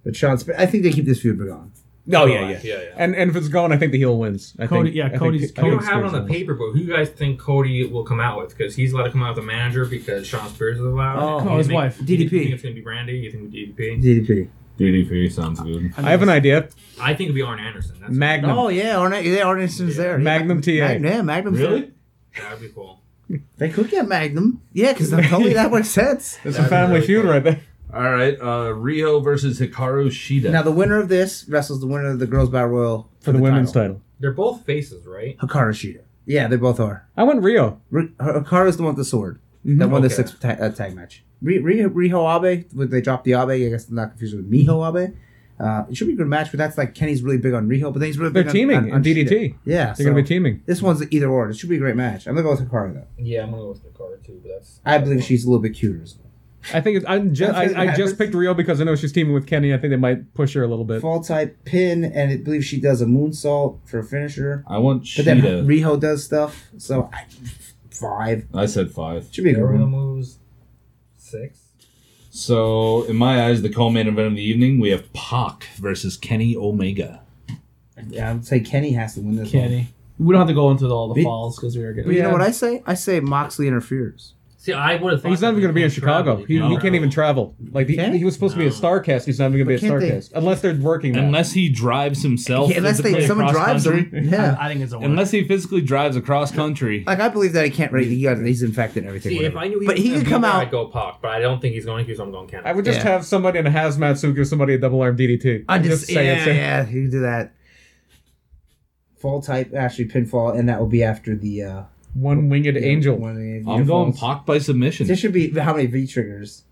But Sean, Sp- I think they keep this feud going.
oh yeah, yeah,
yeah, yeah.
And and if it's going, I think the heel wins. I
Cody-
think,
yeah,
I think-
Cody's-
I think
We don't have it
Spears
on the
wins.
paper, but who you guys think Cody will come out with? Because he's allowed to come out with a manager because Sean Spears is allowed.
Oh.
You
Oh, his
think-
wife.
You
DDP.
think it's gonna be Brandy? You think it'd be DDP?
DDP.
DDP sounds good.
I have an idea.
I think it'd be Arn Anderson. That's
Magnum.
Oh yeah, Arn- yeah, Arniston's there.
Magnum TA.
Mag- yeah, Magnum's there.
Really?
that'd be cool.
They could get Magnum. Yeah, because I'm Tully. That makes
<laughs>
sense.
There's
That'd
a
be
family
really
feud
cool.
right there.
All right. Uh, Rio versus Hikaru Shida.
Now the winner of this wrestles the winner of the girls' battle royal
for the, women's title.
They're both faces, right?
Hikaru Shida. Yeah, they both are.
I went Rio.
Ri- Hikaru's the one with the sword that won the
Okay.
six ta- uh, tag match. Ri- Ri- Riho Abe, when they dropped the Abe, I guess I'm not confused with Miho Abe, Uh, it should be a good match, but that's like Kenny's really big on Riho, but then he's really
They're
big on-
teaming
on, on,
in DDT.
Shida. Yeah,
They're going to be teaming.
This one's an either or. It should be a great match. I'm gonna go with Hikaru though.
Yeah, I'm gonna go with the card too, but that's
I believe she's a little bit cuter. as well.
I think it's, I'm just,
That's
I, I
hybrids.
just picked Rio because I know she's teaming with Kenny. I think they might push her a little bit.
Fall type pin, and I believe she does a moonsault for a finisher.
I want
But then
Sheeta.
Riho does stuff. So I, five
I said five.
should be a good
Ariel
one.
moves six.
So, in my eyes, the co-main event of the evening, we have Pac versus Kenny Omega.
Yeah, I would say Kenny has to win this. One.
Kenny. We don't have to go into all the
Me-
falls because we were
But
getting.
you know
Yeah.
what I say? I say Moxley interferes.
See, I would have thought
He's not even going to be in Chicago. He, he
No.
can't even travel. Like he,
Can he?
he was supposed to be a
No.
Starcast. He's not even going
But
to be a
can't they-
Starcast unless they're working. that.
Unless he drives himself.
Yeah, unless
physically
they someone drives
across country.
him.
<laughs>
Yeah.
I think it's a win.
Unless he physically drives across country.
Like I believe that he can't rate the yard. He's infected and everything.
See, if
whatever.
I knew he
but
was
he
gonna
could
be
come
there,
out.
I'd go Pac, but I don't think he's going to, so I'm going Canada.
I would just
Yeah.
have somebody in a hazmat suit give somebody a double arm DDT.
I just,
say
yeah, yeah, he could do that. Fall type, actually pinfall, and that will be after the uh,
One winged angel.
one of the- the
I'm going
falls.
Pac by submission.
This should be how many V triggers.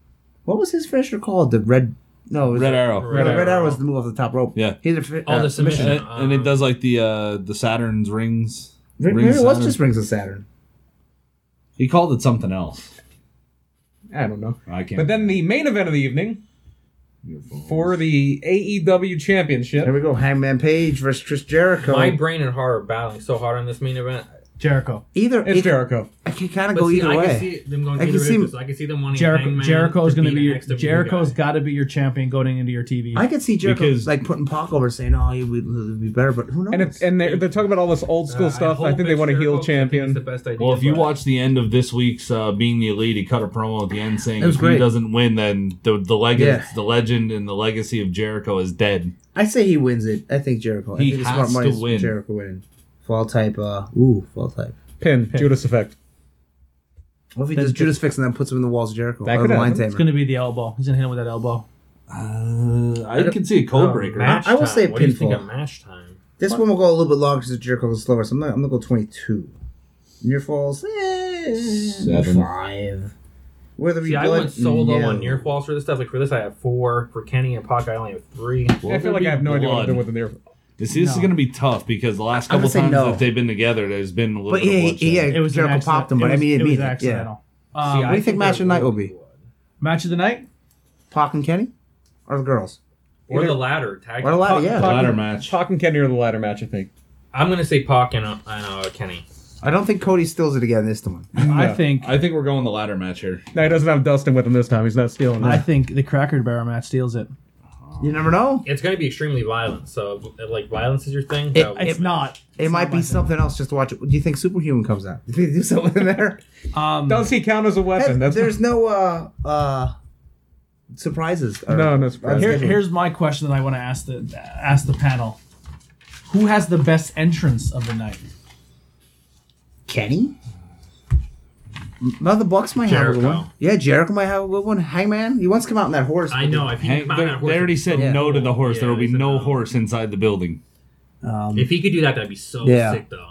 What was his finisher called? The red. No, it was
Red Arrow.
Red,
Red
red
Arrow.
arrow was the move off the top rope.
Yeah.
he did a, fi-
Oh,
uh,
the submission.
And, and it does like the uh, the Saturn's rings.
Maybe
Rings
it was
Saturn.
just Rings of Saturn.
He called it something else.
I don't know.
I can't.
But then the main event of the evening for the AEW Championship.
There we go. Hangman Page versus Chris Jericho.
My brain and heart are battling so hard on this main event.
Jericho.
either
It's
either-
Jericho.
I can kind of
But
go
see,
either
I
way.
can see them going
I
I
can
can
see-
I can see them wanting
Jericho.
Hangman
Jericho's going to be your.
next WWE
Jericho's
guy.
got to be your champion going into your TV.
I could see Jericho
Because-
like putting Pac over, saying, "Oh, he would it'd be better," but who knows?
And it's and they're, they're talking about all this old school
Uh,
stuff. I
hope
think they
it's
want a heel
Jericho, 'cause I think it's The
champion.
best idea.
Well, if you
but-
watch the end of this week's uh, Being the Elite, he cut a promo at the end saying
That was
if he
great.
doesn't win, then the the, leg-
Yeah.
the legend and the legacy of Jericho is dead.
I say he wins it. I think Jericho.
He
I think the
has
smart money
to
is
win.
Jericho winning. Fall type. Uh, ooh, fall type.
Pin, Judas Effect.
What if he does Judas fix and then puts him in the walls of Jericho?
That
Or
could
the line
happen.
it's
tamer.
going to be the elbow. He's going to hit him with that elbow.
Uh, I can see a code
Oh,
breaker.
match
I will
time.
say
what do you think
pinfall.
of match time?
This one will go a little bit longer because Jericho is slower. So I'm, not, I'm gonna go 22. Near falls. Eh,
Seven.
Five. Whether we
See, I
blood,
went so low
no.
on near falls for this stuff. Like for this, I have four. For Kenny and Pac, I only have three.
I feel like I have no idea what I'm
blood?
doing with the near.
This, this is
No.
going to be tough because the last
I'm gonna
couple
say
times
no.
that they've been together, there's been a little
But
bit
yeah,
of bloodshed.
yeah,
It was an
Jericho
accident.
popped him,
It
but I
was-
mean,
it
it
was
mean, yeah.
accidental. Um,
what do you think match of the night will be?
match of the night?
Pac and Kenny, or the girls?
Or
Either-
the ladder tag.
Or the la-
Pac-
yeah.
Pac-
Ladder match.
Pac and Kenny are the ladder match. I think.
I'm gonna say Pac and, uh, and uh, Kenny.
I don't think Cody steals it again this time.
I think.
I think we're going the ladder match here.
No, he doesn't have Dustin with him this time. He's not stealing.
I
it.
think the Cracker Barrel match steals it.
You never know.
It's gonna be extremely violent. So if, like violence is your thing.
It-
that would-
It's not.
It might be something else. Just to watch it. Do you think Superhuman comes out? <laughs> Do they do something in there?
Um,
Does he count as a weapon? <laughs> That's
There's no uh uh surprises. or-
No, no surprises.
Here,
schedule.
here's my question that I want to ask the ask the panel: Who has the best entrance of the night?
Kenny. Now the Bucks might have a good
Jericho.
one. Yeah, Jericho might have a good one. Hangman, he wants to come out in that horse.
I know. If he
Hank,
could
they,
mount that horse,
they already said
Yeah.
no to the horse.
Yeah,
there will
they
be
said
no
no.
horse inside the building.
Um,
If he could do that, that'd be so
Yeah.
sick, though.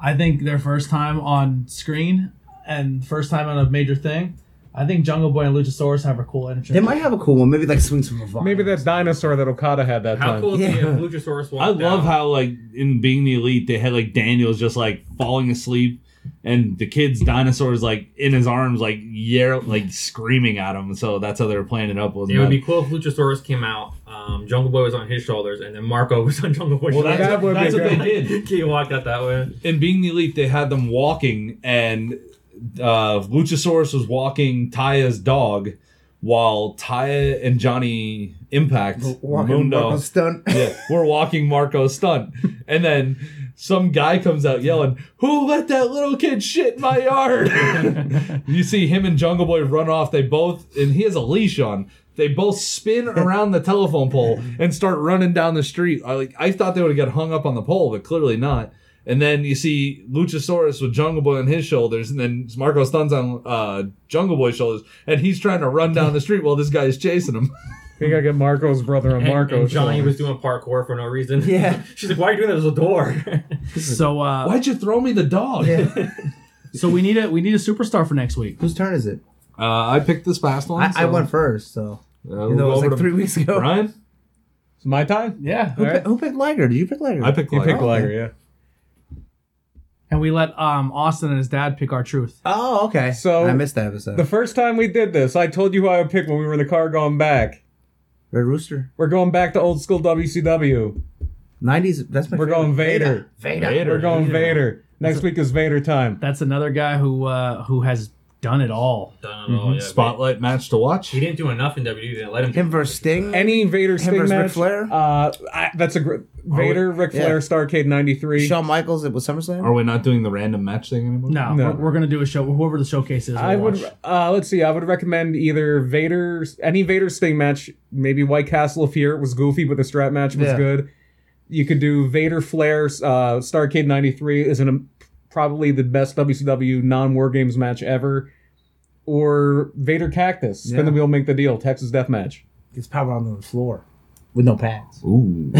I think their first time on screen and first time on a major thing. I think Jungle Boy and Luchasaurus have a cool entrance.
they might have a cool one. Maybe like swings from a vine.
Maybe that dinosaur that Okada had that
How
time.
cool would it be if
Yeah.
Luchasaurus walked
I love
down?
how like in being the elite, they had like Daniel's just like falling asleep, and the kid's dinosaurs like in his arms, like yell, like screaming at him. So that's how they were playing it up. Wasn't
It would
it?
be cool if Luchasaurus came out, um, Jungle Boy was on his shoulders, and then Marco <laughs> was on Jungle Boy's
well, that's,
shoulders.
That would be
that's what
great.
they
<laughs>
did.
Can you walk out that way?
In being the elite, they had them walking, and uh, Luchasaurus was walking Taya's dog, while Taya and Johnny Impact
Walking,
Mundo
Marco Stunt.
<laughs> yeah, we're walking Marco's stunt. And then some guy comes out yelling, Who let that little kid shit in my yard? you see him and Jungle Boy run off. They both, and he has a leash on. They both spin around the telephone pole and start running down the street. I like I thought they would have got hung up on the pole, but clearly not. And then you see Luchasaurus with Jungle Boy on his shoulders, and then Marco Stunt's on uh, Jungle Boy's shoulders, and he's trying to run down the street while this guy is chasing him.
We gotta get Marco's brother on
And,
Marco's.
and Johnny
shoulder.
was doing parkour for no reason.
Yeah.
<laughs> She's like, why are you doing that? There's a door. <laughs>
so. Uh,
Why'd you throw me the dog?
Yeah.
So we need a we need a superstar for next week.
Whose turn is it?
Uh, I picked this past one.
I, I
so-
went first, so
Uh,
you know, it
we'll
was
go over
like
to
three weeks ago.
Brian?
It's my time.
Yeah.
Who,
All
pi-
right.
who picked Liger? Did you pick Liger?
I picked
You
Liger.
pick Liger, yeah.
And we let um, Austin and his dad pick our truth.
Oh, okay.
So-
I missed that episode.
The first time we did this, I told you who I would pick when we were in the car going back.
Red Rooster.
We're going back to old school WCW.
Nineties. That's my.
We're
favorite.
going Vader.
Vader.
Vader.
We're going Vader. Next week is Vader time.
That's another guy who uh, who has done it all.
Mm-hmm.
Done it all, yeah, but
Spotlight match to watch.
He didn't do enough in WWE. They didn't let him.
Him versus Sting.
Any Vader Sting
versus Ric
match?
Flair? Oh,
Uh, I, that's a gr- Vader Ric
Yeah.
Flair Starcade '93.
Shawn Michaels. It was SummerSlam.
Are we not doing the random match thing anymore?
No,
No.
We're, we're gonna do a show. Whoever the showcase is, we'll
I would.
watch.
Uh, let's see. I would recommend either Vader, any Vader Sting match. Maybe White Castle if here it was goofy, but the strap match was
Yeah.
good. You cocould do Vader Flair. Uh, Starcade '93 is an probably the best WCW non-war games match ever. Or Vader Cactus. Spin the
Yeah.
wheel, make the deal. Texas Death Match.
It's power on the floor with no pads. <laughs>
Ooh.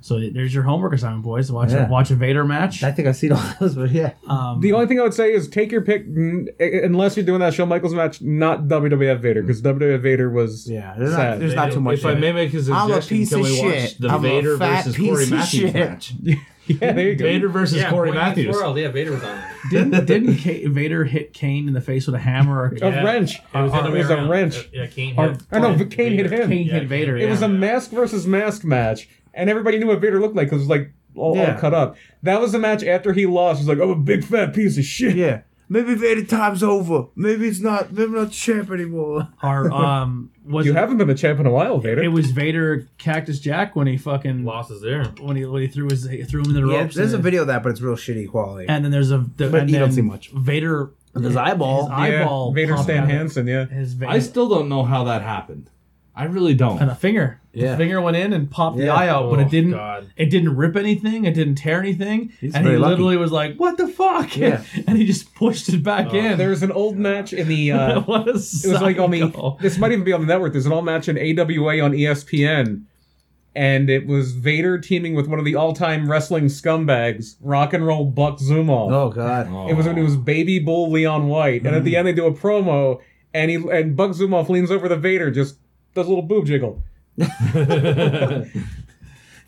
So there's your homework assignment, boys. Watch
Yeah.
a, watch a Vader match.
I think I've seen all <laughs> those, but yeah.
Um,
The only thing I would say is take your pick, n- unless you're doing that Shawn Michaels match, not WWF Vader, because WWF Vader was
Yeah, there's
Sad.
not, there's not too much.
If I
in it.
may make a suggestion,
I'm a piece
can
of
we watch
shit.
the
I'm a
Vader
fat
versus
piece
Corey
of
Matthews
shit.
match?
<laughs> yeah. There you go.
Vader versus
Yeah,
Corey
Boy Meets
Matthews.
World. Yeah, Vader was on there.
didn't didn't Ca- Vader hit Kane in the face with a hammer? Or,
A
Yeah.
wrench.
It was, the other
It
way
was a
around.
wrench.
uh, Yeah, Kane
Or-
hit.
I know, but Kane hit him.
Kane hit Vader,
It was
Yeah.
a mask versus mask match, and everybody knew what Vader looked like because it was like all, all
Yeah.
cut up. That was the match after he lost. He's like, "I'm a big fat piece of shit."
Yeah. Maybe Vader time's over. Maybe it's not. Maybe not champ anymore.
or um, was
<laughs> You
it,
haven't been a champ in a while, Vader.
it was Vader Cactus Jack when he fucking
Losses there.
when he when he threw his he threw him into the
Yeah,
ropes.
there's a
and-
video of that, but it's real shitty quality.
and then there's a the,
But
and
you don't
then
see much.
Vader
his eyeball.
his eyeball
yeah, Vader
popped out
Stan
of
Hansen. Yeah,
his vein
I still don't know how that happened. I really
and
don't.
a finger.
Yeah.
His finger went in and popped the
Yeah.
eye out, but
Oh,
it didn't.
God.
It didn't rip anything. It didn't tear anything.
He's
and he
very lucky.
literally was like, "What the fuck?"
Yeah.
<laughs> and he just pushed it back in. <laughs>
there was an old match in the. Uh,
what a
Oh, it was like on the. This might even be on the network. There's an all match in AWA on E ESPN, and it was Vader teaming with one of the all-time wrestling scumbags, Rock and Roll Buck Zumoff.
Oh God.
Oh.
It was when it was Baby Bull Leon White, and at the end they do a promo, and he and Bug Zumoff leans over the Vader, just does a little boob jiggle.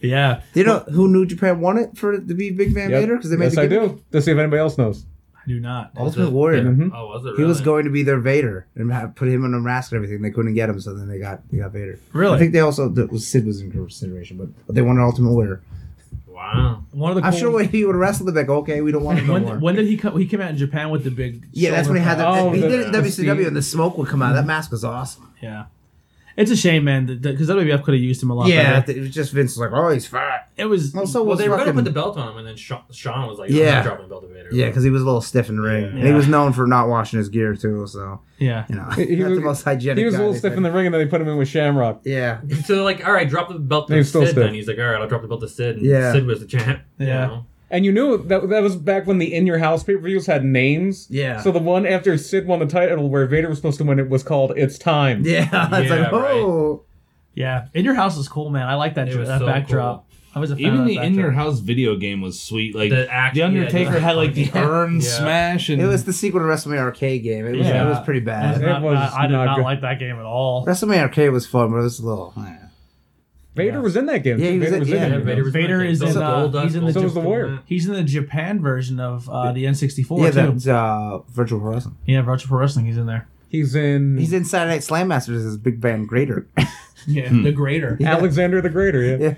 yeah.
Do you know who New Japan won it for to be Big Van
Yep.
Vader? Because they made
yes,
the
I
gimmick?
do. To see if anybody else knows.
I do not.
Ultimate Warrior.
Mhm.
Oh, was it?
He was
really?
going to be their Vader and have, put him in a mask and everything. They couldn't get him, so then they got they got Vader.
Really?
I think they also that was Sid was in consideration, but, but they wanted Ultimate Warrior.
Wow.
One of the
I'm sure
cool-
when he would wrestle, they'd be like, okay, we don't want him no
when,
more.
when did he come? He came out in Japan with the big.
yeah, that's when he had
shoulder
that.
Oh,
he
the-
did it in
the
WCW,
Steve-
and the smoke would come out. That mask was awesome.
pad. Yeah. It's a shame, man, because WWF could have used him a lot
Yeah,
better.
it was just Vince was like, oh, he's fat.
It was.
Well, so
Well,
was
they were going to
fucking-
put the belt on him, and then Sha- Sean was like,
Yeah.
yeah. dropping the belt to Vader.
Yeah, because he was a little stiff in the ring. And he
Yeah.
was known for not washing his gear too. So
yeah.
you know,
He- <laughs> he
not
was-
the most hygienic.
He was a
guy
little
they
stiff
said.
in the ring, and then they put him in with Shamrock.
Yeah, <laughs>
So they're like, all right, drop the belt
He
to
was still
Sid.
stiff.
Then he's like, all right, I'll drop the belt to Sid. And
Yeah.
Sid was the champ. you
Yeah.
know?
And you knew that that was back when the in your house pay per views had names.
Yeah.
So the one after Sid won the title, where Vader was supposed to win, it was called "It's Time."
yeah. It's like
Yeah, right.
oh,
Yeah. In Your House is cool, man. I like that,
It was
that
so
backdrop. I was a fan
Oh. Even
Uh,
of
the
that
in your
backdrop.
house video game was sweet. Like <laughs>
The
the,
act- yeah,
Undertaker
yeah.
had like the urn smash and
it was the sequel to WrestleMania Arcade game. It was
Yeah.
it was pretty
I was
bad.
It
not-
was
I, I did
not
not,
good.
like that game at all.
WrestleMania Arcade was fun, but it was a little. eh.
Vader was in that game.
Yeah, he was
Vader
in- yeah,
it.
Yeah,
Vader
Vader, was
Vader
winning.
is
So
in,
was
uh,
Goldust,
he's in the
Goldust
So was
was
the Warrior.
He's in the Japan version of uh, the N64
Yeah,
too.
that's uh, virtual pro wrestling.
yeah, Virtual Pro Wrestling. He's in there.
He's in
He's in Saturday Night Slam Masters as Big Van Greater. <laughs>
Yeah,
Hmm.
the Greater.
Alexander the Greater. Yeah.
Yeah.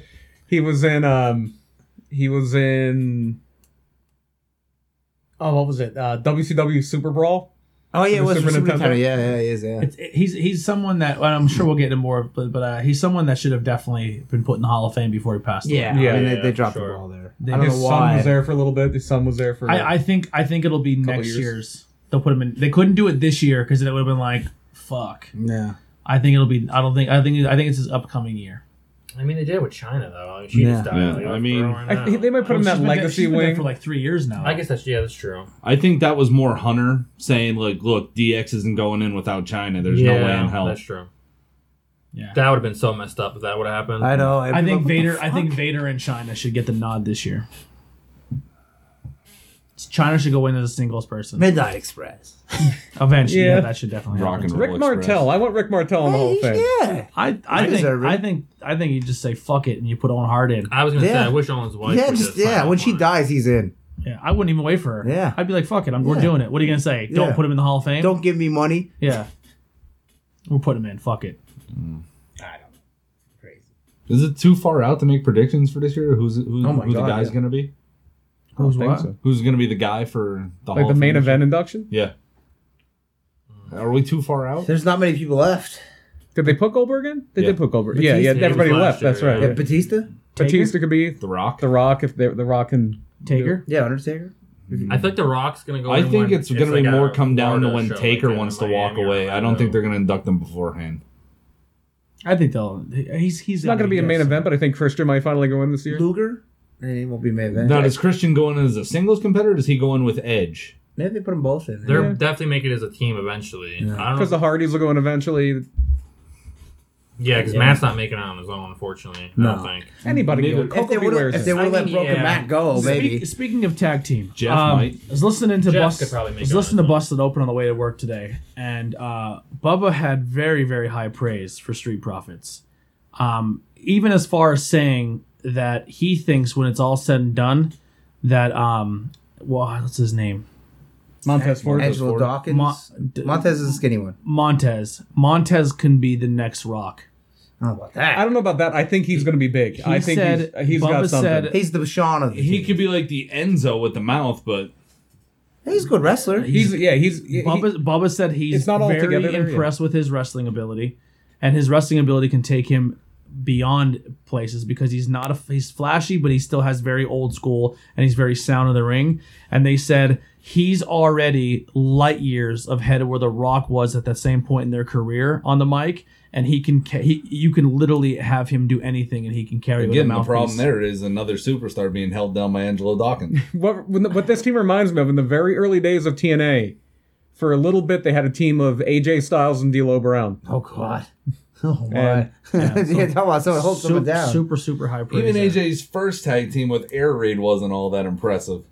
He was in um he was in Oh, what was it? Uh WCW Super Brawl.
oh yeah,
The
it was
Super
Super
Nintendo.
Nintendo. Yeah, yeah, he is. Yeah,
It's, he's he's someone that well, I'm sure we'll get into more, but but uh, he's someone that should have definitely been put in the Hall of Fame before he passed. away.
yeah.
Yeah,
I mean, they,
yeah,
they dropped
sure.
the ball there.
They-
I don't
His
know
son
why.
was there for a little bit. His son was there for
I, I think I think it'll be next
years.
year's. They'll put him in. They couldn't do it this year because it would have been like fuck.
Yeah,
I think it'll be. I don't think. I think. I think it's his upcoming year.
I mean, they did it with China though. I mean, she
Yeah.
just died.
Yeah,
Like,
I
let's
mean-
throw her in
I
now.
think they might put him in
She's
that
been dead-
legacy
she's been dead
wing.
for like three years now.
I guess that's yeah, that's true.
I think that was more Hunter saying like, "Look, DX isn't going in without China. There's
yeah,
no way in hell."
That's true.
Yeah.
That would have been so messed up if that would have happened.
I know.
I
<laughs>
think
What the
Vader. I
fuck?
think Vader and China should get the nod this year. China should go in as a singles person
Midnight Express.
eventually. Yeah.
Yeah.
that should definitely
Rock
happen.
and
Rick
Roll
Martel. I want Rick
Oh,
Martel in the Hall of Fame.
Yeah.
I, I
I
think
deserve it.
I think I think you just say fuck it and you put Owen Hart in.
I was gonna say
Yeah.
I wish Owen's wife.
Yeah,
would
Oh, just,
just
yeah.
sign
When
up
she
on it.
dies, he's in.
Yeah, I wouldn't even wait for her.
Yeah.
I'd be like fuck it. I'm we're
Yeah.
doing it. What are you gonna say? Don't
Yeah.
put him in the Hall of Fame.
Don't give me money.
Yeah, we're putting him in. Fuck it.
I don't know. Crazy.
Is it too far out to make predictions for this year? Who's who,
Oh my
who the
God,
guy's
yeah.
gonna be?
I don't
Who's
think
what?
so.
Who's gonna be the guy for the
Like
Hall
the
of
main
Fame?
event induction?
Yeah. Are we too far out?
There's not many people left.
Did they put Goldberg in? They
Yeah.
did put Goldberg. Yeah, yeah.
Batista
Everybody
was
left.
last
That's
year,
right.
Yeah,
Yeah.
Batista?
Batista could be
The Rock.
the Rock if they, the Rock can
Taker.
Yeah, Undertaker?
I think The Rock's gonna go.
I
in
think
when
it's going to
like
be
a
more come down to
Florida
when
show, like
Taker
in
wants to
Miami
walk
or
away. I don't
Orlando.
think they're going to induct him beforehand.
I think they'll. He's he's
It's not going to be a main
yes.
event, but I think Christian might finally go in this year.
Luger? And he won't be main event.
Now, does Christian go in as a singles competitor? Or does he go in with Edge?
Maybe they put them both in.
They're
Yeah.
definitely making it as a team eventually. I
Because
don't.
the Hardys will go in eventually.
yeah, because
Yeah.
Matt's not making it on his own, unfortunately. I
No.
don't think.
Anybody
Neither-
can go.
if they
Coco
would
Beware
have
is
if
in.
they would
I
let
mean,
Broken
yeah.
Matt go, maybe.
Speak, speaking of tag team, um,
Jeff might.
I was listening to
Jeff
Bust.
could probably
I
make
was
it on
listening to
his own.
Busted Open on the way to work today, and uh, Bubba had very, very high praise for Street Profits. Um, even as far as saying that he thinks when it's all said and done, that um, well, what's his name?
Montez Ford.
Angelo Dawkins.
Mon-
Montez is a skinny one.
Montez. Montez can be the next Rock.
I don't know about
I
that.
don't know about that. I think he's going to be big. I think
said-
he's, he's got
Bubba
something.
said-
He's the Sean of the
He
team.
could be like the Enzo with the mouth, but
He's a good wrestler.
he's yeah. He's he-
Bubba, Bubba said he's
It's not all
very
together there, yeah.
impressed with his wrestling ability, and his wrestling ability can take him beyond places because he's not a he's flashy, but he still has very old school and he's very sound in the ring. And they said he's already light years ahead of where The Rock was at that same point in their career on the mic, and he can ca- he you can literally have him do anything, and he can carry with a
again, the
mouthpiece.
problem there is another superstar being held down by Angelo Dawkins.
what when the- what this team reminds me of in the very early days of TNA. For a little bit, they had a team of AJ Styles and D'Lo Brown.
Oh, God. Oh, my.
And-
<laughs> Yeah, talk about someone holds someone
Super,
down.
super super high praise.
Even
there.
AJ's first tag team with Air Raid wasn't all that impressive.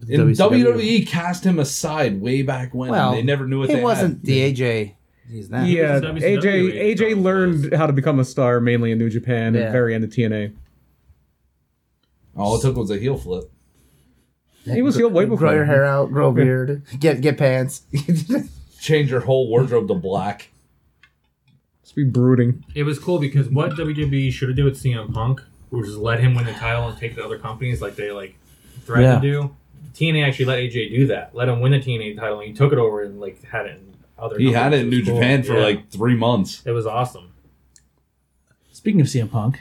And
WCW.
WWE cast him aside way back when.
Well,
E, they never knew what
he
they
wasn't
had.
the AJ. He's not.
Yeah,
was in WCW
AJ AJ
eight
learned how to become a star mainly in New Japan
Yeah.
and very end of TNA.
All it took was a heel flip.
He was healed way before.
Grow your hair out, grow a beard, get get pants. <laughs>
Change your whole wardrobe to black.
Just be brooding.
It was cool because what WWE should have did with CM Punk, which is let him win the title and take the other companies like they like threatened
Yeah.
to do. TNA actually let AJ do that. Let him win the TNA title and he took it over and like had it in other.
He had it
companies.
in New
was cool.
Japan for
Yeah.
like three months.
It was awesome.
Speaking of CM Punk,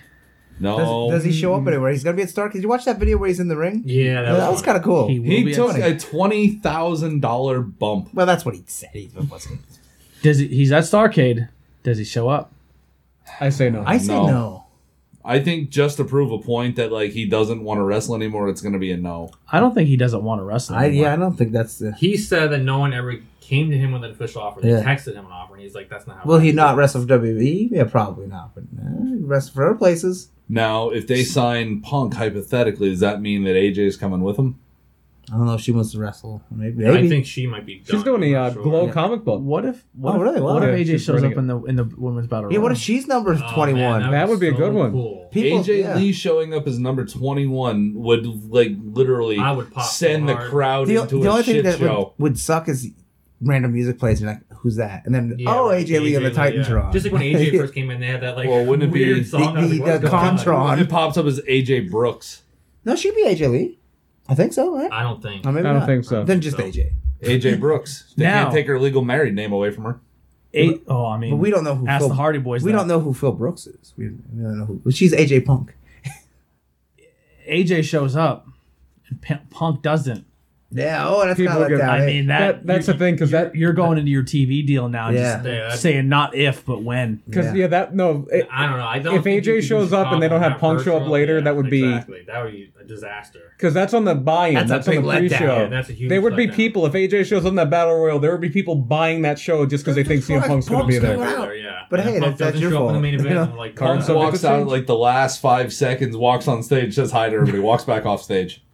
No. Oh.
does, does he show up anywhere? He's gonna be at Stark. Did you watch that video where he's in the ring?
Yeah, that
Yeah,
was,
that was kind of cool.
he will
He
be at
took
Stark.
a twenty thousand dollar bump.
well, that's what he said. He wasn't.
Does he, he's at Starcade? Does he show up?
I say no.
I say
No.
no.
I think just to prove a point that like he doesn't want to wrestle anymore, it's going to be a no.
I don't think he doesn't want to wrestle.
I
anymore.
yeah, I don't think that's the.
He said that no one ever came to him with an official offer. They
Yeah.
texted him an offer, and he's like, "That's not how."
Will
it
he
is."
not wrestle for WWE? Yeah, probably not. But uh, he can wrestle for other places.
Now, if they sign Punk hypothetically, does that mean that AJ is coming with him?
I don't know if she wants to wrestle. Maybe.
I
maybe.
think she might be. Done,
She's doing
I'm
the
not
uh,
sure. Oh,
Glow
Yeah.
comic book.
What if? What,
Oh,
if-
really? Wow.
What if
Yeah,
AJ
she's
shows up
running
in the in the women's battle?
yeah. What
royal?
if she's number
Oh,
twenty one?
man,
That would be a
so
good one.
cool.
People,
AJ
yeah.
Lee showing up as number twenty one would like literally
I would pop
send
so
the
hard.
crowd
The,
into
the
a
only thing
shit
that would,
show.
would suck is random music plays. And you're like, who's that? And then
Yeah,
oh,
right.
AJ Lee on the
yeah.
Titantron.
Just like
<laughs>
<laughs>
when AJ first came in, they had that like
Well, wouldn't it be- The-
weird song. I was
the-
like, what's
the
going on?
Contron.
it pops up as AJ Brooks.
no, she'd be AJ Lee. I think so, right?
I don't think.
Or maybe
I don't
not.
think so.
Then just
So-
AJ.
<laughs>
AJ Brooks. They
Now-
can't take her legal married name away from her.
Eight, oh, I mean,
But we don't know who
ask
Phil,
the Hardy Boys.
We
that.
don't know who Phil Brooks is. We, we don't know who. well, She's AJ Punk.
AJ shows up, and P- Punk doesn't.
Yeah. Oh, that's
People
kind of
get-
let down.
I
eh?
mean that,
That, that's the thing because that
you're going into your TV deal now,
Yeah.
Yeah,
just
that's-
saying not if but when.
because
Yeah.
yeah. that no it-
I don't know. I don't.
If
think
AJ
you can
shows
just
up and they don't
call
have Punk show up
virtual,
later, that would be-
exactly. That would be a disaster.
Because that's on the buy-in.
That's a
That's, on
big
the
letdown.
pre-show.
Yeah, that's a huge
Oh. there would be
letdown.
people if AJ shows up in that battle royal. There would be people buying that show just because they think CM
Christ,
Punk's going to
Punk's
be there.
gonna- Wow.
Yeah.
But
And
hey,
Punk
that's- that's
doesn't
your
show up in the
fault.
main event.
You know,
and I'm like,
Carl's
"Oh,
up-
walks
the
out
stage.
like the last five seconds, walks on stage, says hi to everybody, walks back off stage.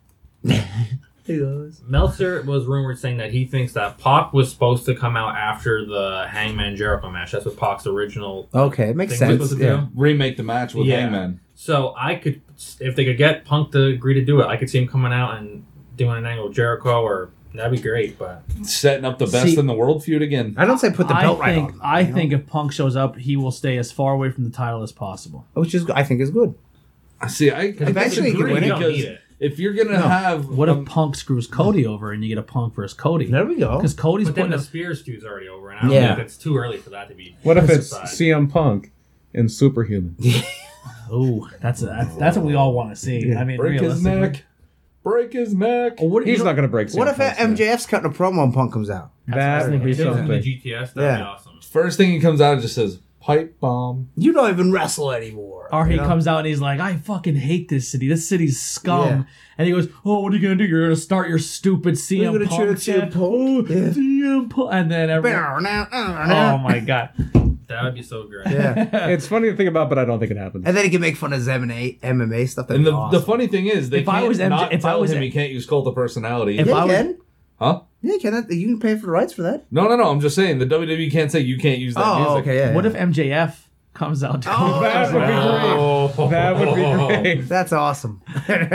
He goes.
Meltzer was rumored saying that he thinks that Pac was supposed to come out after the Hangman Jericho match. That's what Pac's original.
Okay, it makes
Think
sense.
this was a
Yeah.
deal?
Remake the match with
Yeah.
Hangman.
So I could, if they could get Punk to agree to do it, I could see him coming out and doing an angle with Jericho, or that'd be great. But
Setting up the best
See-
in the world feud again.
I don't say put the
I
belt right
think
on.
I
you know?
think if Punk shows up, he will stay as far away from the title as possible.
which is I think is good.
See, I, I
Eventually he can
disagree
win it.
You don't
because
need it.
if you're gonna
No.
have
What
um,
if Punk screws Cody over and you get a Punk versus Cody?
There we go.
Because Cody's
but then
putting
the
his
Spears feud's already over, and I don't
Yeah.
think it's too early for that to be.
What if it's
justified.
CM Punk and Superhuman?
oh, that's that's that's what we all want to see. I mean,
break his
realistically.
neck? Break his neck.
Or Oh, what- you
He's
know-
not going to break. CM
What if
Punk's neck.
MJF's cutting a promo and Punk comes out?
That would be
If it was in the
something.
GTS, that'd be
Yeah.
awesome.
First thing he comes out it just says pipe bomb.
You don't even wrestle anymore.
Or he
you know?
comes out and he's like, I fucking hate this city. This city's scum.
Yeah.
And he goes, Oh, what are you gonna do? You're gonna start your stupid
We're
CM
gonna
Punk.
cheer
shit?"
CM Punk.
Oh, CM Punk. And then everyone, oh my
<laughs>
god,
That would be so great.
Yeah.
It's funny to think about, but I don't think it happens.
And then he can make fun of his MMA, MMA stuff. That'd
And
be
the,
awesome.
the funny thing is, they
If I
can't
was MJ
not
if I
tell
was
him
a-
he can't use cult of personality.
If
yeah,
I
you
was-
can.
huh?
Yeah, you can. That- You can pay for the rights for that.
No, no, no. I'm just saying the WWE can't say you can't use that
Oh,
music.
okay. Yeah.
what
yeah.
if MJF comes out? To
Oh,
That would be
Oh.
great. That would be great.
That's awesome.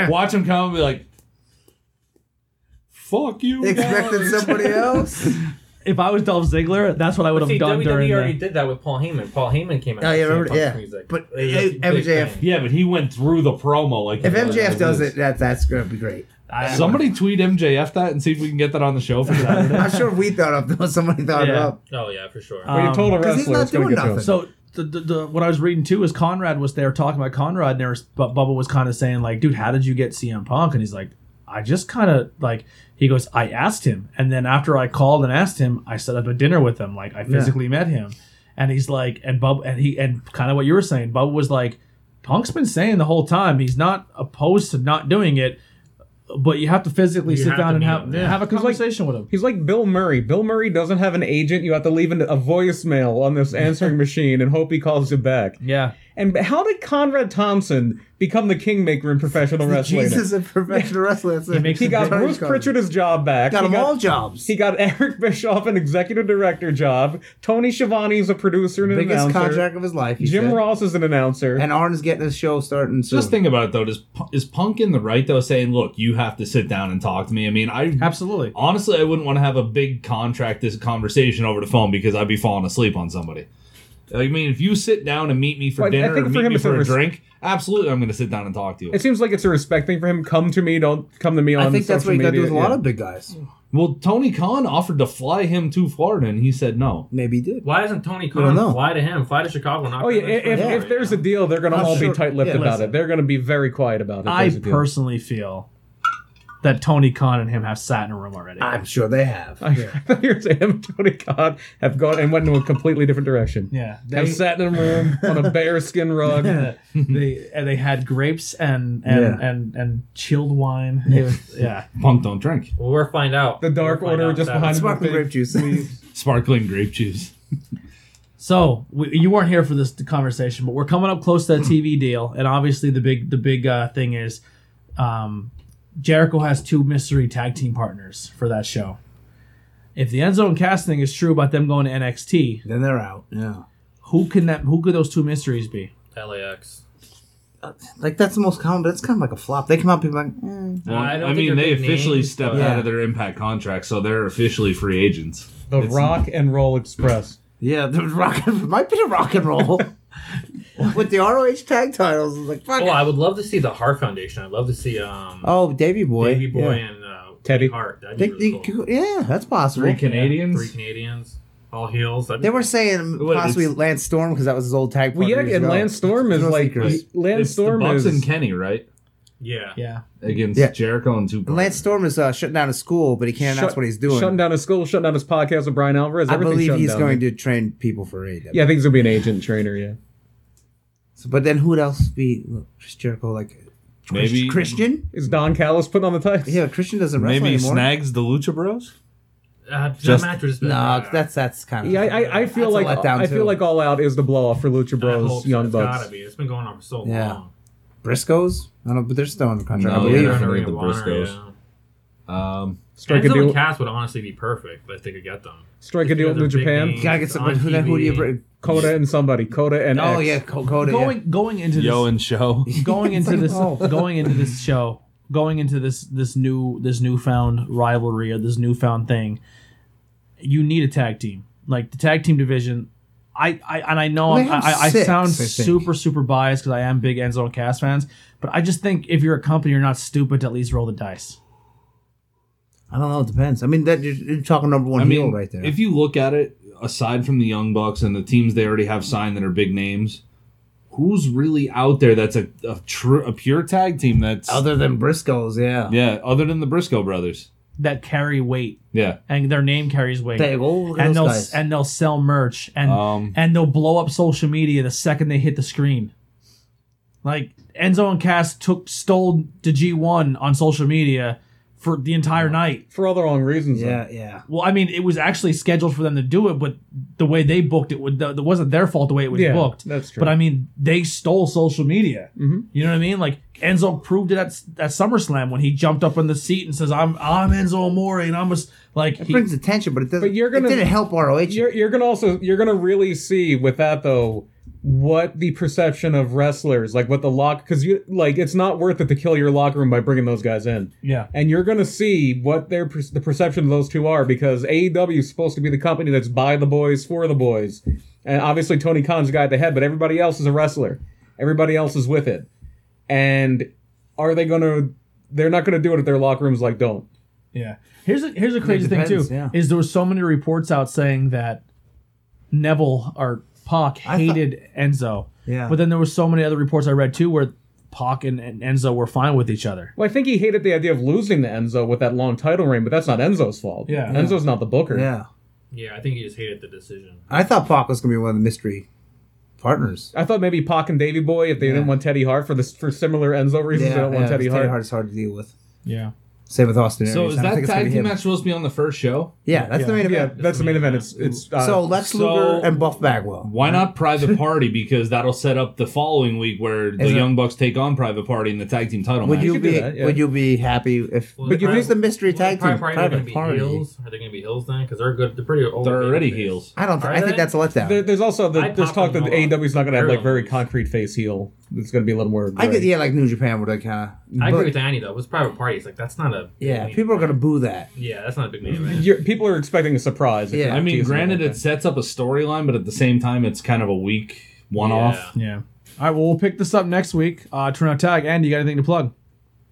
Watch him come and be like, "Fuck you." guys."
Expecting somebody else.
<laughs> if I was Dolph Ziggler, that's what I would have
See,
done
WWE
during.
already
The,
did that with Paul Heyman. Paul Heyman came out.
Oh,
with
yeah,
CM
remember-
Punk's
yeah.
music.
But,
It was a
uh,
big
MJF
thing.
Yeah, but he went through the promo like.
If
he
MJF does
this.
it, that that's gonna be great.
I,
somebody tweet MJF that and see if we can get that on the show for Saturday.
I'm sure if we thought up. <laughs> Somebody thought it
Yeah.
up.
Oh yeah, for sure.
When you told a
'cause he's
wrestler,
not
it's going
doing
to get to him.
nothing.
So the, the, the what I was reading too is Conrad was there talking about Conrad, and there was, but Bubba was kind of saying like, "Dude, how did you get CM Punk?" And he's like, "I just kind of like." He goes, "I asked him, and then after I called and asked him, I set up a dinner with him. Like I physically met him." And he's like, and Bub, and he, and kind of what you were saying, Bubba was like, "Punk's been saying the whole time he's not opposed to not doing it." But you have to physically
You
sit
have
down
to
and
meet
have,
him, yeah.
have a conversation with him.
He's like Bill Murray. Bill Murray doesn't have an agent. You have to leave an, a voicemail on this answering machine and hope he calls you back.
Yeah.
And how did Conrad Thompson become the kingmaker in professional wrestling?
Jesus, a professional wrestler. That's a-
makes
He got
Sorry,
Bruce
Conrad.
Pritchard his job back.
got
he,
them all
got,
jobs.
he got <laughs> Eric Bischoff an executive director job. Tony Schiavone is a producer and an
biggest
announcer.
contract of his life. he
Jim
said.
Ross is an announcer.
And Arn's getting his show starting soon.
Just think about it though. Does Pu- is Punk in the right though? Saying, "Look, you have to sit down and talk to me." I mean, I
Absolutely.
honestly, I wouldn't want to have a big contract this conversation over the phone because I'd be falling asleep on somebody. I mean, if you sit down and meet me for
Well, I
dinner
think
or
for
meet
him
me
it's a
for a
res-
drink, absolutely, I'm going to sit down and talk to you.
it seems like it's a respect thing for him. Come to me, don't come to me on
I think that's what
social
you got to do
media.
with a lot
Yeah.
of big guys.
well, Tony Khan offered to fly him to Florida, and he said no.
Maybe he did.
Why doesn't Tony
don't
Khan
know.
fly to him? Fly to Chicago. and Not
Oh yeah,
come to
if,
Florida,
if there's a
you
deal, they're going to
I'm
all
sure-
be tight-lipped
yeah,
about
listen.
it. They're going to be very quiet about it.
I
There's a deal.
personally feel that Tony Khan and him have sat in a room already.
I'm sure they have.
<laughs> I thought you were saying him and Tony Khan have gone and went in a completely different direction.
yeah, they,
Have sat in a room on a
<laughs>
bearskin rug.
<laughs> they and they had grapes and and
Yeah.
and, and chilled wine. It was- <laughs> yeah,
Punk don't drink.
know? Well, we'll find out.
The Dark
We'll find
Order
out
just
that-
behind
Sparkling grape juice.
Sparkling grape juice.
So we, you weren't here for this conversation, but we're coming up close to that TV deal, and obviously the big the big uh, thing is, um, Jericho has two mystery tag team partners for that show. If the end zone cast thing is true about them going to NXT,
<laughs> then they're out. Yeah.
who can that who could those two mysteries be?
LAX.
Uh, Like that's the most common, but it's kind of like a flop. They come out, people are like, mm.
Well,
I
I,
don't think
mean,
they're
they
big
officially
names,
stepped
but-
out
Yeah.
of their Impact contract, so they're officially free agents.
the
It's-
Rock and Roll Express.
yeah, the rock and, might be the rock and roll <laughs> with the ROH tag titles. It's like fuck.
Oh,
it.
I would love to see the Hart Foundation. I'd love to see um
Oh, Davy Boy.
Davey Boy
Yeah.
and uh,
Teddy.
Hart. That'd
They,
be really
they,
cool.
could- yeah, that's possible.
Three Canadians.
Three Canadians, all heels. That'd be
They were
cool.
saying
What,
possibly
it's-
Lance Storm because that was his old tag.
Well, yeah,
partner years
and
ago.
Lance Storm is
No
like
secrets.
Lance
It's
Storm
the Bucks
is.
and Kenny, right?
yeah.
Yeah,
Against
Yeah.
Jericho and Tupac.
And Lance Storm is uh, shutting down his school, but he can't announce
shut-
what he's doing.
Shutting down his school, shutting down his podcast with Brian Alvarez.
I
everything's
believe
shutting
he's
down.
going to train people for AEW.
Yeah, I think he's going to be an agent trainer. Yeah,
So, but then who would else be Chris Jericho? Like Chris-
Maybe-
Christian?
is Don Callis putting on the tights?
Yeah, Christian doesn't wrestle
Maybe
anymore.
snags the Lucha Bros.
Uh,
Just-
just, that match was
No,
uh,
'cause that's that's kind of
Yeah, I, I, I feel
That's a
like
letdown,
I feel
too.
like All Out is the blow off for Lucha
I hope
Bros,
so.
Young
It's
Bucks.
Gotta be. It's been going on for so
Yeah.
long.
Briscoes. I don't, know, but they're still under contract.
No,
I
yeah,
believe.
they're
They're in
forget
Ring
the
of Honor,
Briscoes.
yeah.
Um,
Strike a
Enzo
deal.
and Cass would honestly be perfect if they could get them.
Strike a deal with
They're
New
big
Japan.
names
Gotta get some.
on
Who, then who do you
TV.
bring?
Coda and somebody. Coda and
Oh
X.
yeah, Co- Coda. yeah.
Going going into
yo
this,
<laughs>
and show.
going into
like,
this
oh.
going into this show going into this this new this newfound rivalry or this newfound thing. You need a tag team like the tag team division. I, I and I know
Well, they
I'm-
have
I, I
six,
sound
I think.
super super biased because I am big Enzo and Cass fans, but I just think if you're a company, you're not stupid to at least roll the dice.
I don't know. It depends. I mean, that you're, you're talking number one
I
heel
mean,
right there.
if you look at it, aside from the Young Bucks and the teams they already have signed that are big names, who's really out there that's a a, tr- a pure tag team that's
Other than Briscoes, yeah.
yeah, other than the Briscoe brothers.
That carry weight
Yeah,
and their name carries weight.
They go, look at
and
those
they'll
guys.
and they'll sell merch and
Um,
and they'll blow up social media the second they hit the screen. Like Enzo and Cass took stole the G one on social media for the entire night.
For all the wrong reasons. though.
yeah, yeah.
Well, I mean, it was actually scheduled for them to do it, but the way they booked it, would- it wasn't their fault. The way it was
Yeah,
booked,
that's true.
But I mean, they stole social media.
Mm-hmm.
You know what I mean? Like Enzo proved it at at SummerSlam when he jumped up on the seat and says, "I'm I'm Enzo Amore," and I'm just like,
It
he-
brings attention, but it doesn't.
But you're
it
gonna-
didn't help ROH.
You're, you're gonna also you're gonna really see with that though what the perception of wrestlers like what the lock because you like it's not worth it to kill your locker room by bringing those guys in
yeah,
and you're gonna see what their per- the perception of those two are because AEW is supposed to be the company that's by the boys for the boys, and obviously Tony Khan's the guy at the head, but everybody else is a wrestler. Everybody else is with it, and are they gonna? They're not gonna do it if their locker rooms like don't.
Yeah. Here's a here's a crazy thing too.
depends, yeah.
Is there was so many reports out saying that Neville or Pac
I thought-
hated Enzo.
Yeah.
But then there were so many other reports I read too where Pac and, and Enzo were fine with each other.
Well, I think he hated the idea of losing to Enzo with that long title reign, but that's not Enzo's fault.
Yeah.
Enzo's not the booker.
yeah.
<laughs> Yeah, I think he just hated the decision.
I thought Pac was gonna be one of the mystery partners.
I thought maybe Pac and Davey Boy, if they didn't want Teddy Hart for this for similar Enzo reasons, they don't want Teddy
Teddy
Hart.
Hart's hard to deal with.
Yeah.
Same with Austin.
so
Aries.
is
I don't
that
think it's gonna
tag
be
team
him.
match supposed to be on the first show?
Yeah, that's the main
Yeah,
event.
that's the main event. It's it's uh,
so Lex
so-
Luger and Buff Bagwell.
Why
<laughs>
not Private Party? Because that'll set up the following week where the
Is it-
Young Bucks take on Private Party in the tag team title
Would
match.
you
could do
be
that, yeah.
Would you be happy if?
Well,
but you
the
lose the
private-
mystery
Well,
tag team.
Private Party
Private
gonna be
Party.
heels. Are they going to be heels then? Because they're good. They're pretty old.
They're already
babyface.
heels.
I don't. Th-
Are
I think
they?
that's a letdown.
There, there's also the,
I'd
there's
pop
talk that
them
the
all.
AEW's not going to have like very
Parallels.
concrete face heel. It's going to be a little more.
I could,
gray.
yeah, like New Japan would like kind of.
I agree with Danny though. It was private party. It's like that's not a. big
Yeah,
name.
people are gonna boo that.
Yeah, that's not a big name. man.
You're, people are expecting a surprise. if
Yeah.
you're
I mean,
teasing
granted,
them.
it sets up a storyline, but at the same time, it's kind of a weak one-off.
Yeah.
Yeah. All right, well we'll pick this up next week. Uh turn out tag. Andy, you got anything to plug?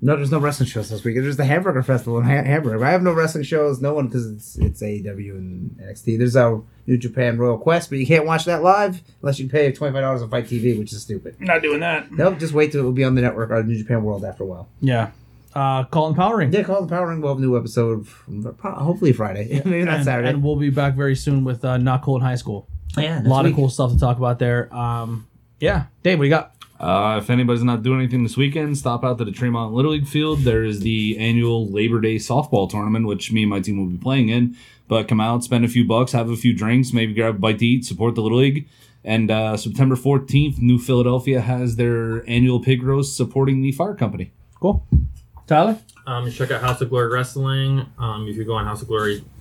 No, there's no wrestling shows this week. There's the Hamburger Festival in ha- Hamburg. I have no wrestling shows. No one because it's it's AEW and NXT. There's our New Japan Royal Quest, but you can't watch that live unless you pay twenty five dollars on Fight TV, which is stupid.
Not doing that.
Nope, just wait till it will be on the network or New Japan World after a while.
Yeah. Uh Colin Powering.
Yeah, call the Power Ring. We'll have a new episode, from- pro- hopefully Friday, <laughs> maybe not
and,
Saturday.
And we'll be back very soon with uh, Not Cold in High School. A
yeah,
lot of cool stuff to talk about there. Um yeah. Dave, what you got?
Uh, if anybody's not doing anything this weekend, stop out to the Tremont Little League field. There is the annual Labor Day softball tournament, which me and my team will be playing in. But come out, spend a few bucks, have a few drinks, maybe grab a bite to eat, support the Little League. And uh, September 14th, New Philadelphia has their annual pig roast supporting the fire company.
Cool. Tyler?
Um, check out House of Glory Wrestling. Um, if you go on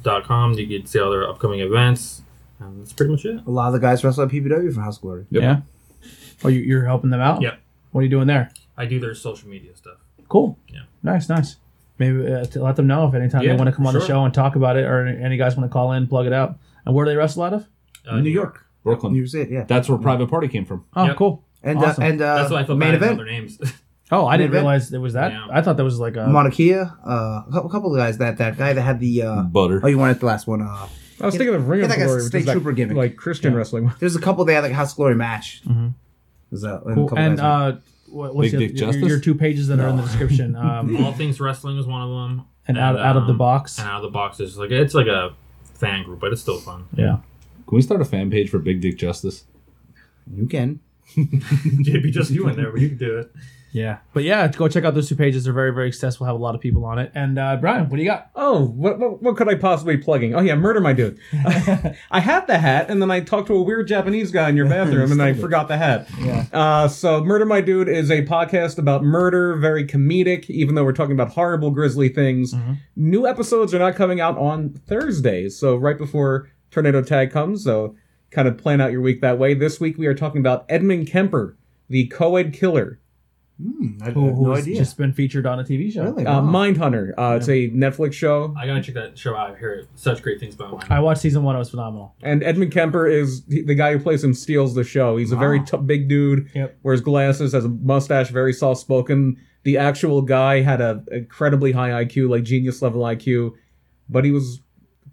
houseofglory.com, you can see all their upcoming events. And that's pretty much it.
A lot of the guys wrestle at PPW from House of Glory.
Yep.
Yeah. Oh, you, you're helping them out?
Yep.
What are you doing there?
I do their social media stuff.
Cool.
Yeah.
Nice, nice. Maybe uh, to let them know if anytime
Yeah,
they want to come on the
sure.
show and talk about it, or any, any guys want to call in, plug it out. And where do they wrestle out of?
Uh,
New York,
Brooklyn.
you was it, yeah.
That's where Private Party came from.
Oh,
Yep.
cool.
And
Awesome.
uh, and uh,
That's why I feel
main
bad about
event.
their names. <laughs>
Oh, I
Main
didn't
event?
realize it was that.
Yeah.
I thought that was like a.
Monarchia, uh, a cou- couple of guys that that guy that had the uh,
Butter.
oh you wanted the last one. Uh,
I was thinking of Ring
Get
of
like a
Glory, which
state
is that,
trooper gimmick.
like Christian
Yeah.
wrestling. <laughs>
there's a couple they had like a House of Glory match.
Mhm.
There's a, and a
Cool.
couple
And
guys-
uh, what- what's
Big
the,
Dick
your,
Justice?
your two pages that are in the description? Um, <laughs>
all Things Wrestling is one of them.
and out, out of the
um,
box.
And out of the box is like it's like a fan group, but it's still fun.
Yeah.
Can we start a fan page for Big Dick Justice?
you can.
<laughs> It'd be just you in there, but you can do it.
Yeah. But yeah, go check out those two pages. They're very, very accessible. Have a lot of people on it. And uh, Brian, what do you got?
Oh, what, what what could I possibly be plugging? Oh yeah, murder my dude. I had the hat, and then I talked to a weird Japanese guy in your bathroom, and I forgot the hat.
Yeah.
Uh, so murder my dude is a podcast about murder, very comedic, even though we're talking about horrible, grisly things. New episodes are not coming out on Thursdays, so right before Tornado Tag comes. So kind of plan out your week that way. This week we are talking about Edmund Kemper, the co-ed killer.
Hmm, I had
Who-
no
who's
idea.
just been featured on a TV show.
really? Wow.
Uh, Mindhunter. Uh, It's a Netflix show.
I gotta check that show out. I hear such great things <laughs> about mine.
I watched season one. It was phenomenal.
And Edmund Kemper is he- the guy who plays him steals the show. He's a very t- big dude,
Yep.
wears glasses, has a mustache, very soft spoken. The actual guy had a incredibly high IQ, like genius level IQ, but he was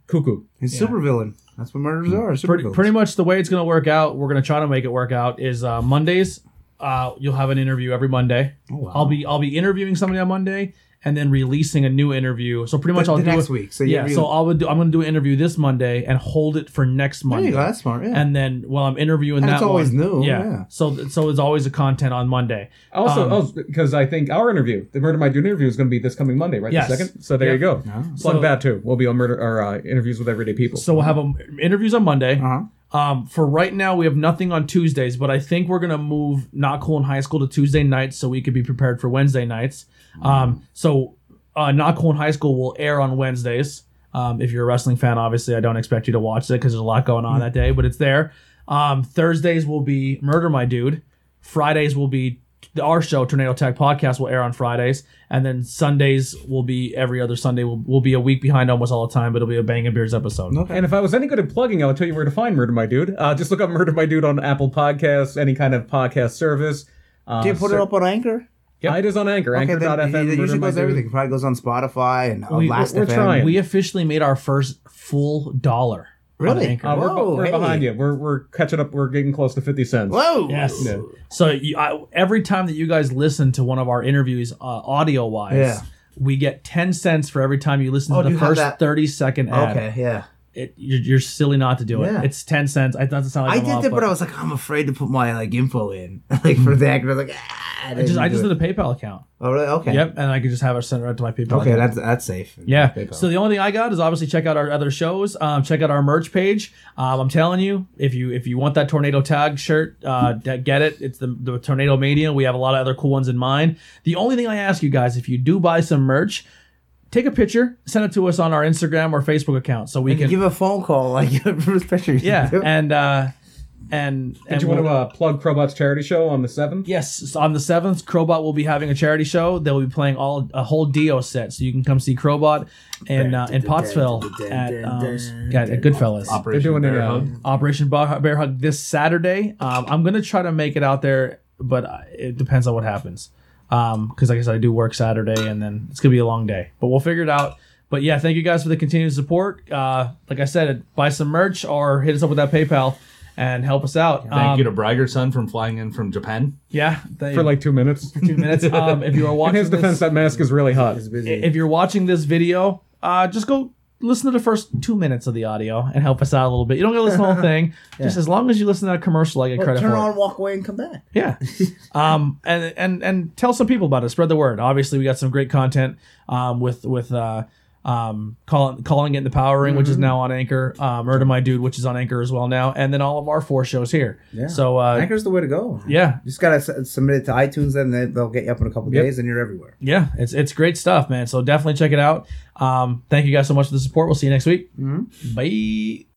cuckoo.
He's supervillain. That's what murders are.
Mm. Pretty,
supervillains.
pretty much the way it's going to work out, we're going to try to make it work out, is uh, Mondays. Uh, you'll have an interview every Monday.
Oh,
I'll be I'll be interviewing somebody on Monday and then releasing a new interview. So pretty much
the,
I'll
the
do
next
a-
week. So
yeah,
you-
so I'll do, I'm going to do an interview this Monday and hold it for next
there
Monday.
you go. That's smart. Yeah.
and then while I'm interviewing
And
that
it's always
one-
new,
Yeah.
yeah.
So so it's always a content on Monday.
Also,
Um,
because I think our interview, the Murder My Dude interview, is going to be this coming Monday, right?
Yes.
The second. So there
Yep.
you go. Plug
So-
that too. We'll be on murder or uh, interviews with everyday people.
So we'll have um, interviews on Monday.
uh-huh.
Um, for right now, we have nothing on Tuesdays, but I think we're gonna move Not Cool in High School to Tuesday nights so we could be prepared for Wednesday nights. Um, so uh, Not Cool in High School will air on Wednesdays. Um, if you're a wrestling fan, obviously, I don't expect you to watch it because there's a lot going on that day, but it's there. Um, Thursdays will be Murder My Dude. Fridays will be our show, Tornado Tech Podcast, will air on Fridays, and then Sundays will be every other Sunday. Will will be a week behind almost all the time, but it'll be a Bang and Beers episode.
Okay.
And if I was any good at plugging, I would tell you where to find Murder My Dude. Uh, just look up Murder My Dude on Apple Podcasts, any kind of podcast service. Uh,
Do you put it
ser-
up on Anchor?
Yeah, it is on Anchor.
Okay, then
Anchor.fm.
it
Murder
usually
My
goes
Dude.
everything. It probably goes on Spotify and
We-
on Last
we're
FM.
trying.
We officially made our first full dollar. on
Really? Oh.
Anchor.
Uh, we're,
Whoa,
we're
hey.
behind you. We're, we're catching up. We're getting close to 50 cents.
Whoa!
Yes.
Yeah.
So you, I, every time that you guys listen to one of our interviews, uh, audio wise,
Yeah.
we get ten cents for every time you listen
Oh,
to the
do you have
first
that?
thirty second ad.
Okay, yeah.
It, you're, you're silly not to do it.
Yeah.
It's ten cents. It doesn't sound like
I
a lot,
did that, but I was like, I'm afraid to put my like info in, <laughs> like for the Anchor. I was like, ah,
Mm-hmm. I just I just
do
did
it.
a PayPal account.
Oh, really? Okay.
Yep, and I could just have it sent right to my PayPal.
Okay,
account.
that's that's safe.
Yeah.
PayPal.
So the only thing I got is obviously check out our other shows. Um, check out our merch page. Um, I'm telling you, if you if you want that tornado tag shirt, uh, d- get it. It's the, the tornado mania. We have a lot of other cool ones in mind. The only thing I ask you guys, if you do buy some merch, take a picture, send it to us on our Instagram or Facebook account, so we
you can
can.
give a phone call, <laughs> like first picture. <laughs>
yeah, and uh, and
Did you want to uh, plug Crowbot's charity show on the 7th?
Yes, so on the seventh, Crowbot will be having a charity show. They'll be playing all a whole Dio set, so you can come see Crowbot in uh, in Pottsville at, um, at at Goodfellas.
They're doing it.
Bear
Uh,
Hug.
Operation Bar- Bear Hug this Saturday. Um, I'm gonna try to make it out there, but I- it depends on what happens. Um, because like I said, I do work Saturday, and then it's gonna be a long day, but we'll figure it out. But yeah, thank you guys for the continued support. Uh, like I said, buy some merch or hit us up with that PayPal and help us out.
Thank
Um,
you to Bragger son from flying in from Japan.
yeah, they,
For like two minutes.
two minutes. Um, if you are
<laughs> In
watching
his defense,
this,
that mask is really hot.
if you're watching this video, uh, just go listen to the first two minutes of the audio and help us out a little bit. You don't gotta listen to the whole thing. Just as long as you listen to that commercial, I get credit
turn
for it.
on, walk away, and come back.
Yeah. um, and and and tell some people about it. Spread the word. Obviously, we got some great content um, with with uh, um, call, calling it in the Power Ring, which is now on Anchor. Uh, Murder My Dude, which is on Anchor as well now, and then all of our four shows here.
Yeah.
So uh,
Anchor's the way to go.
yeah,
You just gotta s- submit it to iTunes, and then they'll get you up in a couple
Yep.
days, and you're everywhere.
yeah, it's it's great stuff, man. So definitely check it out. Um, thank you guys so much for the support. We'll see you next week. Bye.